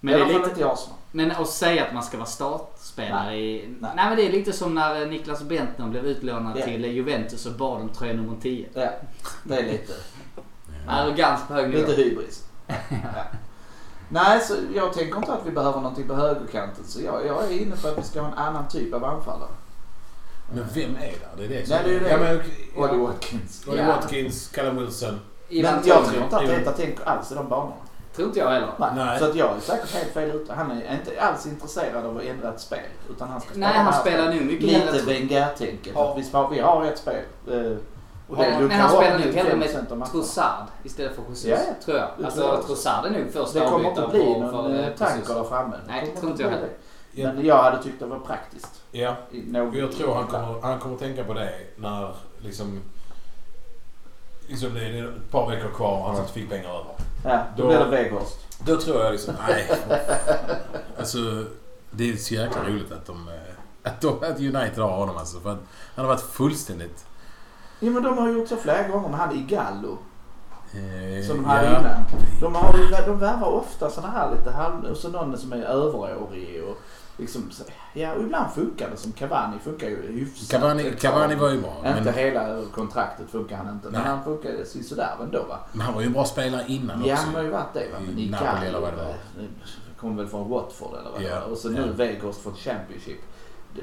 Men det
I
är
alla fall
lite...
inte jag som.
Men att säga att man ska vara startspelare i... Nej.
Nej.
men det är lite som när eh, Niklas Bentner blev utlånad
Ja.
till eh, Juventus och bad om tröja nummer 10.
Ja, det är lite,
Arrogans på hög nivå.
lite hybris. Ja. Nej, så jag tänker inte att vi behöver någonting på högerkanten. Så jag, jag är inne på att vi ska ha en annan typ av anfallare.
Men vem är där? Det är det
Nej, det är det.
Ja, men, okej,
Ollie
ja.
Watkins.
Ollie
Ja.
Watkins, Callum Wilson.
Ivan
Men jag
Tonio.
tror inte att detta tänker alls i de banorna.
Tror inte jag heller.
Nej.
Nej.
Så att jag är säkert helt fel ute. Han är inte alls intresserad av att ändra ett spel. Utan han ska spela
Nej, han
det här
spelar nu mycket hellre...
Lite Wenger-tänket.
Ja.
Att Vi, har- vi har ett spel. eh, Och det
Ja,
luckrar
men han
upp
spelar nog
95%
hellre
av
med
matcherna.
Trossard istället för Jesus.
Ja, ja.
Tror jag.
Det tror
Alltså
jag.
Trossard är nog första
Det kommer inte
avbytaren
bli
på-
någon
för, eh,
eh, tanker
Jesus.
där framme.
Nej, det
kommer
tror inte jag
bli
heller.
det. Men jag hade tyckt det var praktiskt.
Ja,
i någon-
jag tror han kommer, han kommer tänka på det när liksom... Liksom det är ett par veckor kvar och han inte fick pengar över.
Ja, då,
Då-
blir det Weghorst.
Då tror jag liksom, nej. Alltså, det är så jäkla roligt att de... eh, Att, de, att United har honom alltså. För att han har varit fullständigt...
Ja, men de har gjort så flera gånger med han i Gallo.
Eh,
Som de hade innan. De, har, ju- de värvar ofta sådana här lite halv... Och så någon som är överårig och liksom... så- Ja, och ibland funkar det som Cavani funkar ju hyfsat. Liksom.
Cavani, Cavani var ju bra.
Inte
Men,
hela kontraktet funkar han inte. Men
Nej.
han funkade sådär ändå va.
men han var ju en bra spelare innan
Ja, han har
också.
ju varit det. Va? Men
I
i
Napoli eller vad det var.
Gallo kom väl från Watford eller vad det
Ja,
var. Och så nu
ja.
Weghorst från Championship. Det,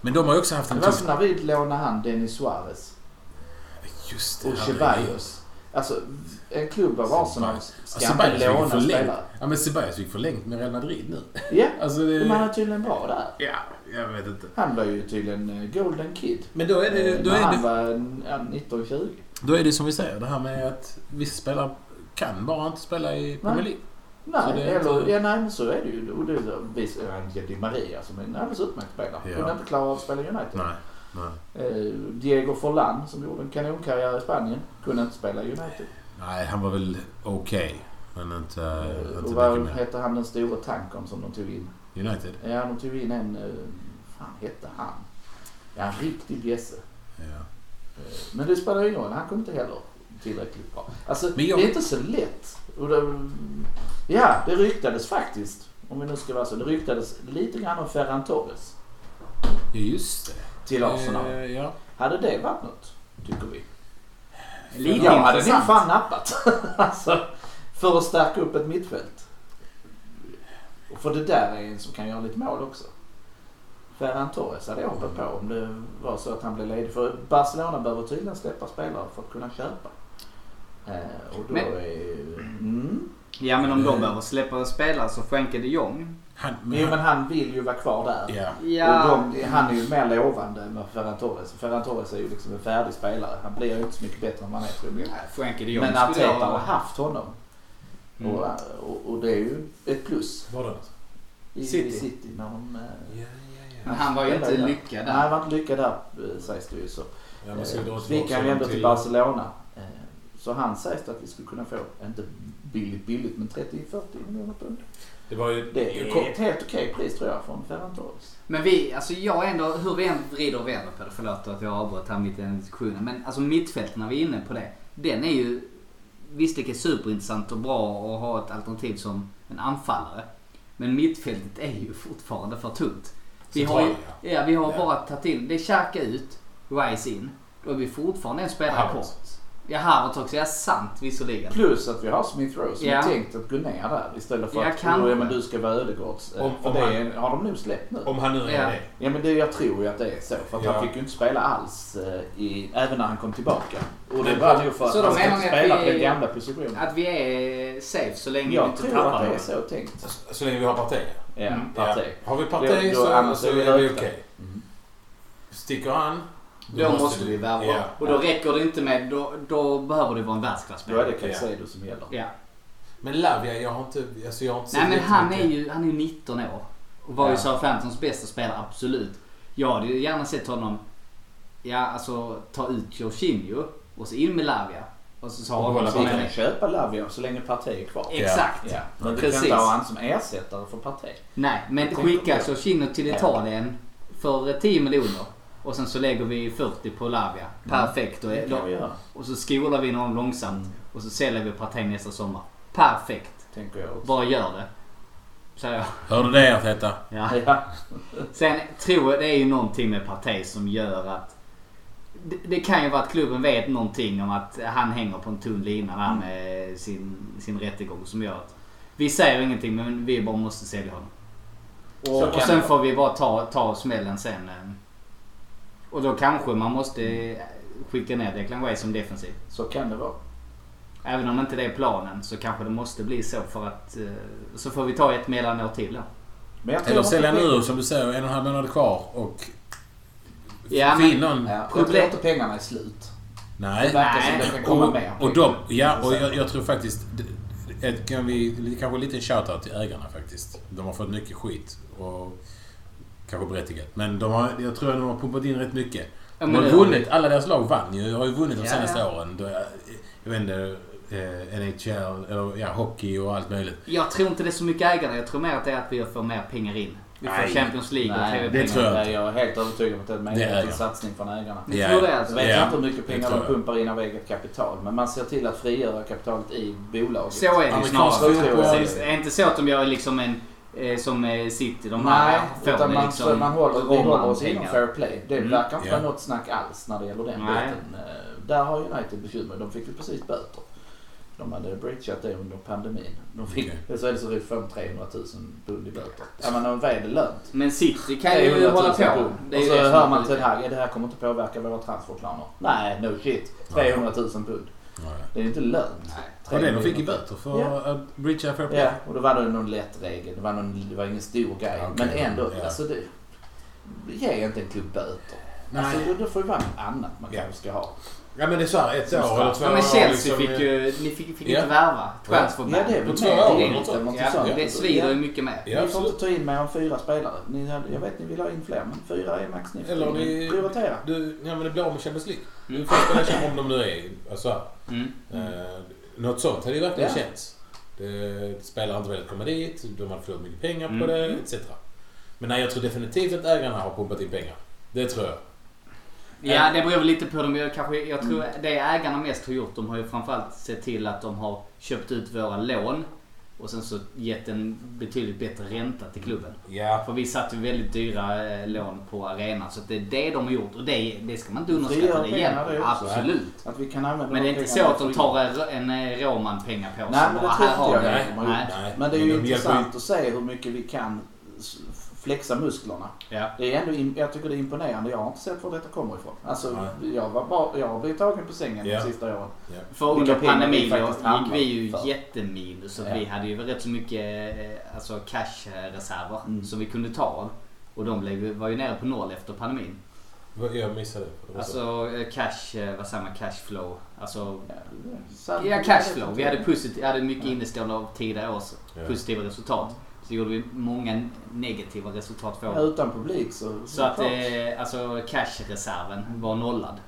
Men de har ju också haft
det
en
var
tuff...
som när vi lånade han Denis Suarez
Just det.
och
herregud.
Ceballos. Alltså en klubb av Arsenal
Ja,
ska inte
Ceballos fick
låna
förlängt.
spelare.
Ja, men Ceballos fick förlängt med Real Madrid nu.
Ja,
Alltså det...
men han är tydligen bra där.
Ja, jag vet inte.
Han var ju tydligen eh, Golden Kid.
Men då är det,
eh,
då
när
är
han
det,
var ja, 19-20.
då är det som vi säger, det här med att vissa spelare kan bara inte spela i Premier League. Så
Nej,
det är
eller,
inte-
ja, nej, men så är det ju. Och det är så- visst, Angel Di Maria som är en alldeles utmärkt spelare.
Ja.
Kunde inte klara av att spela i United.
Nej, nej.
Eh, Diego Forlan som gjorde en kanonkarriär i Spanien kunde inte spela i United.
Nej, han var väl okej. men inte,
Eh,
inte
och
mycket
vad
mer.
hette han den stora tankern som de tog in?
United?
Ja, de tog in en... eh, fan hette han? Ja, en riktig bjässe.
Ja.
Eh, Men det spelar ju ingen roll, han kom inte heller tillräckligt bra. Alltså,
Men jag-
det är inte så lätt. Och det, ja, det ryktades faktiskt, om vi nu ska vara så, det ryktades lite grann om Ferran Torres
ja, just det.
till Arsenal.
Eh, ja.
Hade det varit något, tycker vi?
Lite
jag hade nog
intressant.
fan nappat. alltså, för att stärka upp ett mittfält. Och För det där är en som kan göra lite mål också. Ferran Torres hade jag hoppat på om det var så att han blev ledig. För Barcelona behöver tydligen släppa spelare för att kunna köpa. Eh, och då
Men-
är ju... Mm.
Ja men om
Eh.
de behöver släppa en spelare så skänker de Jong.
Han, men
Jo, men
han,
han vill ju vara kvar där.
ja.
Ja.
Och de, han är ju mer lovande än vad Ferran Torres. Ferran Torres är ju liksom en färdig spelare. Han blir ju inte så mycket bättre än vad han är troligen.
Nej, Frankie de Jong
Men
skulle
Arteta
jag-
har haft honom.
Mm.
Och, och, och det är ju ett plus
Var det något?
i
City.
City, när de... eh,
Ja, ja,
Men han var ju inte
spelade där.
lyckad
Nej,
där.
han var inte lyckad där eh, sägs det ju. Så.
ja. man ska ju dra
Eh,
tillbaka
Gick han ju ändå
honom
till Barcelona. Eh, Så han sägs det att vi skulle kunna få, inte billigt billigt, men 30-40 miljoner pund.
Det var ju...
Det
jag kom-
är ett helt okej pris tror jag från Ferran Torres.
Men vi, alltså jag är ändå, hur vi än vrider och vänder på det, förlåt att jag avbröt här mitt i den diskussionen. Men alltså mittfältet när vi är inne på det. Den är ju, visst det är superintressant och bra att ha ett alternativ som en anfallare. Men mittfältet är ju fortfarande för tunt. Vi har, ju-
Centrala,
ja, vi har
Ja.
bara tagit in, det är Xhaka ut, Rice in. Då är vi fortfarande en spelare
Havertz.
kort. Ja, Havertz också. Ja, sant visserligen.
Plus att vi har Smith Rowe som
Ja.
är tänkt att gå ner där istället för
Ja,
att
kanske.
ja, men du ska vara Ödegårds. eh,
Om-
För
om
det
han-
är- har de nog släppt nu.
Om han nu är
Ja.
det.
Ja men det, jag tror ju att det är så. För att
Ja.
han fick ju inte spela alls eh, i, även när han kom tillbaka. Och det
Men-
var ju för att
Så de
han
menar
ska
ni att
spela på
vi-
den gamla positionen.
Att vi är safe så länge vi
Jag
inte
tror att
tappar
det är
någon.
så tänkt.
Så, så länge vi har parti.
Ja,
Mm.
parti.
Har vi
Då-
parti
då
så,
annars
så
är
är
vi
det okej.
löpta. Mm.
Sticker han.
Då måste vi värva.
Ja.
Och då räcker det inte med... Då, då behöver det vara en
Då är
världsklasspelare.
det Caicedo som gäller.
Ja.
Men Lavia, jag har inte, alltså jag har inte
Nej men han är
jättemycket.
ju han är ju 19 år. Och var ju
Ja.
Southamptons bästa spelare, absolut. Jag hade ju gärna sett honom, ja alltså ta ut Jorginho och så in med Lavia. Och så sa
Och
honom
hålla
som
Vi
Men-
kan
en...
ju köpa Lavia så länge Partey är kvar.
Exakt.
Ja. Men du kan
Precis.
inte ha han som ersättare för Partey.
Nej, men
Tänk på
skicka
det.
Jorginho till
Ja.
Italien för 10 miljoner. Och sen så lägger vi 40 på Lavia.
Mm.
Perfekt. Och,
Det kan vi göra.
och så skolar vi honom långsamt. Och så säljer vi Partey nästa sommar. Perfekt.
Tänker jag också.
Bara gör det. Säger jag.
Hörde det Arteta?
Ja.
Ja.
Sen tror jag det är ju någonting med Partey som gör att det, det kan ju vara att klubben vet någonting om att han hänger på en tunn lina där
Mm.
med sin, sin rättegång som gör att vi säger ingenting men vi bara måste sälja honom.
Så
Och, och
kan
sen
det
får vi bara ta, ta smällen sen. eh. Och då kanske man måste eh, skicka ner Declan Rice som defensiv.
Så kan det vara.
Även om inte det är planen så kanske det måste bli så för att eh, så får vi ta ett mellanår till då.
Men jag tror
Eller
inte
sälja
pengarna-
nu som du säger, en och en halv månad kvar och
Ja,
få
men-
in någon.
Ja, jag tror
Problem-
inte pengarna är slut. Det
Nej.
verkar som det kan komma mer.
Och, och de, ja, och jag, jag tror faktiskt... Ett, kan vi, kanske en liten shoutout till ägarna faktiskt. De har fått mycket skit. Och kanske berättigat. Men de har, jag tror att de har pumpat in rätt mycket.
Ja,
De
men
har
det-
vunnit. Alla deras lag vann ju. har ju vunnit de
Ja,
senaste
ja.
åren. Då, jag- jag vet inte. Eh, NHL, eller, ja, hockey och allt möjligt.
Jag tror inte det är så mycket ägare. Jag tror mer att det är att vi får mer pengar in. Vi får
Nej.
Champions League och
Nej,
tv-pengar.
det tror jag.
Nej, jag är helt övertygad om att det är en
Det är
medveten
jag.
satsning från ägarna.
Ni tror det
Jag
alltså?
vet
Ja,
inte hur mycket
det
pengar
tror
de
jag.
pumpar in av eget kapital, men man ser till att frigöra kapitalet i bolaget.
Så är det ju
Amerikansk
snarare.
fotboll.
Precis. Det är inte så att de gör liksom en... eh, Som eh, City. De
Nej,
får
utan
det
man,
liksom,
man håller, vi
om
håller
man
oss inom
pengar.
fair play. Det
Mm,
verkar inte vara
ja.
något snack alls när det gäller den
Nej.
biten. Eh, Där har United bekymmer. De fick ju precis böter. De hade breachat det under pandemin. De fick, Så är det så att de får 300 000 pund i böter. Ja, men vad är det lönt?
Men City kan
Det är
ju
100 000
hålla på.
pund.
Det är
och
ju
så
det som
hör
är
man
skiten.
till det här, ja, det här kommer inte påverka våra transferplaner. Nej, no shit. 300 000 pund.
Ja, ja.
Det är ju inte lönt.
Det var det de fick i
miljoner.
böter för
Ja.
att breacha fair play.
Ja, och då var det någon lätt regel. Det var, någon, det var ingen stor grej.
Ja, okej.
Men ändå,
Ja.
alltså det, ge inte en klubb böter.
Nej.
Alltså, då, då får det vara något annat man
Ja.
kanske ska ha.
Ja men det är så här, ett år eller två
Ja, men
år,
Chelsea
liksom,
fick ju... Ni fick, fick
Ja.
inte värva.
Ja,
Transferban.
det är väl
På två
mer
år
rimligt
eller något
än något
Ja,
sånt.
det
Alltså,
svider ju
ja,
mycket mer.
Ja,
Ni får
absolut.
inte ta in mer än fyra spelare. Ni, hade- jag vet ni vill ha in fler, men fyra är max ni får
Eller
in.
ni-
Prioritera.
Du, ja men det blir av med Champions League. Du får spela Champions om de nu är... Alltså,
Mm.
eh, något sånt hade ju verkligen
Ja.
känts. Det, spelarna hade velat komma dit, de hade förlorat mycket pengar på
Mm.
det, etc. Men nej, jag tror definitivt att ägarna har pumpat in pengar. Det tror jag.
Ja, det beror väl lite på dem. Jag, kanske, jag tror
Mm.
det ägarna mest har gjort, de har ju framförallt sett till att de har köpt ut våra lån och sen så gett en betydligt bättre ränta till klubben.
Ja.
För vi satte ju väldigt dyra eh, lån på arenan så att det är det de har gjort och det, det ska man inte
Frigör
underskatta. Det
pengar,
hjälper
det är också,
absolut.
Att vi kan använda
Men det är
de
inte så
pengarna
att de
för-
tar en, en Roman-pengapåse och
Nej, men det
bara
tror
här har
inte
ni.
jag
Nej,
de har
Nej.
gjort. Men det är
Men
ju
de hjälper
intressant att se hur mycket vi kan s- flexa musklerna.
Ja.
Det är ändå, im- jag tycker det är imponerande. Jag har inte sett var detta kommer ifrån. Alltså,
Nej.
jag, var bara, jag har blivit tagen på sängen
Ja.
de sista åren.
För under
Vilka pengar vi
pandemin
faktiskt
gick
handlar
vi ju
för.
jätteminus. Så
Ja.
vi hade ju rätt så mycket eh, alltså cashreserver
Mm.
som vi kunde ta av. Och de blev, var ju nere på noll efter pandemin.
Vad- Jag missade. det.
Alltså eh, cash, eh, vad säger man, cashflow. Alltså,
Ja, så-
ja cashflow. Vi hade, positiv, hade mycket innestående av tidigare års
Ja.
positiva resultat. Så gjorde vi många negativa resultat för
Ja,
året.
utan publik så...
Så att
klart.
eh, alltså cashreserven var nollad.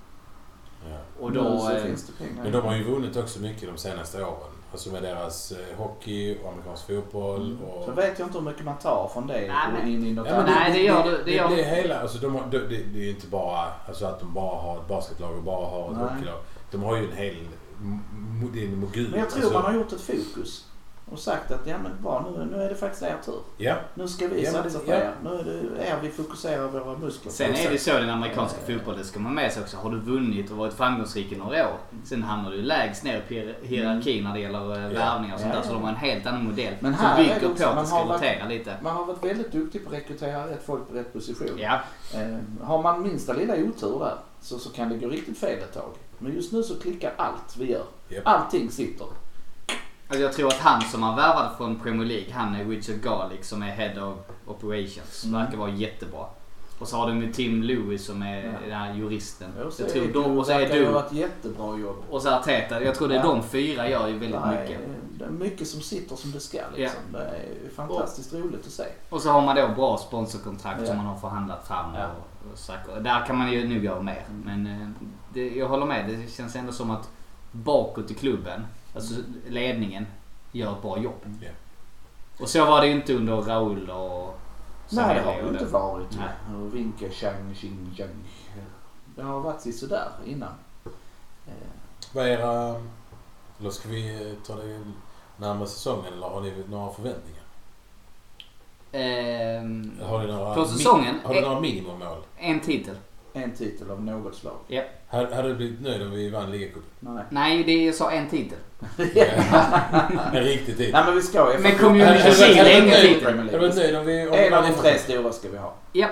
Ja.
Och
nu
då...
så
eh,
finns det pengar.
Men de har ju vunnit också mycket de senaste åren. Alltså med deras eh, hockey och amerikansk fotboll och...
Mm. Så vet jag inte hur mycket man tar från det
Nej,
och
men-
in i något
Ja, men
annat.
Nej, det gör du- det gör du.
det, är hela, alltså de har, det, det, det är ju inte bara alltså att de bara har ett basketlag och bara har ett
Nej.
hockeylag. De har ju en hel... m- m- Det är en mogul.
Men jag tror
alltså,
man har gjort ett fokus. och sagt att ja men bra nu, nu är det faktiskt er tur.
Ja,
Nu ska vi
Ja, men
satsa
det-
på
ja.
er. Nu är det er vi fokuserar våra muskler på.
Sen är det så i den amerikanska fotbollen, det ska man med sig också. Har du vunnit och varit framgångsrik i några år, sen hamnar du lägst ner i pier- hierarkin när det gäller eh,
Ja.
värvningar och sånt
Ja,
där. Så
ja.
de har en helt annan modell
Men
som
här är det
bygger
också,
på att
man
det ska
har varit-
rotera lite.
Man har varit väldigt duktig på att rekrytera rätt folk på rätt position.
Ja,
Eh, har man minsta lilla otur där så, så kan det gå riktigt fel ett tag. Men just nu så klickar allt vi gör.
Japp.
Allting sitter.
alltså jag tror att han som han värvade från Premier League, han är Richard Garlick som är Head of Operations.
Mm.
Verkar vara jättebra. Och så har de ju Tim Lewis som är
Ja.
den här juristen.
Och så
Jag
är
tror
det-
de, och så
verkar
är
ha
du
varit jättebra jobb.
och så Arteta. Jag tror det är
Ja.
de fyra gör ju väldigt
Nej,
mycket.
Det är mycket som sitter som det ska liksom. Det är fantastiskt roligt att se.
Och så har man då bra sponsorkontrakt
Ja.
som man har förhandlat fram.
Ja. Mm.
Och, och saker. Där kan man ju nu göra mer. Men eh, det, jag håller med. Det känns ändå som att bakåt i klubben, alltså ledningen, gör ett bra jobb.
Ja.
Och så var det ju inte under Raul och
Nej, det
Sarri
har det
och
inte varit.
Nej.
Och Vinke, Chang, Ching, Chang. Det har varit sådär innan. Eh,
Vad är era... Eller ska vi eh, ta det närmare säsongen eller har ni några förväntningar?
Ehm,
Har ni några,
På säsongen?
Har ni några minimummål?
en titel.
En titel av något slag.
Hade hade du blivit nöjd om vi vann ligacupen?
Nej.
Nej, det är, jag sa en titel.
En riktig tid.
Nej men vi ska ju.
Men Community
Hade-
Shield
hade-
är ingen
hade-
titel.
Är du varit nöjd om vi... Om vi
En
vann
av de
ligacupen?
tre stora ska vi ha.
Ja,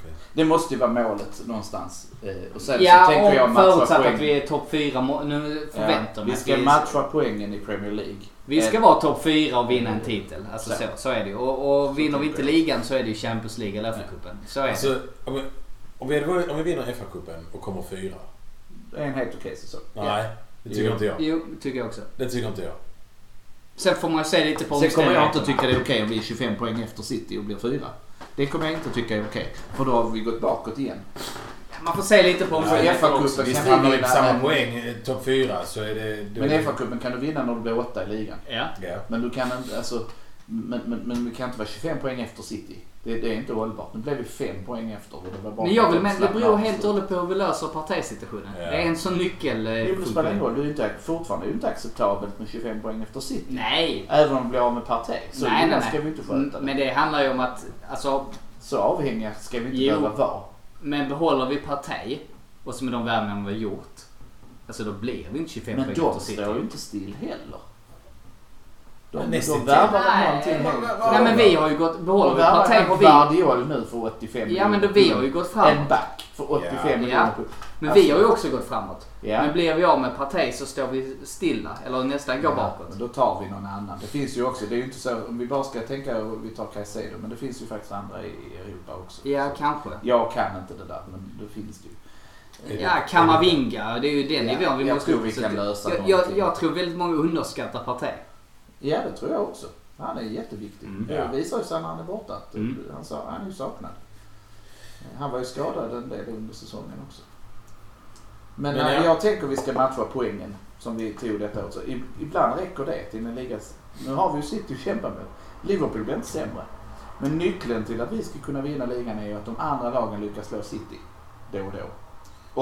Okej.
Det måste ju vara målet någonstans. Eh, Och sen så
ja
tänker jag
och
matcha
förutsatt att vi
poäng.
är topp fyra. må- Nu förväntar
Ja,
man
vi
att
ska matcha poängen i Premier League.
Vi ska
Eh, mm.
vara topp fyra och vinna en titel. Alltså så,
Så.
så är det ju. Och, och vinner vi inte
tycker
ligan så är det ju Champions League eller FA-cupen. Så är det.
Alltså, om vi, om vi, hade varit- om vi vinner FA-cupen och kommer fyra.
Det är en helt okej säsong.
Nej, det tycker
Jo.
inte jag.
Jo, tycker jag också.
Det tycker inte jag.
Sen får man ju se lite på
Sen kommer jag inte
omständigheterna.
tycka det är okej om vi är 25 poäng efter City och blir fyra. Det kommer jag inte tycka är okej. För då har vi gått bakåt igen.
Man får se lite på omständigheterna
FA-cupen.
också.
kan
Vi
hamna
stiger ju på
där,
samma
men-
poäng, eh, topp fyra, så är det... då-
Men FA-cupen kan du vinna när du blir åtta i ligan.
Ja.
Ja.
Men du kan inte, alltså, men, men, men vi kan inte vara 25 poäng efter City. Det, det är inte hållbart. Nu blev vi 5 poäng efter. Och det var bara
Men jag
för
vill
att
men det
slappna
beror
av.
helt och hållet på hur vi löser partisituationen.
Ja.
Det är en sån nyckel... eh,
Jo, men Det spelar ingen
funktion.
roll. Det är ju inte, fortfarande är det ju inte acceptabelt med 25 poäng efter City.
Nej!
Även om de blir av med Partey. Så
nej, nej,
illa
nej. Mm,
ska vi inte sköta det.
Men det handlar ju om att... Alltså,
Så avhängiga ska vi inte
Jo.
behöva vara.
men behåller vi parti och som med de värvningar vi har gjort. Alltså då blir vi inte 25
Men
poäng
de
efter City.
står ju inte still heller.
Men
De, de
nästintill.
värvar väl
Nej.
någonting helt.
Nej men vi har ju gått... Behåller
De
vi parti
värvar en
har vi...
Guardiol nu för 85
Ja men då, vi har ju gått
En
framåt.
back för 85
Ja.
miljoner.
Men
Alltså-
vi har ju också gått framåt.
Ja.
Men blir vi av med Partey så står vi stilla. Eller nästan går bakåt.
Men då tar vi någon annan. Det finns ju också, det är ju inte så, om vi bara ska tänka att vi tar Caicedo, men det finns ju faktiskt andra i Europa också.
Ja,
Så
kanske.
jag kan inte det där, men det finns det ju.
Är det-
Ja, Kamavinga. Det är ju den
Ja,
nivån vi
jag
måste
tror
upp
vi
så
kan
det-
lösa
jag, jag,
någonting.
jag tror väldigt många underskattar Partey.
Ja, det tror jag också. Han är jätteviktig.
Mm.
Det
Ja.
visar ju sig när han är borta att eh,
Mm.
han, sa, han är ju saknad. Han var ju skadad en del under säsongen också. Men,
Men
eh,
ja.
jag tänker vi ska matcha poängen som vi tog detta år. Så i- ibland räcker det till en ligas... Nu har vi ju City att kämpa med. Liverpool blir inte sämre. Men nyckeln till att vi ska kunna vinna ligan är ju att de andra lagen lyckas slå City då och då.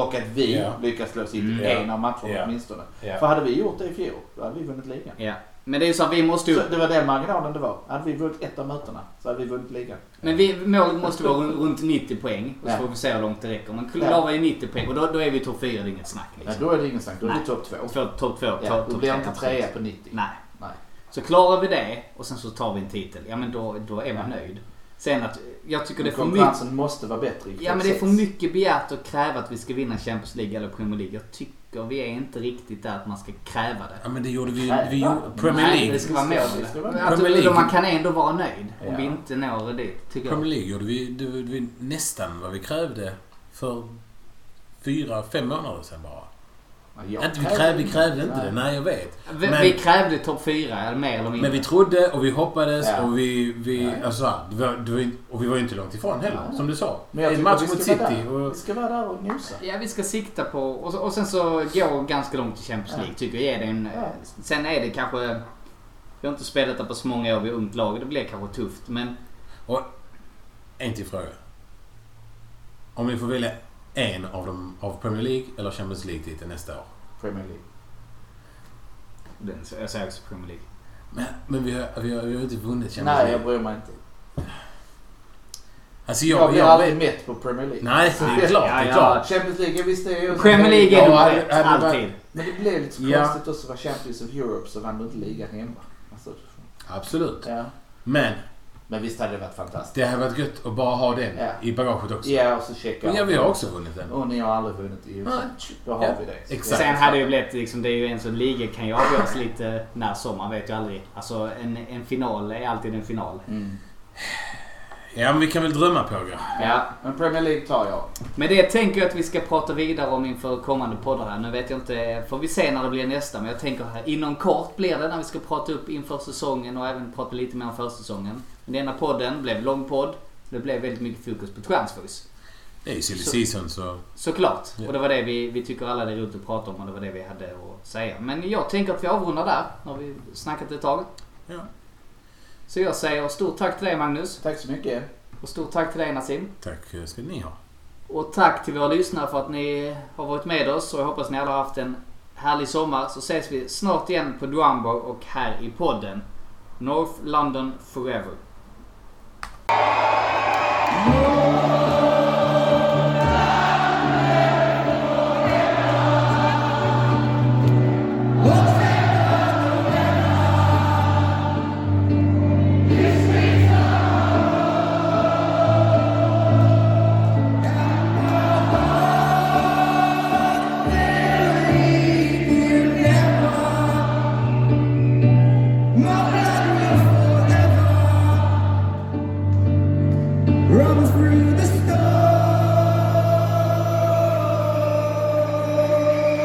Och att vi
Ja.
lyckas slå City
Mm.
en av matcherna
Ja.
åtminstone. För
Ja.
hade vi gjort det i fjol, då hade vi vunnit ligan.
Ja. Men det är ju så att vi måste upp.
Så det var den marginalen det var. Hade vi vunnit ett av mötena så hade vi vunnit ligan.
Men vi, målet måste vara run- runt 90 poäng. Och så
Ja.
får vi se hur långt det räcker. Men
Ja.
klarar vi 90 poäng och då, då är vi topp 4. Det är inget snack
Nej,
liksom.
då är det ingen snack. Då är
Nej.
vi topp två.
Två- Topp 2,
Ja,
topp
då
3.
blir jag inte trea på 90.
Nej.
Nej.
Så klarar vi det och sen så tar vi en titel. Ja men då, då är man nöjd. Sen att jag tycker det är för mycket.
Konkurrensen måste vara bättre i
Ja men
topp
det är för
sex.
mycket begärt att kräva att vi ska vinna Champions League eller Premier League. Jag tycker vi är inte riktigt där att man ska kräva det.
Ja, men det gjorde vi ju.
Nej.
Vi gjorde Premier
Nej,
League.
det ska vara mål.
Det ska vara
Men
mål.
Att,
Premier League-
Man kan ändå vara nöjd om
Ja.
vi inte når dit. Tycker
Premier
jag.
League gjorde vi, det gjorde vi nästan vad vi krävde för fyra, fem månader sedan bara.
Ja, jag
Inte, vi, krävde, vi krävde inte det. Nej, jag vet.
Vi,
Men-
vi krävde topp fyra eller mer eller mindre.
Men vi trodde och vi hoppades
Ja.
och vi... vi
Ja.
alltså, det var, det var, ju- och vi var ju inte långt ifrån heller,
Nej.
som du sa.
Men jag
en
tycker
match
vi ska
mot
vara
City
där.
och...
Vi ska vara där och nosa.
Ja, vi ska sikta på... Och, så- och sen så gå ganska långt i Champions League, tycker jag. Är det en,
Ja.
Sen är det kanske... Vi har inte spelat där på så många år, vi är ungt lag. Det blir kanske tufft, men...
En till fråga. Om vi får välja en av, dem, av Premier League eller Champions League-titeln nästa år.
Premier League.
Den, jag säger också Premier League.
Men, men vi, har, vi, har, vi har inte vunnit Champions
Nej,
League.
jag bryr mig inte.
Alltså
Jag
jag...
blir
jag,
aldrig mätt på Premier League.
nej, det är klart.
Ja,
Det är
ja.
klart.
Champions League, visst det är ju...
Premier League är
Ja,
nog
hade-
rätt.
hade det varit-
Alltid.
Men det blev lite så
Ja.
konstigt också var Champions of Europe så vann du inte ligan hemma. Alltså,
Absolut.
ja.
Men
Men visst hade det varit fantastiskt.
det hade varit gött att bara ha den
Ja.
i bagaget också.
Ja, och så checkar
Men ja, vi har också vunnit den.
Och ni har aldrig vunnit i USA. Då har
Ja,
vi det.
exakt.
Sen hade det ju blivit liksom, det är ju en sån liga kan ju avgöras lite när som, man vet ju aldrig. Alltså en, en final är alltid en final.
Mm.
Ja, men vi kan väl drömma Pågar.
Ja, men Premier League tar jag.
Men det tänker jag att vi ska prata vidare om inför kommande poddar här. Nu vet jag inte, får vi se när det blir nästa. Men jag tänker här, inom kort blir det när vi ska prata upp inför säsongen och även prata lite mer om försäsongen. Men denna podden blev lång podd. Det blev väldigt mycket fokus på transfers.
Det är ju silly
Så-
season så...
Såklart.
Ja.
Och det var det vi, vi tycker alla det är roligt att prata om och det var det vi hade att säga. Men jag tänker att vi avrundar där. Nu har vi snackat ett tag.
Ja.
Så jag säger stort tack till dig Magnus.
Tack så mycket.
Och stort tack till dig Nassim.
Tack eh, ska ni ha.
Och tack till våra lyssnare för att ni har varit med oss och jag hoppas ni alla har haft en härlig sommar så ses vi snart igen på Duambo och här i podden. North London Forever.
Forever.